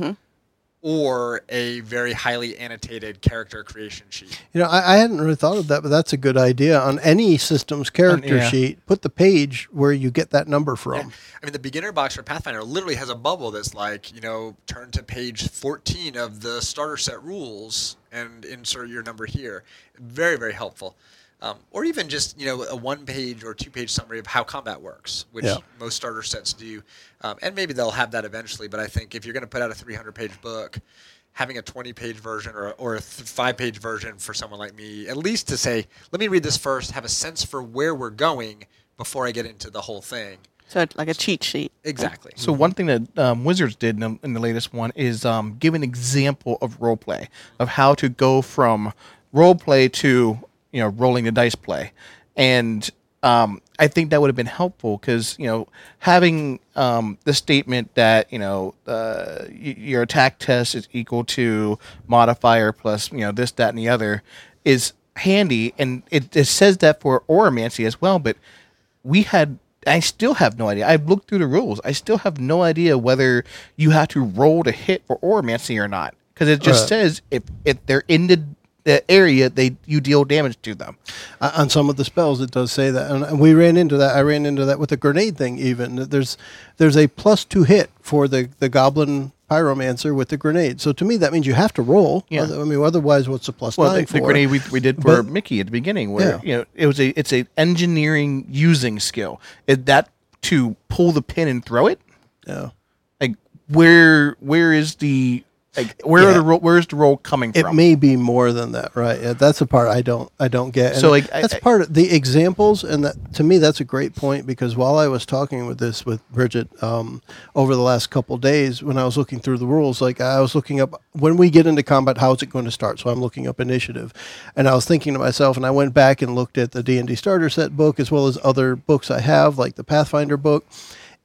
E: Or a very highly annotated character creation sheet.
V: You know, I, I hadn't really thought of that, but that's a good idea. On any system's character
D: yeah.
V: sheet, put the page where you get that number from.
E: I mean, the beginner box for Pathfinder literally has a bubble that's like, you know, turn to page 14 of the starter set rules and insert your number here. Very, very helpful. Um, or even just, you know, a one page or two page summary of how combat works, which
V: Yeah.
E: most starter sets do. Um, and maybe they'll have that eventually, but I think if you're going to put out a 300 page book, having a 20 page version or, or a th- five page version for someone like me, at least to say, let me read this first, have a sense for where we're going before I get into the whole thing.
W: So like a cheat sheet.
E: Exactly.
D: So one thing that um, Wizards did in the, in the latest one is um, give an example of role play of how to go from role play to you know rolling the dice play, and um, I think that would have been helpful because you know having um, the statement that you know uh, y- your attack test is equal to modifier plus you know this that and the other is handy, and it, it says that for Oromancy as well, but we had I still have no idea. I've looked through the rules. I still have no idea whether you have to roll to hit for oromancy or not because it
V: Uh.
D: just says if if they're in the, the area they you deal damage to them.
V: Uh, on some of the spells, it does say that, and, and we ran into that. I ran into that with the grenade thing. Even that there's there's a plus two hit for the the goblin pyromancer with the grenade. So to me, that means you have to roll.
D: Yeah.
V: Other- I mean, otherwise, what's the plus
D: Well,
V: nine
D: the, the
V: for?
D: grenade we, we did for
V: But-
D: Mickey at the beginning, where
V: Yeah.
D: you know it was a it's a engineering using skill. Is that to pull the pin and throw it?
V: Yeah.
D: Like where where is the like where are
V: Yeah.
D: the ro- where is the roll coming
V: It
D: from?
V: may be more than that, right? Yeah, that's the part I don't I don't get. And
D: So, like, I-
V: that's
D: I-
V: part of the examples, and that to me that's a great point because while I was talking with this with Bridget um, over the last couple days, when I was looking through the rules, like I was looking up when we get into combat, how's it going to start? So I'm looking up initiative, and I was thinking to myself, and I went back and looked at the D and D starter set book as well as other books I have, like the Pathfinder book.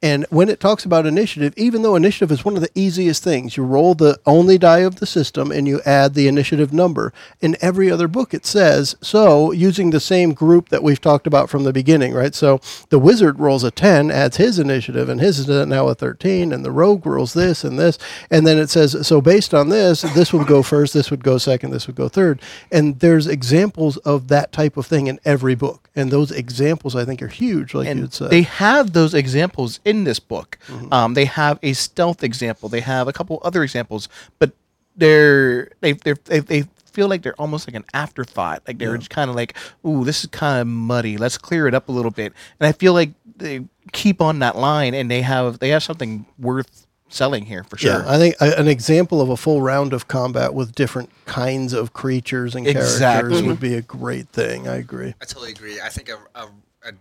V: And when it talks about initiative, even though initiative is one of the easiest things, you roll the only die of the system and you add the initiative number. In every other book, it says so using the same group that we've talked about from the beginning, right? So the wizard rolls a 10, adds his initiative, and his is now a 13, and the rogue rolls this and this. And then it says, so based on this, this would go first, this would go second, this would go third. And there's examples of that type of thing in every book. And those examples, I think, are huge, like
D: and
V: you'd say. Mm-hmm.
D: they have those examples in this book. Um, they have a stealth example. They have a couple other examples, but they're they they they, they feel like they're almost like an afterthought. Like they're just kind of like, ooh, this is kind of muddy. Let's clear it up a little bit. And I feel like they keep on that line, and they have they have something worth selling here for sure.
V: Yeah, I think a, an example of a full round of combat with different kinds of creatures and
D: Exactly.
V: characters would be a great thing. I agree.
E: I totally agree. I think a, a, a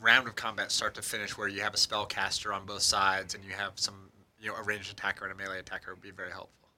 E: round of combat start to finish where you have a spellcaster on both sides and you have some, you know, a ranged attacker and a melee attacker would be very helpful.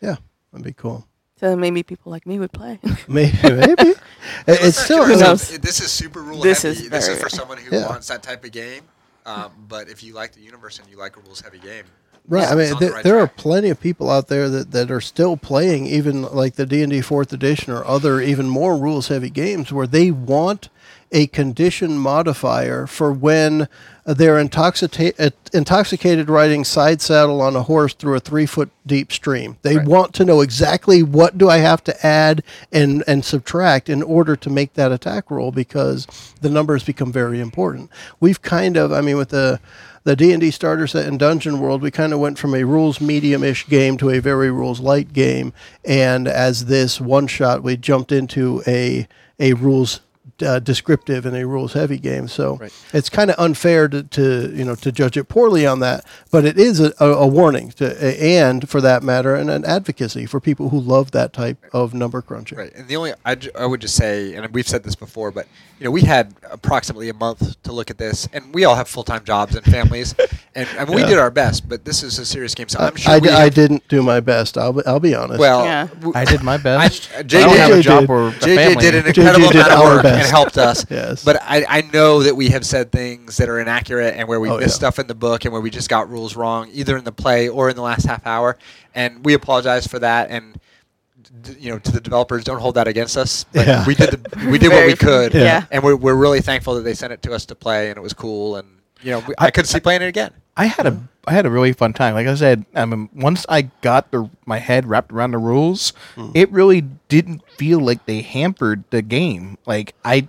V: Yeah, that'd be cool.
C: So maybe people like me would play.
V: Maybe, maybe. It- it's still.
E: Who
C: knows?
E: This is super rule
C: This
E: heavy.
C: is
E: this
C: very-
E: is for someone who
V: Yeah.
E: wants that type of game. Um, but if you like the universe and you like a rules heavy game,
V: Right. I
E: it's
V: mean,
E: on the
V: there,
E: right
V: there are
E: track.
V: plenty of people out there that, that are still playing even like the D and D fourth edition or other even more rules heavy games where they want a condition modifier for when they're intoxicate, uh, intoxicated riding side saddle on a horse through a three foot deep stream. They want to know exactly what do I have to add and, and subtract in order to make that attack roll because the numbers become very important. We've kind of, I mean, with the the D&D starter set in Dungeon World, we kind of went from a rules medium-ish game to a very rules light game, and as this one shot, we jumped into a a rules uh, descriptive and a rules heavy game. So it's kind of unfair to, to you know to judge it poorly on that, but it is a, a, a warning to a- and for that matter, and an advocacy for people who love that type of number crunching.
X: Right. And the only I, ju- I would just say, and we've said this before, but you know, we had approximately a month to look at this, and we all have full time jobs and families, and I mean, we did our best, but this is a serious game, so I'm sure
V: I,
X: we
V: di- I
X: have-
V: didn't do my best. I'll be, I'll be honest.
X: Well,
C: Yeah.
X: w-
D: I did my best.
X: I-
D: I,
X: JJ
D: don't have a
V: did.
D: job or a
X: JJ
D: family.
X: did an
V: JJ
X: incredible
V: did
X: amount of
V: our
X: work and
V: best.
X: helped us.
V: Yes.
X: But I, I know that we have said things that are inaccurate and where we
V: Oh,
X: missed
V: yeah.
X: stuff in the book and where we just got rules wrong, either in the play or in the last half hour. And we apologize for that. And d- you know, to the developers, don't hold that against us. But
V: Yeah.
X: we did the, we did what
C: Very-
X: we could.
C: yeah.
X: And we're, we're really thankful that they sent it to us to play, and it was cool. And you know, we, I, could see playing it again.
D: I had a I had a really fun time. Like I said, I mean, once I got the my head wrapped around the rules, it really didn't feel like they hampered the game. Like I,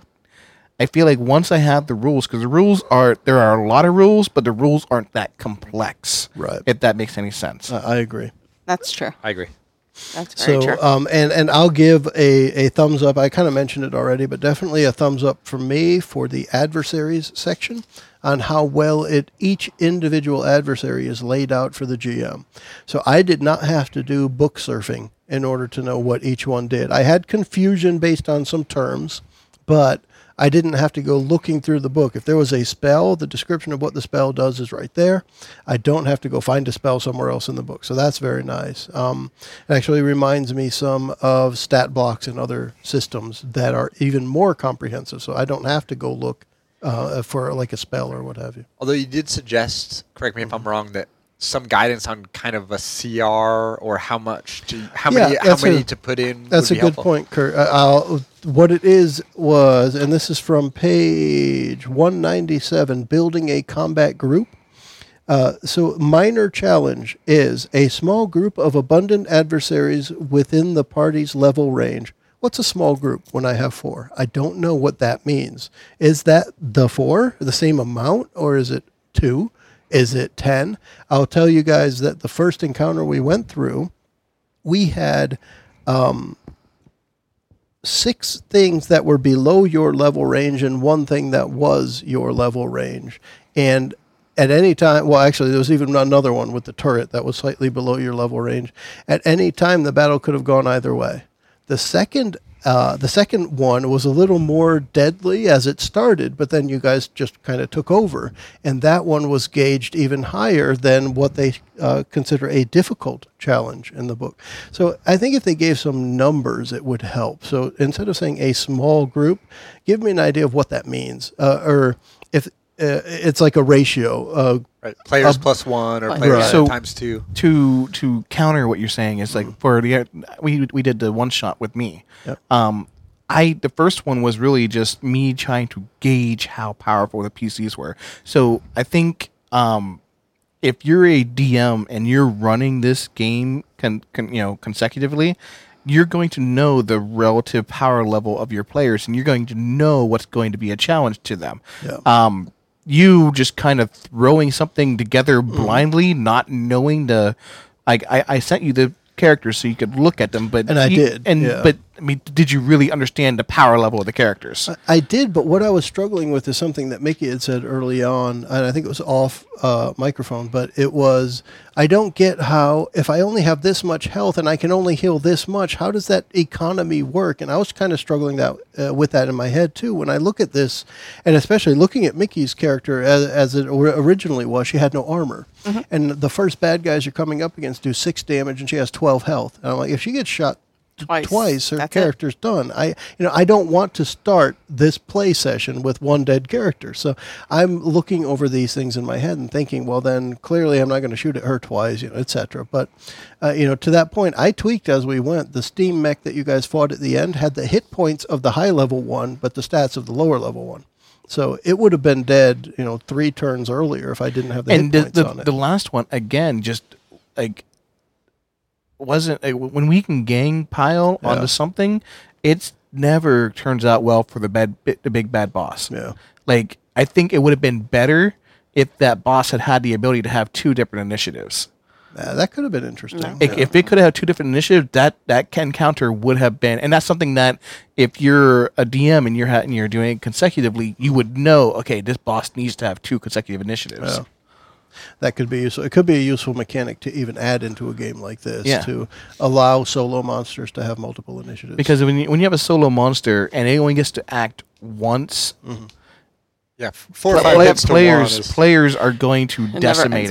D: I feel like once I have the rules, because the rules are there are a lot of rules, but the rules aren't that complex.
V: Right.
D: If that makes any sense.
V: I I agree.
C: That's true.
X: I agree.
C: That's very
V: So,
C: true.
V: um, and and I'll give a, a thumbs up. I kind of mentioned it already, but definitely a thumbs up for me for the adversaries section on how well it each individual adversary is laid out for the GM. So I did not have to do book surfing in order to know what each one did. I had confusion based on some terms, but I didn't have to go looking through the book. If there was a spell, the description of what the spell does is right there. I don't have to go find a spell somewhere else in the book. So that's very nice. Um, it actually reminds me some of stat blocks and other systems that are even more comprehensive. So I don't have to go look uh, for like a spell or what have you.
X: Although you did suggest, correct me if I'm wrong, that some guidance on kind of a CR or how much to how
V: Yeah,
X: many how
V: that's a-
X: many to put in.
V: That's a
X: would be
V: good
X: helpful.
V: point, Kurt. Uh, I'll, what it is was, and this is from page 197 Building a Combat Group. Uh, so, minor challenge is a small group of abundant adversaries within the party's level range. What's a small group when I have four? I don't know what that means. Is that the four, the same amount, or is it two? Is it 10? I'll tell you guys that the first encounter we went through, we had six things that were below your level range and one thing that was your level range. And at any time, well, actually, there was even another one with the turret that was slightly below your level range. At any time, the battle could have gone either way. The second, uh, the second one was a little more deadly as it started, but then you guys just kind of took over, and that one was gauged even higher than what they uh, consider a difficult challenge in the book. So I think if they gave some numbers, it would help. So instead of saying a small group, give me an idea of what that means, uh, or if uh, it's like a ratio. Uh,
X: Right. Players plus one or players
D: Right. So-
X: times two.
D: to to counter what you're saying is like for the we we did the one shot with me. Um, I the first one was really just me trying to gauge how powerful the PCs were. So I think um, if you're a DM and you're running this game con, con, you know consecutively, you're going to know the relative power level of your players, and you're going to know what's going to be a challenge to them. Um, you just kind of throwing something together
V: Mm.
D: blindly, not knowing the. Like I, I sent you the characters so you could look at them, but
V: And I
D: you-
V: did,
D: and
V: yeah.
D: but I mean, did you really understand the power level of the characters?
V: I did, but what I was struggling with is something that Mickey had said early on, and I think it was off uh, microphone, but it was I don't get how, if I only have this much health and I can only heal this much, how does that economy work? And I was kind of struggling that uh, with that in my head too. When I look at this, and especially looking at Mickey's character as, as it or- originally was, she had no armor.
C: Mm-hmm.
V: And the first bad guys you're coming up against do six damage, and she has 12 health. And I'm like, if she gets shot
C: Twice.
V: twice her
C: That's it.
V: character's done. I you know I don't want to start this play session with one dead character. So I'm looking over these things in my head and thinking, well, then clearly I'm not going to shoot at her twice, you know, etc. But uh, you know, to that point, I tweaked as we went. The steam mech that you guys fought at the end had the hit points of the high level one, but the stats of the lower level one. So it would have been dead, you know, three turns earlier if I didn't have the
D: and
V: hit
D: the,
V: points
D: the,
V: on it.
D: the last one again just like wasn't like, when we can gang pile onto something it's never turns out well for the bad bi- the big bad boss
V: Yeah.
D: like i think it would have been better if that boss had had the ability to have two different initiatives
V: Uh, that could have been interesting.
D: If- if it could have had two different initiatives that that can counter would have been and that's something that if you're a dm and you're ha- and you're doing it consecutively you would know okay this boss needs to have two consecutive initiatives
V: Yeah. that could be useful. It could be a useful mechanic to even add into a game like this
D: Yeah.
V: to allow solo monsters to have multiple initiatives.
D: Because when you, when you have a solo monster and it only gets to act once,
E: Yeah, f- four or five
D: play-
E: hits to one
D: players
E: is-
D: players are going to
G: never
D: decimate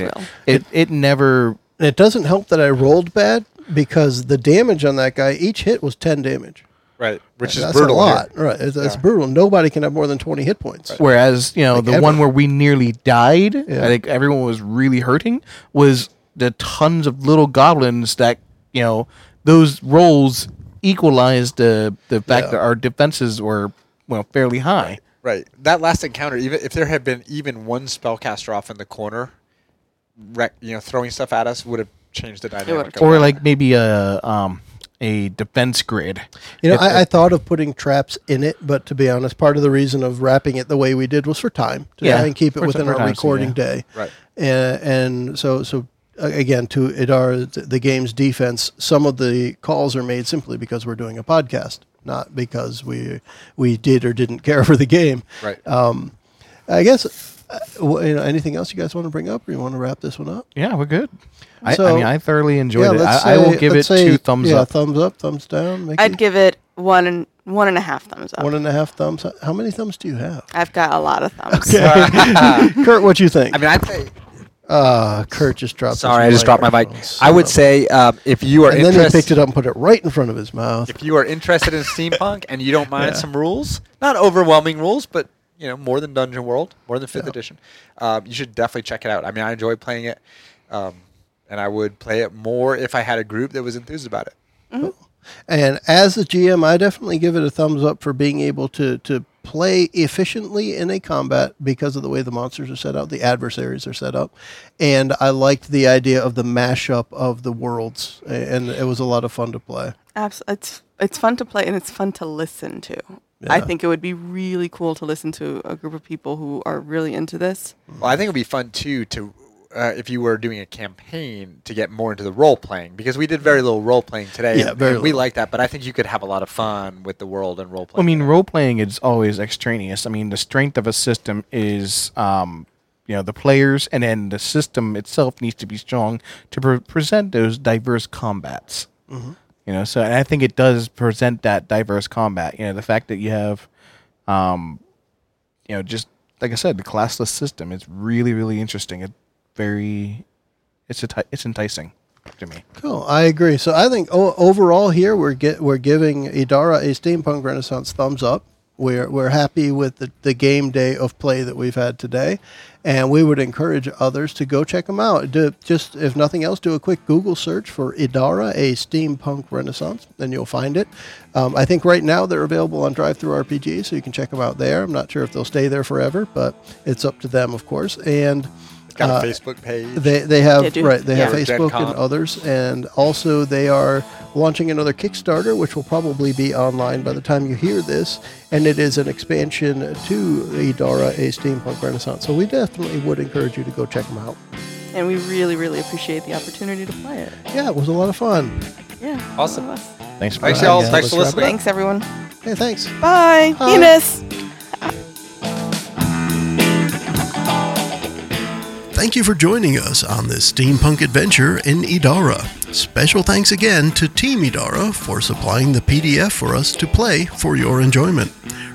G: ends
D: it.
G: well.
D: It it never
V: and it doesn't help that I rolled bad because the damage on that guy, each hit was ten damage.
E: right, which is
V: That's
E: brutal.
V: a
E: here.
V: lot, right? It's, it's brutal. Nobody can have more than twenty hit points.
D: Whereas you know the
V: ever.
D: one where we nearly died, I think everyone was really hurting. Was the tons of little goblins that you know those rolls equalized the the fact that our defenses were well fairly high.
E: Right. That last encounter, even if there had been even one spellcaster off in the corner, wreck, you know, throwing stuff at us would have changed the dynamic. of
D: Or
E: that.
D: like maybe a um a defense grid.
V: You know, I, I thought of putting traps in it, but to be honest, part of the reason of wrapping it the way we did was for time to
D: Yeah,
V: try and keep it
D: for-
V: within
D: for
V: our
D: time's sake,
V: recording
D: yeah.
V: day.
E: Right.
V: And, and so, so uh, again, to Idar, the, the game's defense, some of the calls are made simply because we're doing a podcast, not because we we did or didn't care for the game.
E: right.
V: Um, I guess. Uh, wh- you know, anything else you guys want to bring up, or you want to wrap this one up?
D: Yeah, we're good. I, I
V: So-
D: mean, I thoroughly enjoyed it.
V: let's
D: I, I will
V: say-
D: give it
V: let's say-
D: two thumbs
V: yeah,
D: up.
V: Thumbs up, thumbs down. Mickey?
G: I'd give it one and one and a half thumbs up.
V: one and a half thumbs. up. How many thumbs do you have?
G: I've got a lot of thumbs.
V: Kurt, what do you think?
X: I mean, I'd say.
V: Uh, Kurt just dropped. his Oh,
X: Sorry, I just dropped my mic.
V: microphone,
X: I would
V: so-
X: say um, if you are
V: And then he
X: interested,
V: picked it up and put it right in front of his mouth.
X: if you are interested in steampunk and you don't mind some rules, not overwhelming rules, but you know more than Dungeon World, more than Fifth Edition, um, you should definitely check it out. I mean, I enjoy playing it, um, and I would play it more if I had a group that was enthused about it.
V: And as the GM, I definitely give it a thumbs up for being able to to play efficiently in a combat because of the way the monsters are set up, the adversaries are set up, and I liked the idea of the mashup of the worlds, a- and it was a lot of fun to play.
G: Abs- it's it's fun to play and it's fun to listen to. I think it would be really cool to listen to a group of people who are really into this.
V: Mm-hmm.
X: Well, I think it would be fun too to uh, if you were doing a campaign to get more into the role playing because we did very little role playing today.
V: Yeah,
X: and-
V: very
X: and we
V: little.
X: like that, but I think you could have a lot of fun with the world and role
D: I
X: playing.
D: mean, role playing is always extraneous. I mean, the strength of a system is, um, you know, the players, and then the system itself needs to be strong to pre- present those diverse combats. You know, so and I think it does present that diverse combat. You know, the fact that you have, um, you know, just like I said, the classless system is really, really interesting. It's very, it's enti- it's enticing to me.
V: Cool, I agree. So I think o- overall here we're get, we're giving Idara a steampunk renaissance thumbs up. We're we're happy with the, the game day of play that we've had today, and we would encourage others to go check them out. Do, just if nothing else, do a quick Google search for Idara a steampunk renaissance, then you'll find it. Um, I think right now they're available on Drive Through RPG, so you can check them out there. I'm not sure if they'll stay there forever, but it's up to them, of course. And
E: Got a Facebook page.
V: uh, they, they have
G: They do.
V: right. They have
E: Yeah.
V: Facebook
E: Gen
V: and
E: Con.
V: others, and also they are launching another Kickstarter, which will probably be online by the time you hear this. And it is an expansion to Idara, a steampunk renaissance. So we definitely would encourage you to go check them out.
G: And we really, really appreciate the opportunity to play it.
V: Yeah, it was a lot of fun.
G: Yeah. all
X: Awesome.
G: of us.
D: Thanks for
E: Thanks,
D: having
E: y'all.
D: us.
E: Thanks for
V: let's wrap
E: listening.
G: Thanks, everyone.
V: Hey, thanks.
G: Bye.
V: Bye.
G: Venus.
A: Thank you for joining us on this steampunk adventure in Idara. Special thanks again to Team Idara for supplying the PDF for us to play for your enjoyment.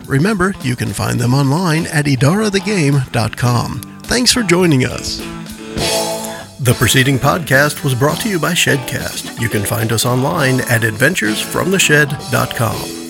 A: Remember, you can find them online at idarathegame.com. Thanks for joining us. The preceding podcast was brought to you by Shedcast. You can find us online at adventuresfromtheshed.com.